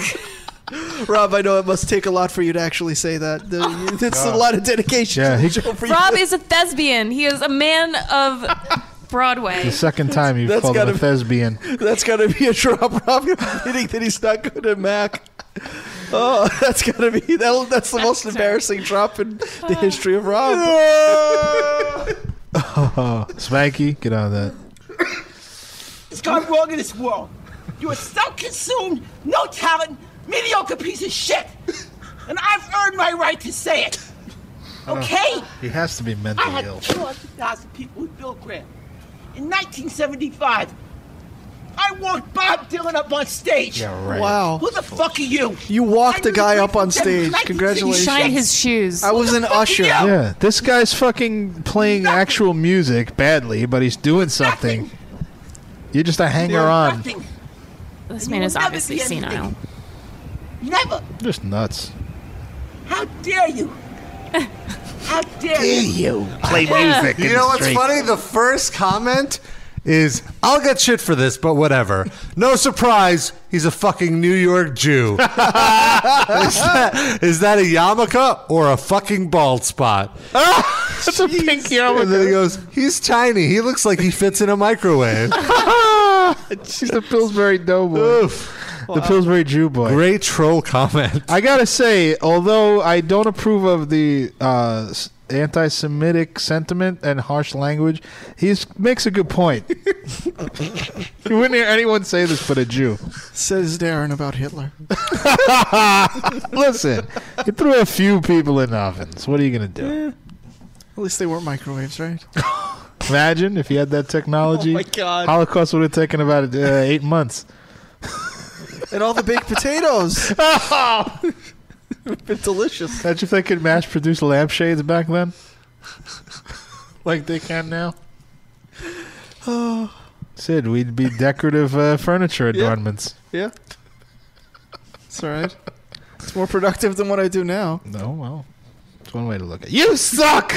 Rob, I know it must take a lot for you to actually say that. The- It's a
God.
lot of dedication.
Yeah,
to
he-
the show for you.
Rob is a thespian. He is a man of Broadway.
The second time you've
That's
called him a
gotta be-
thespian.
That's got to be a drop, Rob. You're admitting that he's not good at Mac. Oh, that's gonna be that. That's the most embarrassing drop in the history of Rob.
Oh, Spanky, get out of that.
It's gone wrong in this world. You are self-consumed, no talent, mediocre piece of shit. And I've earned my right to say it.
I don't-
Okay?
He has to be
I
Uh-huh. mentally
had
ill.
200,000 people with Bill Graham. In 1975, I walked Bob Dylan up on stage.
Yeah, right. Wow.
Who the fuck are you?
You walked a guy up on stage.
He
Congratulations.
shined his
shoes.
I was an usher.
Yeah, this guy's fucking playing actual music badly, but he's doing something. You're just a hanger on.
This
And
man
you
is
will never
obviously
be anything.
senile.
Never.
Just nuts.
How dare you? How dare you?
You know what's funny? The first comment is, "I'll get shit for this, but whatever." No surprise, he's a fucking New York Jew. is, that, is that a yarmulke or a fucking bald spot?
That's a pink yarmulke.
And then he goes, "He's tiny. He looks like he fits in a microwave."
She's the Pillsbury Doughboy. The
uh,
Pillsbury Jew boy.
Great troll comment.
I gotta say, although I don't approve of the uh, s- anti-Semitic sentiment and harsh language, he makes a good point. you wouldn't hear anyone say this but a Jew.
Says Darren about Hitler.
Listen, you threw a few people in ovens. What are you gonna do?
At least they weren't microwaves, right?
Imagine if you had that technology.
Oh my God.
Holocaust would have taken about uh, eight months.
And all the baked potatoes. It's delicious.
Imagine if they could mass produce lampshades back then, like they can now.
Oh,
Sid, we'd be decorative uh, furniture adornments.
yeah. It's all right. It's more productive than what I do now.
No, well, it's one way to look at it. You suck!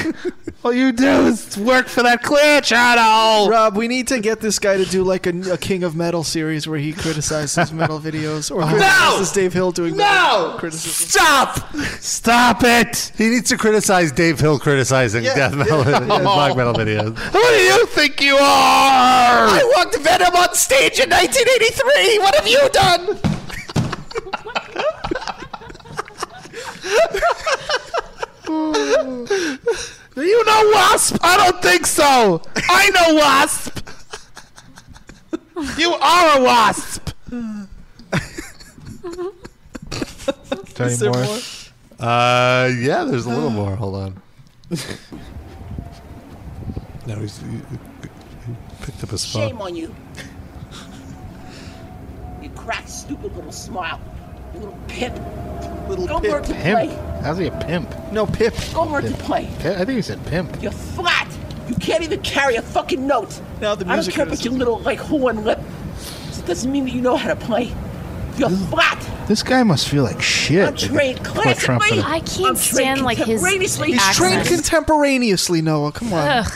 All you do is work for that clear channel.
Rob, we need to get this guy to do like a, a King of Metal series where he criticizes metal videos or
No!
criticizes Dave Hill doing
No!
criticism.
Stop! Stop it!
He needs to criticize Dave Hill criticizing
Yeah,
death metal
yeah,
and
yeah.
black metal videos.
Who do you think you are? I
walked Venom on stage in 1983. What have you done?
Do you know Wasp? I don't think so. I know Wasp. you are a Wasp.
Is there more?
Uh, yeah, there's a little more. Hold on. no, he's, he he picked up a spot.
Shame on you. You cracked, stupid little smile. You little pimp. Little Go work to
Pimp?
play.
How's he a pimp?
No, pip.
Go work to play.
I think he said pimp.
You're flat. You can't even carry a fucking note.
Now the
I don't
music
care about your little like horn lip. It doesn't mean that you know how to play. You're flat.
This guy must feel like shit.
I'm trained
Poor Trump for
classically.
the-
can't stand, like, his
contemporaneously.
He's
He's trained contemporaneously, Noah. Come on.
Ugh.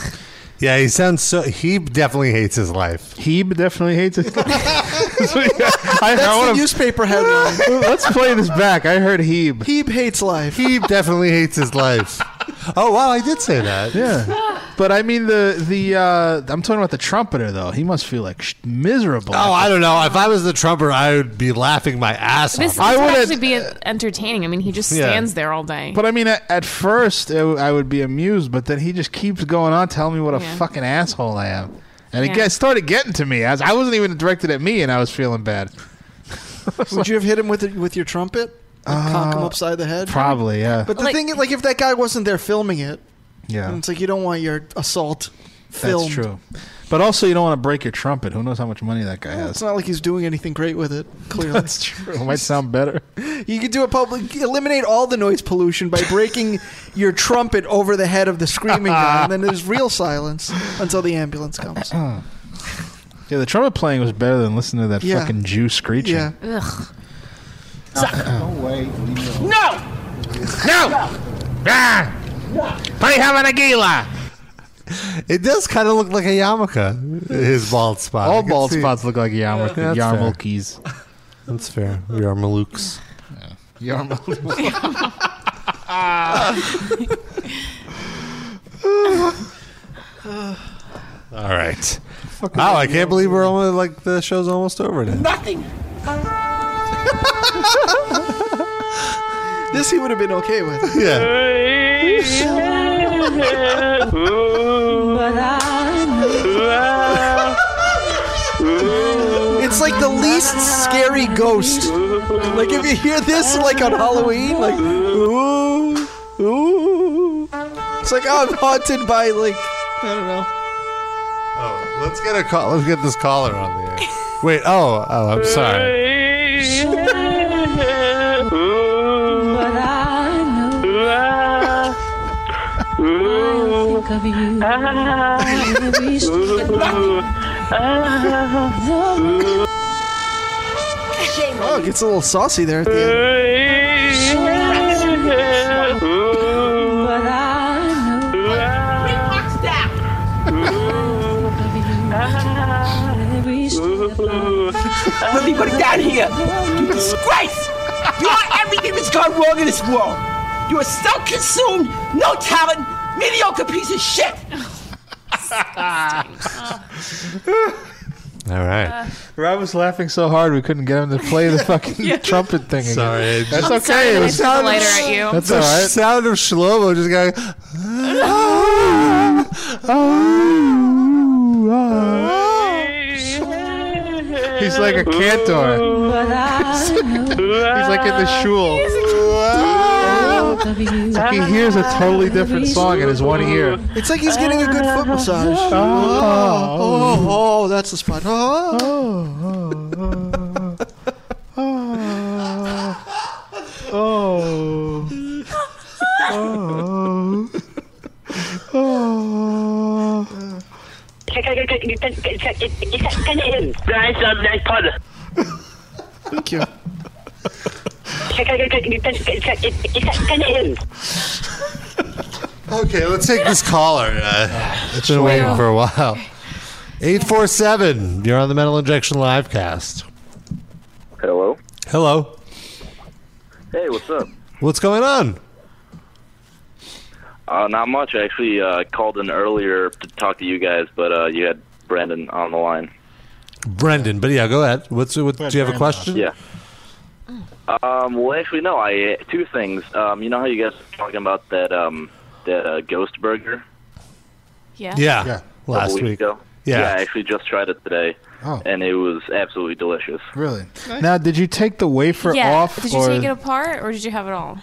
Yeah, he sounds so. He definitely hates his life.
He definitely hates it. I,
That's the
wanna-
newspaper headline.
Let's play this back. I heard Hebe.
Hebe hates life.
He definitely hates his life. Oh wow, I did say that.
Yeah, but I mean the the uh, I'm talking about the trumpeter though. He must feel like sh- miserable.
Oh, I don't know. If I was the Trumper, I would be laughing my ass
This, this
off.
would actually be entertaining. I mean, he just
Yeah.
stands there all day.
But I mean, at, at first it, I would be amused, but then he just keeps going on telling me what a
Yeah.
fucking asshole I am, and it
Yeah.
get, started getting to me. I, was, I wasn't even directed at me, and I was feeling bad.
Would you have hit him with it with your trumpet? Like, cock him
Uh,
upside the head.
Probably, yeah.
But the thing, is, like, if that guy wasn't there filming it,
Yeah.
it's like you don't want your assault filmed.
that's true. But also, you don't want to break your trumpet. Who knows how much money that guy
It's
has?
not like he's doing anything great with it. Clearly,
That's true. It might sound better.
You could do a public eliminate all the noise pollution by breaking your trumpet over the head of the screaming guy, and then there's real silence until the ambulance comes.
Yeah, the trumpet playing was better than listening to that
Yeah.
fucking Jew screeching.
Yeah.
Ugh.
No way.
No!
No! Ah! Play Havana Gila.
It does kind of look like a yarmulke. His bald spot.
All
I can
bald
see-
spots look like yarmulke,
Yeah, that's fair.
yarmulkes.
That's fair. Yarmalukes. All right. Wow, I can't believe we're only like the show's almost over now.
Nothing.
This he would have been okay with. It's like the least scary ghost. Like if you hear this like on Halloween, like ooh, ooh. It's like oh, I'm haunted by like I don't know.
Oh, let's get a call. Let's get this caller on the air. Wait. Oh. Oh. I'm sorry.
Oh, it gets a little saucy there at the end.
Lily, put it down here. You disgrace! You are everything that's gone wrong in this world. You are so consumed, no talent, mediocre piece of shit.
All right.
Uh, Rob was laughing so hard we couldn't get him to play the fucking trumpet thing again.
Sorry,
that's
I'm
okay.
sorry that
It
I
was-
threw the lighter
at you.
That's
the
all right.
sound of Shlomo just going.
He's like a cantor. He's like in the shul. It's like he hears a totally different song in his one ear.
It's like he's getting a good foot massage. Oh,
Ah.
oh, oh, that's the spot. Oh.
Oh. Oh. Oh.
Nice, um, nice pod.
Thank you.
Okay, let's take this caller. Uh, it's been waiting for a while. Eight four seven. You're on the Metal Injection live cast.
Hello.
Hello.
Hey, what's up?
What's going on?
Uh, not much. I actually uh, called in earlier to talk to you guys, but uh, you had Brandon on the line.
Brendan, but yeah, go ahead. What's what, do you have a question?
Yeah. Um, well, actually, no. I two things. Um, you know how you guys were talking about that um, that uh, ghost burger?
Yeah.
Yeah.
a couple
Last
weeks
week.
Ago?
Yeah.
I actually just tried it today,
Oh.
and it was absolutely delicious.
Really? Now, did you take the wafer
yeah.
off?
did you
or
take it apart or did you have it all?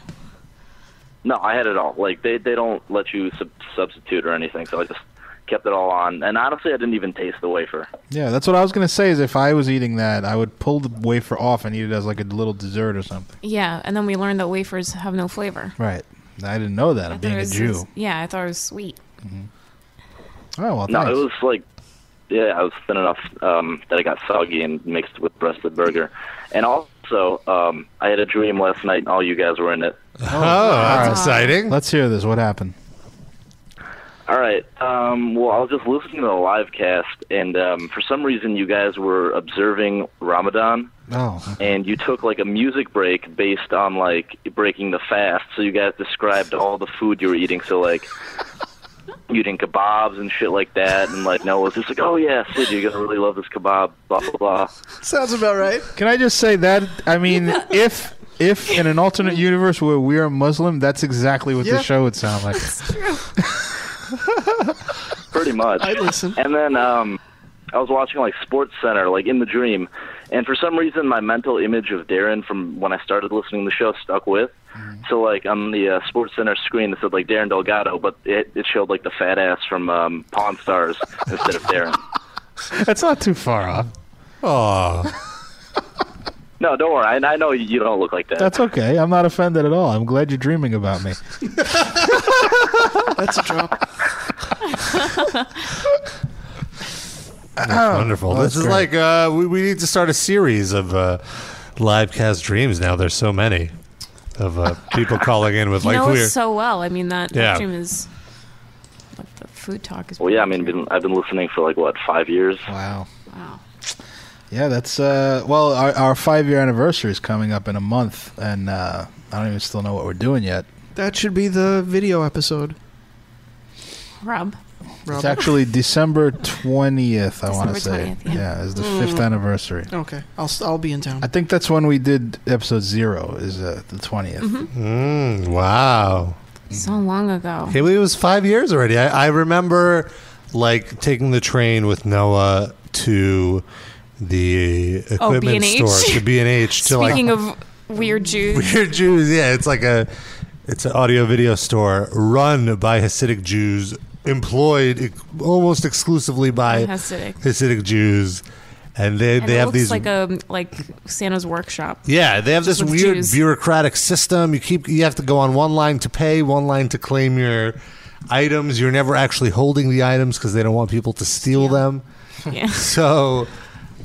No, I had it all. Like they they don't let you sub- substitute or anything, so I just kept it all on. And honestly, I didn't even taste the wafer.
Yeah, that's what I was gonna say. Is if I was eating that, I would pull the wafer off and eat it as like a little dessert or something.
Yeah, and then we learned that wafers have no flavor.
Right. I didn't know that. I'm being
It
a
was-
Jew.
Yeah, I thought it was sweet.
Oh well,
no,
thanks.
it was like yeah, I was thin enough um, that it got soggy and mixed with breasted burger. And also, um, I had a dream last night, and all you guys were in it.
Oh, that's exciting. Let's hear this. What happened?
All right. Um, well, I was just listening to the live cast, and um, for some reason, you guys were observing Ramadan.
Oh.
and you took like a music break based on like breaking the fast. So you guys described all the food you were eating. So like you eating kebabs and shit like that, and like Noah was just like, "Oh yeah, Sid, you're gonna really love this kebab." Blah blah blah.
Sounds about right.
Can I just say that? I mean, if if in an alternate universe where we are Muslim, that's exactly what
Yeah.
the show would sound like.
pretty much. I listen. And then um, I was watching like Sports Center, like in the dream, and for some reason my mental image of Darren from when I started listening to the show stuck with. So like on the uh, Sports Center screen, it said like Darren Delgado, but it, it showed like the fat ass from um, Pawn Stars instead of Darren.
that's not too far off.
Oh,
No, don't worry. I, I know you don't look like that.
that's okay. I'm not offended at all. I'm glad you're dreaming about me.
That's a drop.
That's
Oh,
wonderful.
well,
this
that's
is
great.
like uh, we we need to start a series of uh, live cast dreams. Now there's so many of uh, people calling in with
you
like
know
weird.
it so well. I mean, that
Yeah.
stream is. Like, the food talk is.
Well, yeah. I mean, been, I've been listening for like what five years.
Wow. Yeah, that's uh, well, our, our five year anniversary is coming up in a month, and uh, I don't even still know what we're doing yet.
That should be the video episode.
Rob.
It's
Robert?
actually December 20th, I want to say.
20th,
yeah. it's the fifth
Mm.
anniversary.
Okay, I'll s- I'll be in town.
I think that's when we did episode zero, is uh, the 20th.
Mm-hmm.
Mhm.
Mm, wow.
So long ago.
Hey, it was five years already. I, I remember like taking the train with Noah to the
Oh,
equipment
B&H.
store, to B and H, to like
Speaking of weird Jews,
weird Jews. Yeah, it's like a it's an audio video store run by Hasidic Jews, employed ex- almost exclusively by
Hasidic.
Hasidic Jews, and they
and
they
it
have
looks
these
like a like Santa's workshop.
yeah, they have
Just
this
with
weird
Jews.
bureaucratic system. You keep you have to go on one line to pay, one line to claim your items. You're never actually holding the items because they don't want people to steal them.
Yeah.
So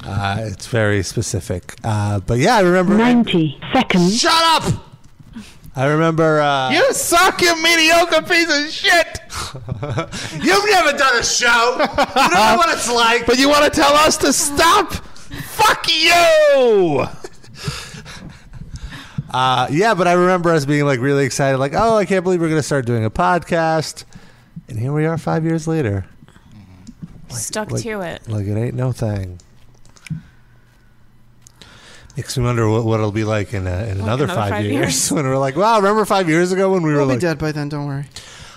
uh, it's very specific. Uh, but yeah, I remember ninety seconds. Shut up. I remember. Uh,
You suck, you mediocre piece of shit! You've never done a show! You don't know what it's like!
But you want to tell us to stop?
Fuck you!
Uh, yeah, but I remember us being like really excited, like, oh, I can't believe we're going to start doing a podcast. And here we are five years later.
Stuck
like-
to it.
Like it ain't no thing. Makes me wonder what, what it'll be like in, uh, in another,
another
five,
five
years,
years.
when we're like, wow, remember five years ago when we were
I'll be
like,
dead by then. Don't worry.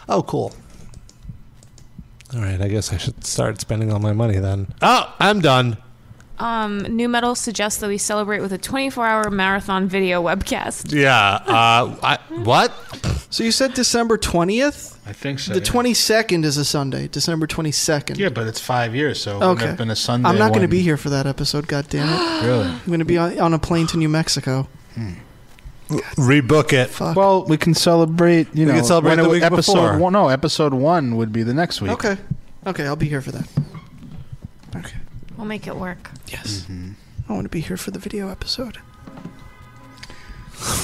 Oh, cool. all right, I guess I should start spending all my money then. Oh, I'm done.
Um, New Metal suggests that we celebrate with a 24-hour marathon video webcast.
Yeah. Uh, I, what?
So you said December twentieth.
I think so.
The
yeah.
twenty second is a Sunday, December twenty second.
Yeah, but it's five years, so it would
Okay.
have been a Sunday.
I'm not going to
when-
be here for that episode. God damn it!
Really?
I'm going to be on, on a plane to New Mexico.
Rebook it.
Hmm. Well, we can celebrate. You
We
know,
can celebrate
when it
the
was-
week
episode
before.
one. No, episode one would be the next week.
Okay, okay, I'll be here for that.
We'll make it work.
Yes. I want to be here for the video episode.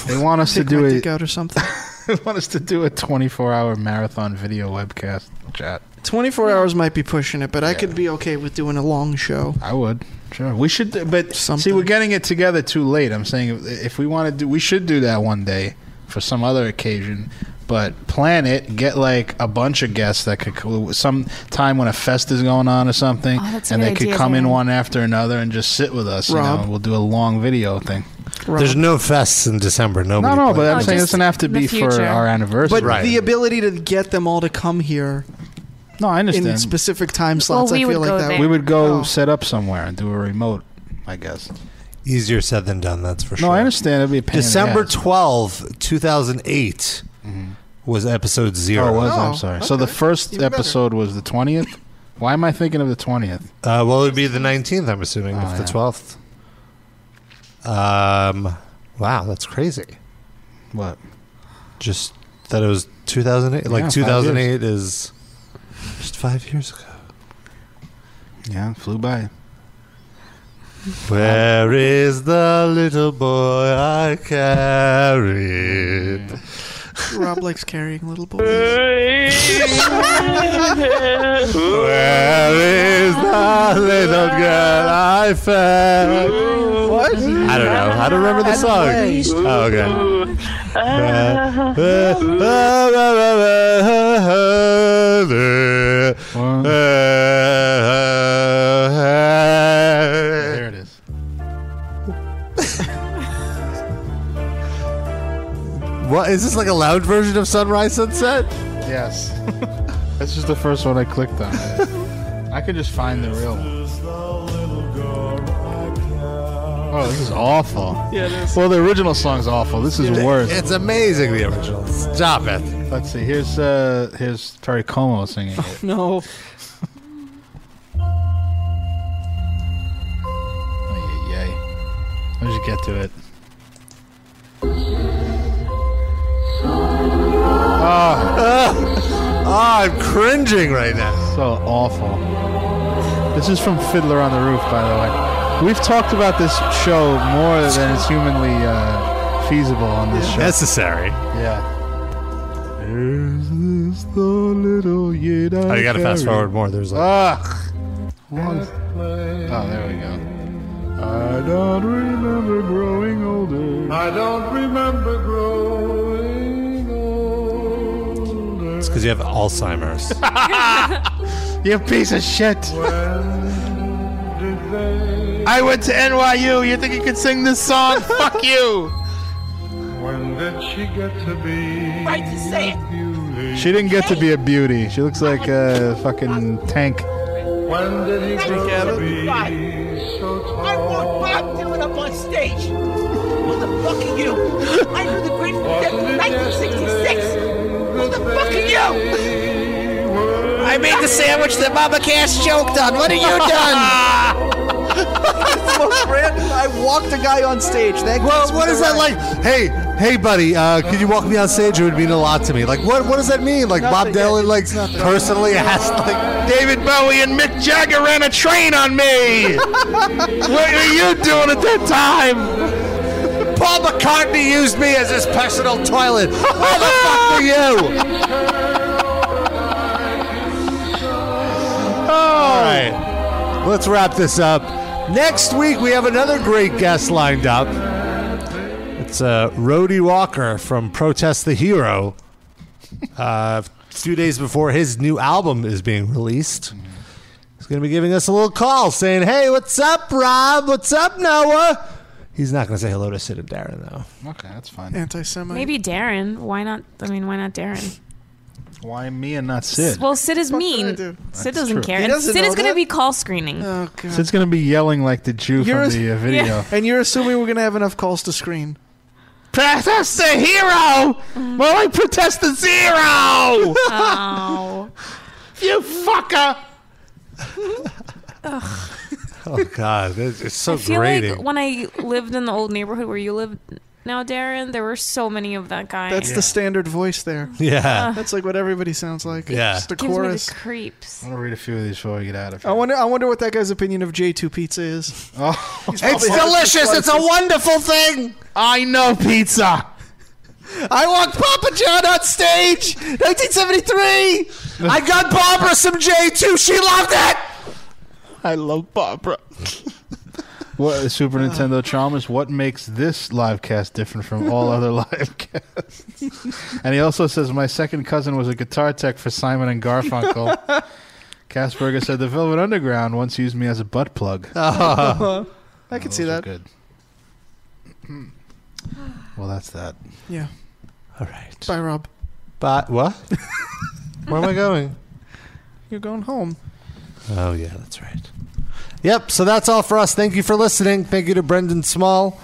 They want us to
Take my
do
dick
a.
out or something.
They want us to do a 24-hour marathon video webcast chat.
Twenty four hours might be pushing it, but I could be okay with doing a long show.
I would. Sure. We should, do- but see, we're getting it together too late. I'm saying if- if we want to do, we should do that one day for some other occasion. But plan it. Get like a bunch of guests that could co- some time when a fest is going on or something,
Oh, that's a
and
good
they could
idea,
come in
Zan.
one after another and just sit with us. you know,
Rob?
and we'll do a long video thing.
There's no fests in December. Nobody
no, but
plans.
I'm No, saying it Oh, just doesn't have to in the be for future. our anniversary.
But
Right.
the ability to get them all to come here.
No, I
In
understand.
specific time slots, I feel like that.
We would go Oh. set up somewhere and do a remote. I guess.
Easier said than done. That's for
sure. No, I understand. It'd be a pain in the
December
ass. Mm-hmm.
twelfth, two 2008 was episode zero.
Oh, it was. I'm sorry. So the first
Even better.
episode was the 20th. Why am I thinking of the 20th?
Uh, well, it would be the 19th, I'm assuming,
Oh,
if the 12th. Um, wow, that's crazy.
What?
Just that it was 2008.
Yeah,
like
five
2008 is just five years ago.
Yeah, it flew by.
Where is the little boy I carried?
Rob likes carrying little boys.
Where is the little girl I found? What? I don't know. I don't remember the song. Oh, okay. There
it is.
What is this like a loud version of Sunrise Sunset?
Yes. That's just the first one I clicked on. I could just find the real one. Oh, this is awful.
Yeah, it is.
Well, the original song's awful. This is
Yeah.
worse.
It's
amazing, the original. Stop it.
Let's see. Here's uh, here's Terry Como singing it.
no.
Yay. Let's just get to it. Ah.
Oh. I'm cringing right now.
So awful. This is from Fiddler on the Roof, by the way. We've talked about this show more than is humanly uh, feasible on this show.
Necessary.
Yeah. Is this the little yet
Oh, you gotta fast
carry?
forward more. There's like.
Ah. Long- Oh, there we go. I don't remember growing older.
I don't remember growing old.
It's 'cause because you have Alzheimer's.
you piece of shit. I went to NYU. You think you could sing this song? Fuck you.
When did she get to be?
Right to say it.
She didn't get to be a beauty. She looks like a fucking tank.
When did he grow to be?
I want Bob Dylan up on stage. Who the fuck are you? I knew the Grateful Dead in 1966. Who the fuck are you?
I made the sandwich that Mama Cash joked on. What are you
I walked a guy on stage. That
well, what is that like? Hey, hey, buddy, uh, could you walk me on stage? It would mean a lot to me. Like, what? What does that mean? Like, Bob Dylan, like, personally asked, like,
David Bowie and Mick Jagger ran a train on me. what were you doing at that time?
Paul McCartney used me as his personal toilet. Who the fuck are you? All right, let's wrap this up. Next week we have another great guest lined up. It's uh, Rhodey Walker from Protest the Hero. Uh, two days before his new album is being released, he's going to be giving us a little call saying, "Hey, what's up, Rob? What's up, Noah?" He's not going to say hello to Sid and Darren though.
Okay, that's fine.
Anti-Semite.
Maybe Darren. Why not? I mean, why not Darren?
Why me and not Sid?
Well, Sid is
What can I
mean.
do?
Sid
That's
doesn't
true.
care.
He
And
doesn't
Sid
know
is going
that.
to be call screening.
Oh god.
Sid's gonna be yelling like the Jew from the uh, video.
And you're assuming we're gonna have enough calls to screen.
Protest the hero. Well, I protest the zero.
Oh.
you fucker.
Oh God, this is so
I feel
grating.
like when I lived in the old neighborhood where you live now, Darren, there were so many of that guy.
That's the standard voice there.
Yeah.
That's like what everybody sounds like.
Yeah.
Just a
Gives me the
chorus.
creeps.
I'm gonna read a few of these before we get out of here.
I wonder. I wonder what that guy's opinion of J two pizza is.
Oh,
It's delicious. It's a
wonderful thing. I know pizza.
I walked Papa John on stage, 1973. I got Barbara some J2. She loved it.
I love Barbara. What Super Nintendo Chalmers? What makes this live cast different from all other live casts? and he also says my second cousin was a guitar tech for Simon and Garfunkel. Casperger said the Velvet Underground once used me as a butt plug.
I could see that.
Oh. Good. Well, that's that.
Yeah.
All right.
Bye, Rob.
But what? Where am I going?
You're going home.
Oh yeah, that's right. Yep. So that's all for us. Thank you for listening. Thank you to Brendan Small.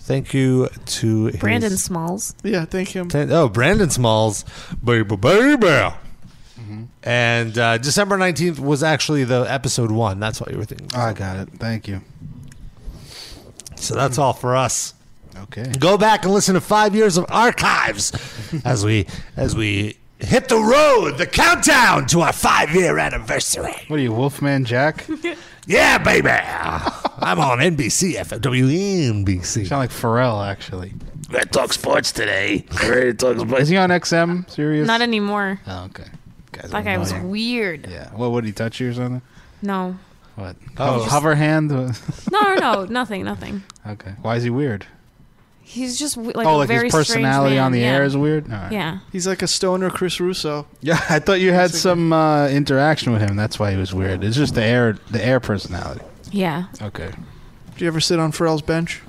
Thank you to his-
Brandon Smalls.
Yeah, thank him.
Ten- oh, Brandon Smalls, baby, baby. And uh, December nineteenth was actually the episode one. That's what you were thinking.
I got it. Thank you.
So that's all for us.
Okay.
Go back and listen to five years of archives as we as we hit the road. The countdown to our five year anniversary.
What are you, Wolfman Jack?
yeah, baby. I'm on NBC, FWNBC. You
sound like Pharrell, actually.
Let's talk sports today. Ready to talk
Is he on XM? Serious?
Not anymore.
Oh, okay. Guys are
That guy was
annoying.
weird.
Yeah. What would he touch you or something?
No.
What? Oh,
Oh.
hover hand.
No, no, no. Nothing, nothing.
okay. Why is he weird?
He's just w- like
oh,
a
like
very
his
strange
personality
man,
on the
yeah.
air is weird. Oh. All right.
Yeah.
He's like a stoner, Chris Russo.
Yeah, I thought you had some uh, interaction with him. That's why he was weird. It's just the air, the air personality.
Yeah.
Okay.
Did you ever sit on Pharrell's bench?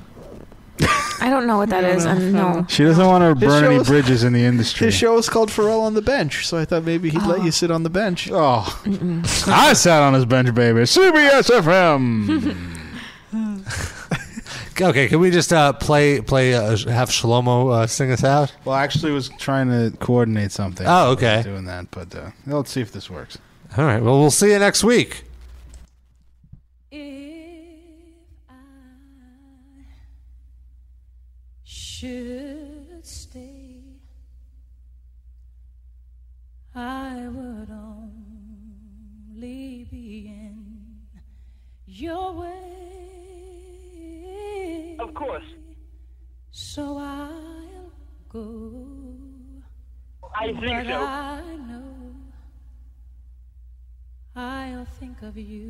I don't know what that is. and no.
She doesn't want to
His
burn
show
any
was-
bridges in the industry.
His show was called Pharrell on the Bench, so I thought maybe he'd let you sit on the bench.
Oh, I sat on his bench, baby. CBS FM.
Hmm. Okay, can we just uh, play play uh, have Shlomo uh, sing us out?
well, I actually was trying to coordinate something.
Oh, okay.
Doing that, but uh, let's see if this works.
All right. Well, we'll see you next week.
Should stay. I would only be in your way. Of course. So I'll go.
I think
But
so.
I know I'll think of you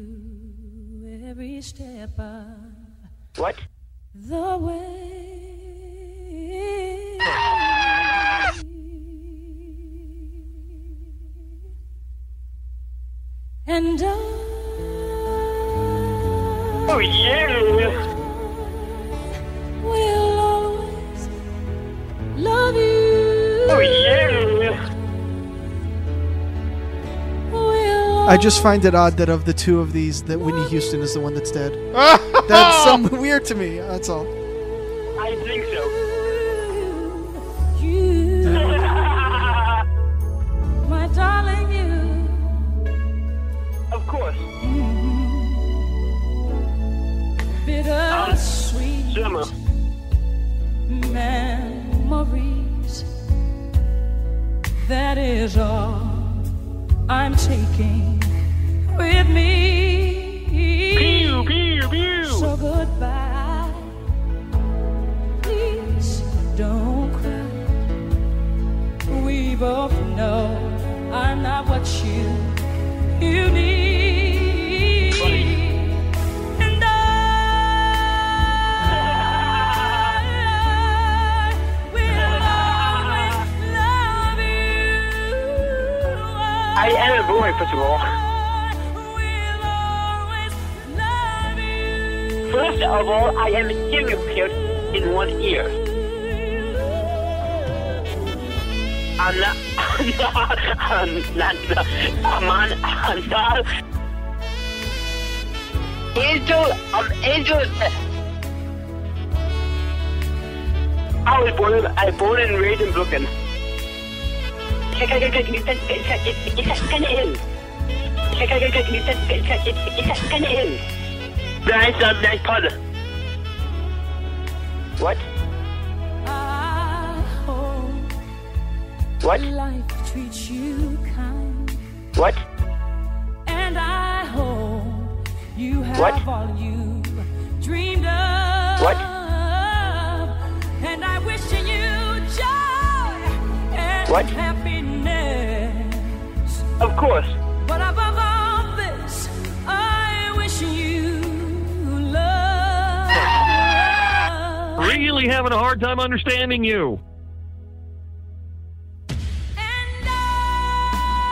every step of
What?
the way.
And
Oh, yeah.
will always love you.
Oh, yeah.
I just find it odd that of the two of these, that Whitney Houston is the one that's dead. that's um, weird to me. That's all.
I think so.
My darling, you.
Of course. Uh,
Bitter sweet
Zimmer.
memories. That is all I'm taking with me.
Pew, pew, pew.
So goodbye. Please don't cry. We both know I'm not what you you need. And I will always love you.
I am a boy, first of all. First of all, I am a hearing pierced in one ear. I'm not. I'm not. I'm not. I'm on. I'm not. Angel. I'm angel. I was born. I born and raised in Brooklyn. Nice, um, nice pun. What? What?
Life treats you kind,
What?
and I hope you have
What?
all you dreamed of.
What?
And I wish you joy and
What?
happiness.
Of course.
But above all this, I wish you love.
Really having a hard time understanding you.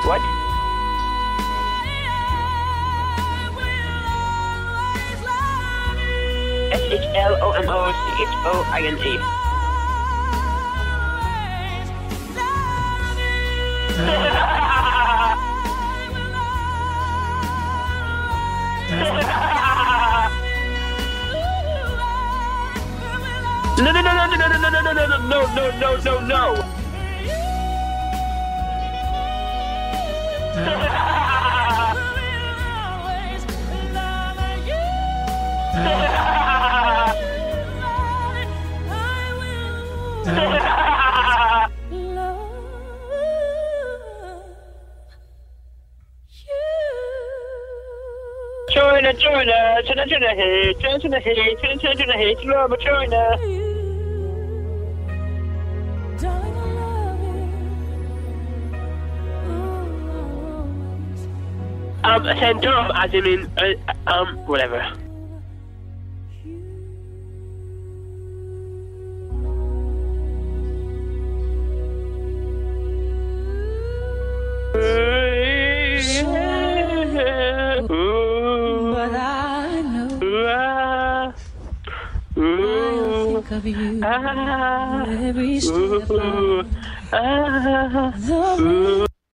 What? S H L O M O C H O I N E. No, no, no, no, no, no, no, no, no, no, no, no, no, no, no, no. China, China, China, China, hey, China, China, hey, China, China, China, hey, China, China. Um, Sandom, as I mean, uh, um, whatever.
But I know I'll think of you
Ah.
every step of the way.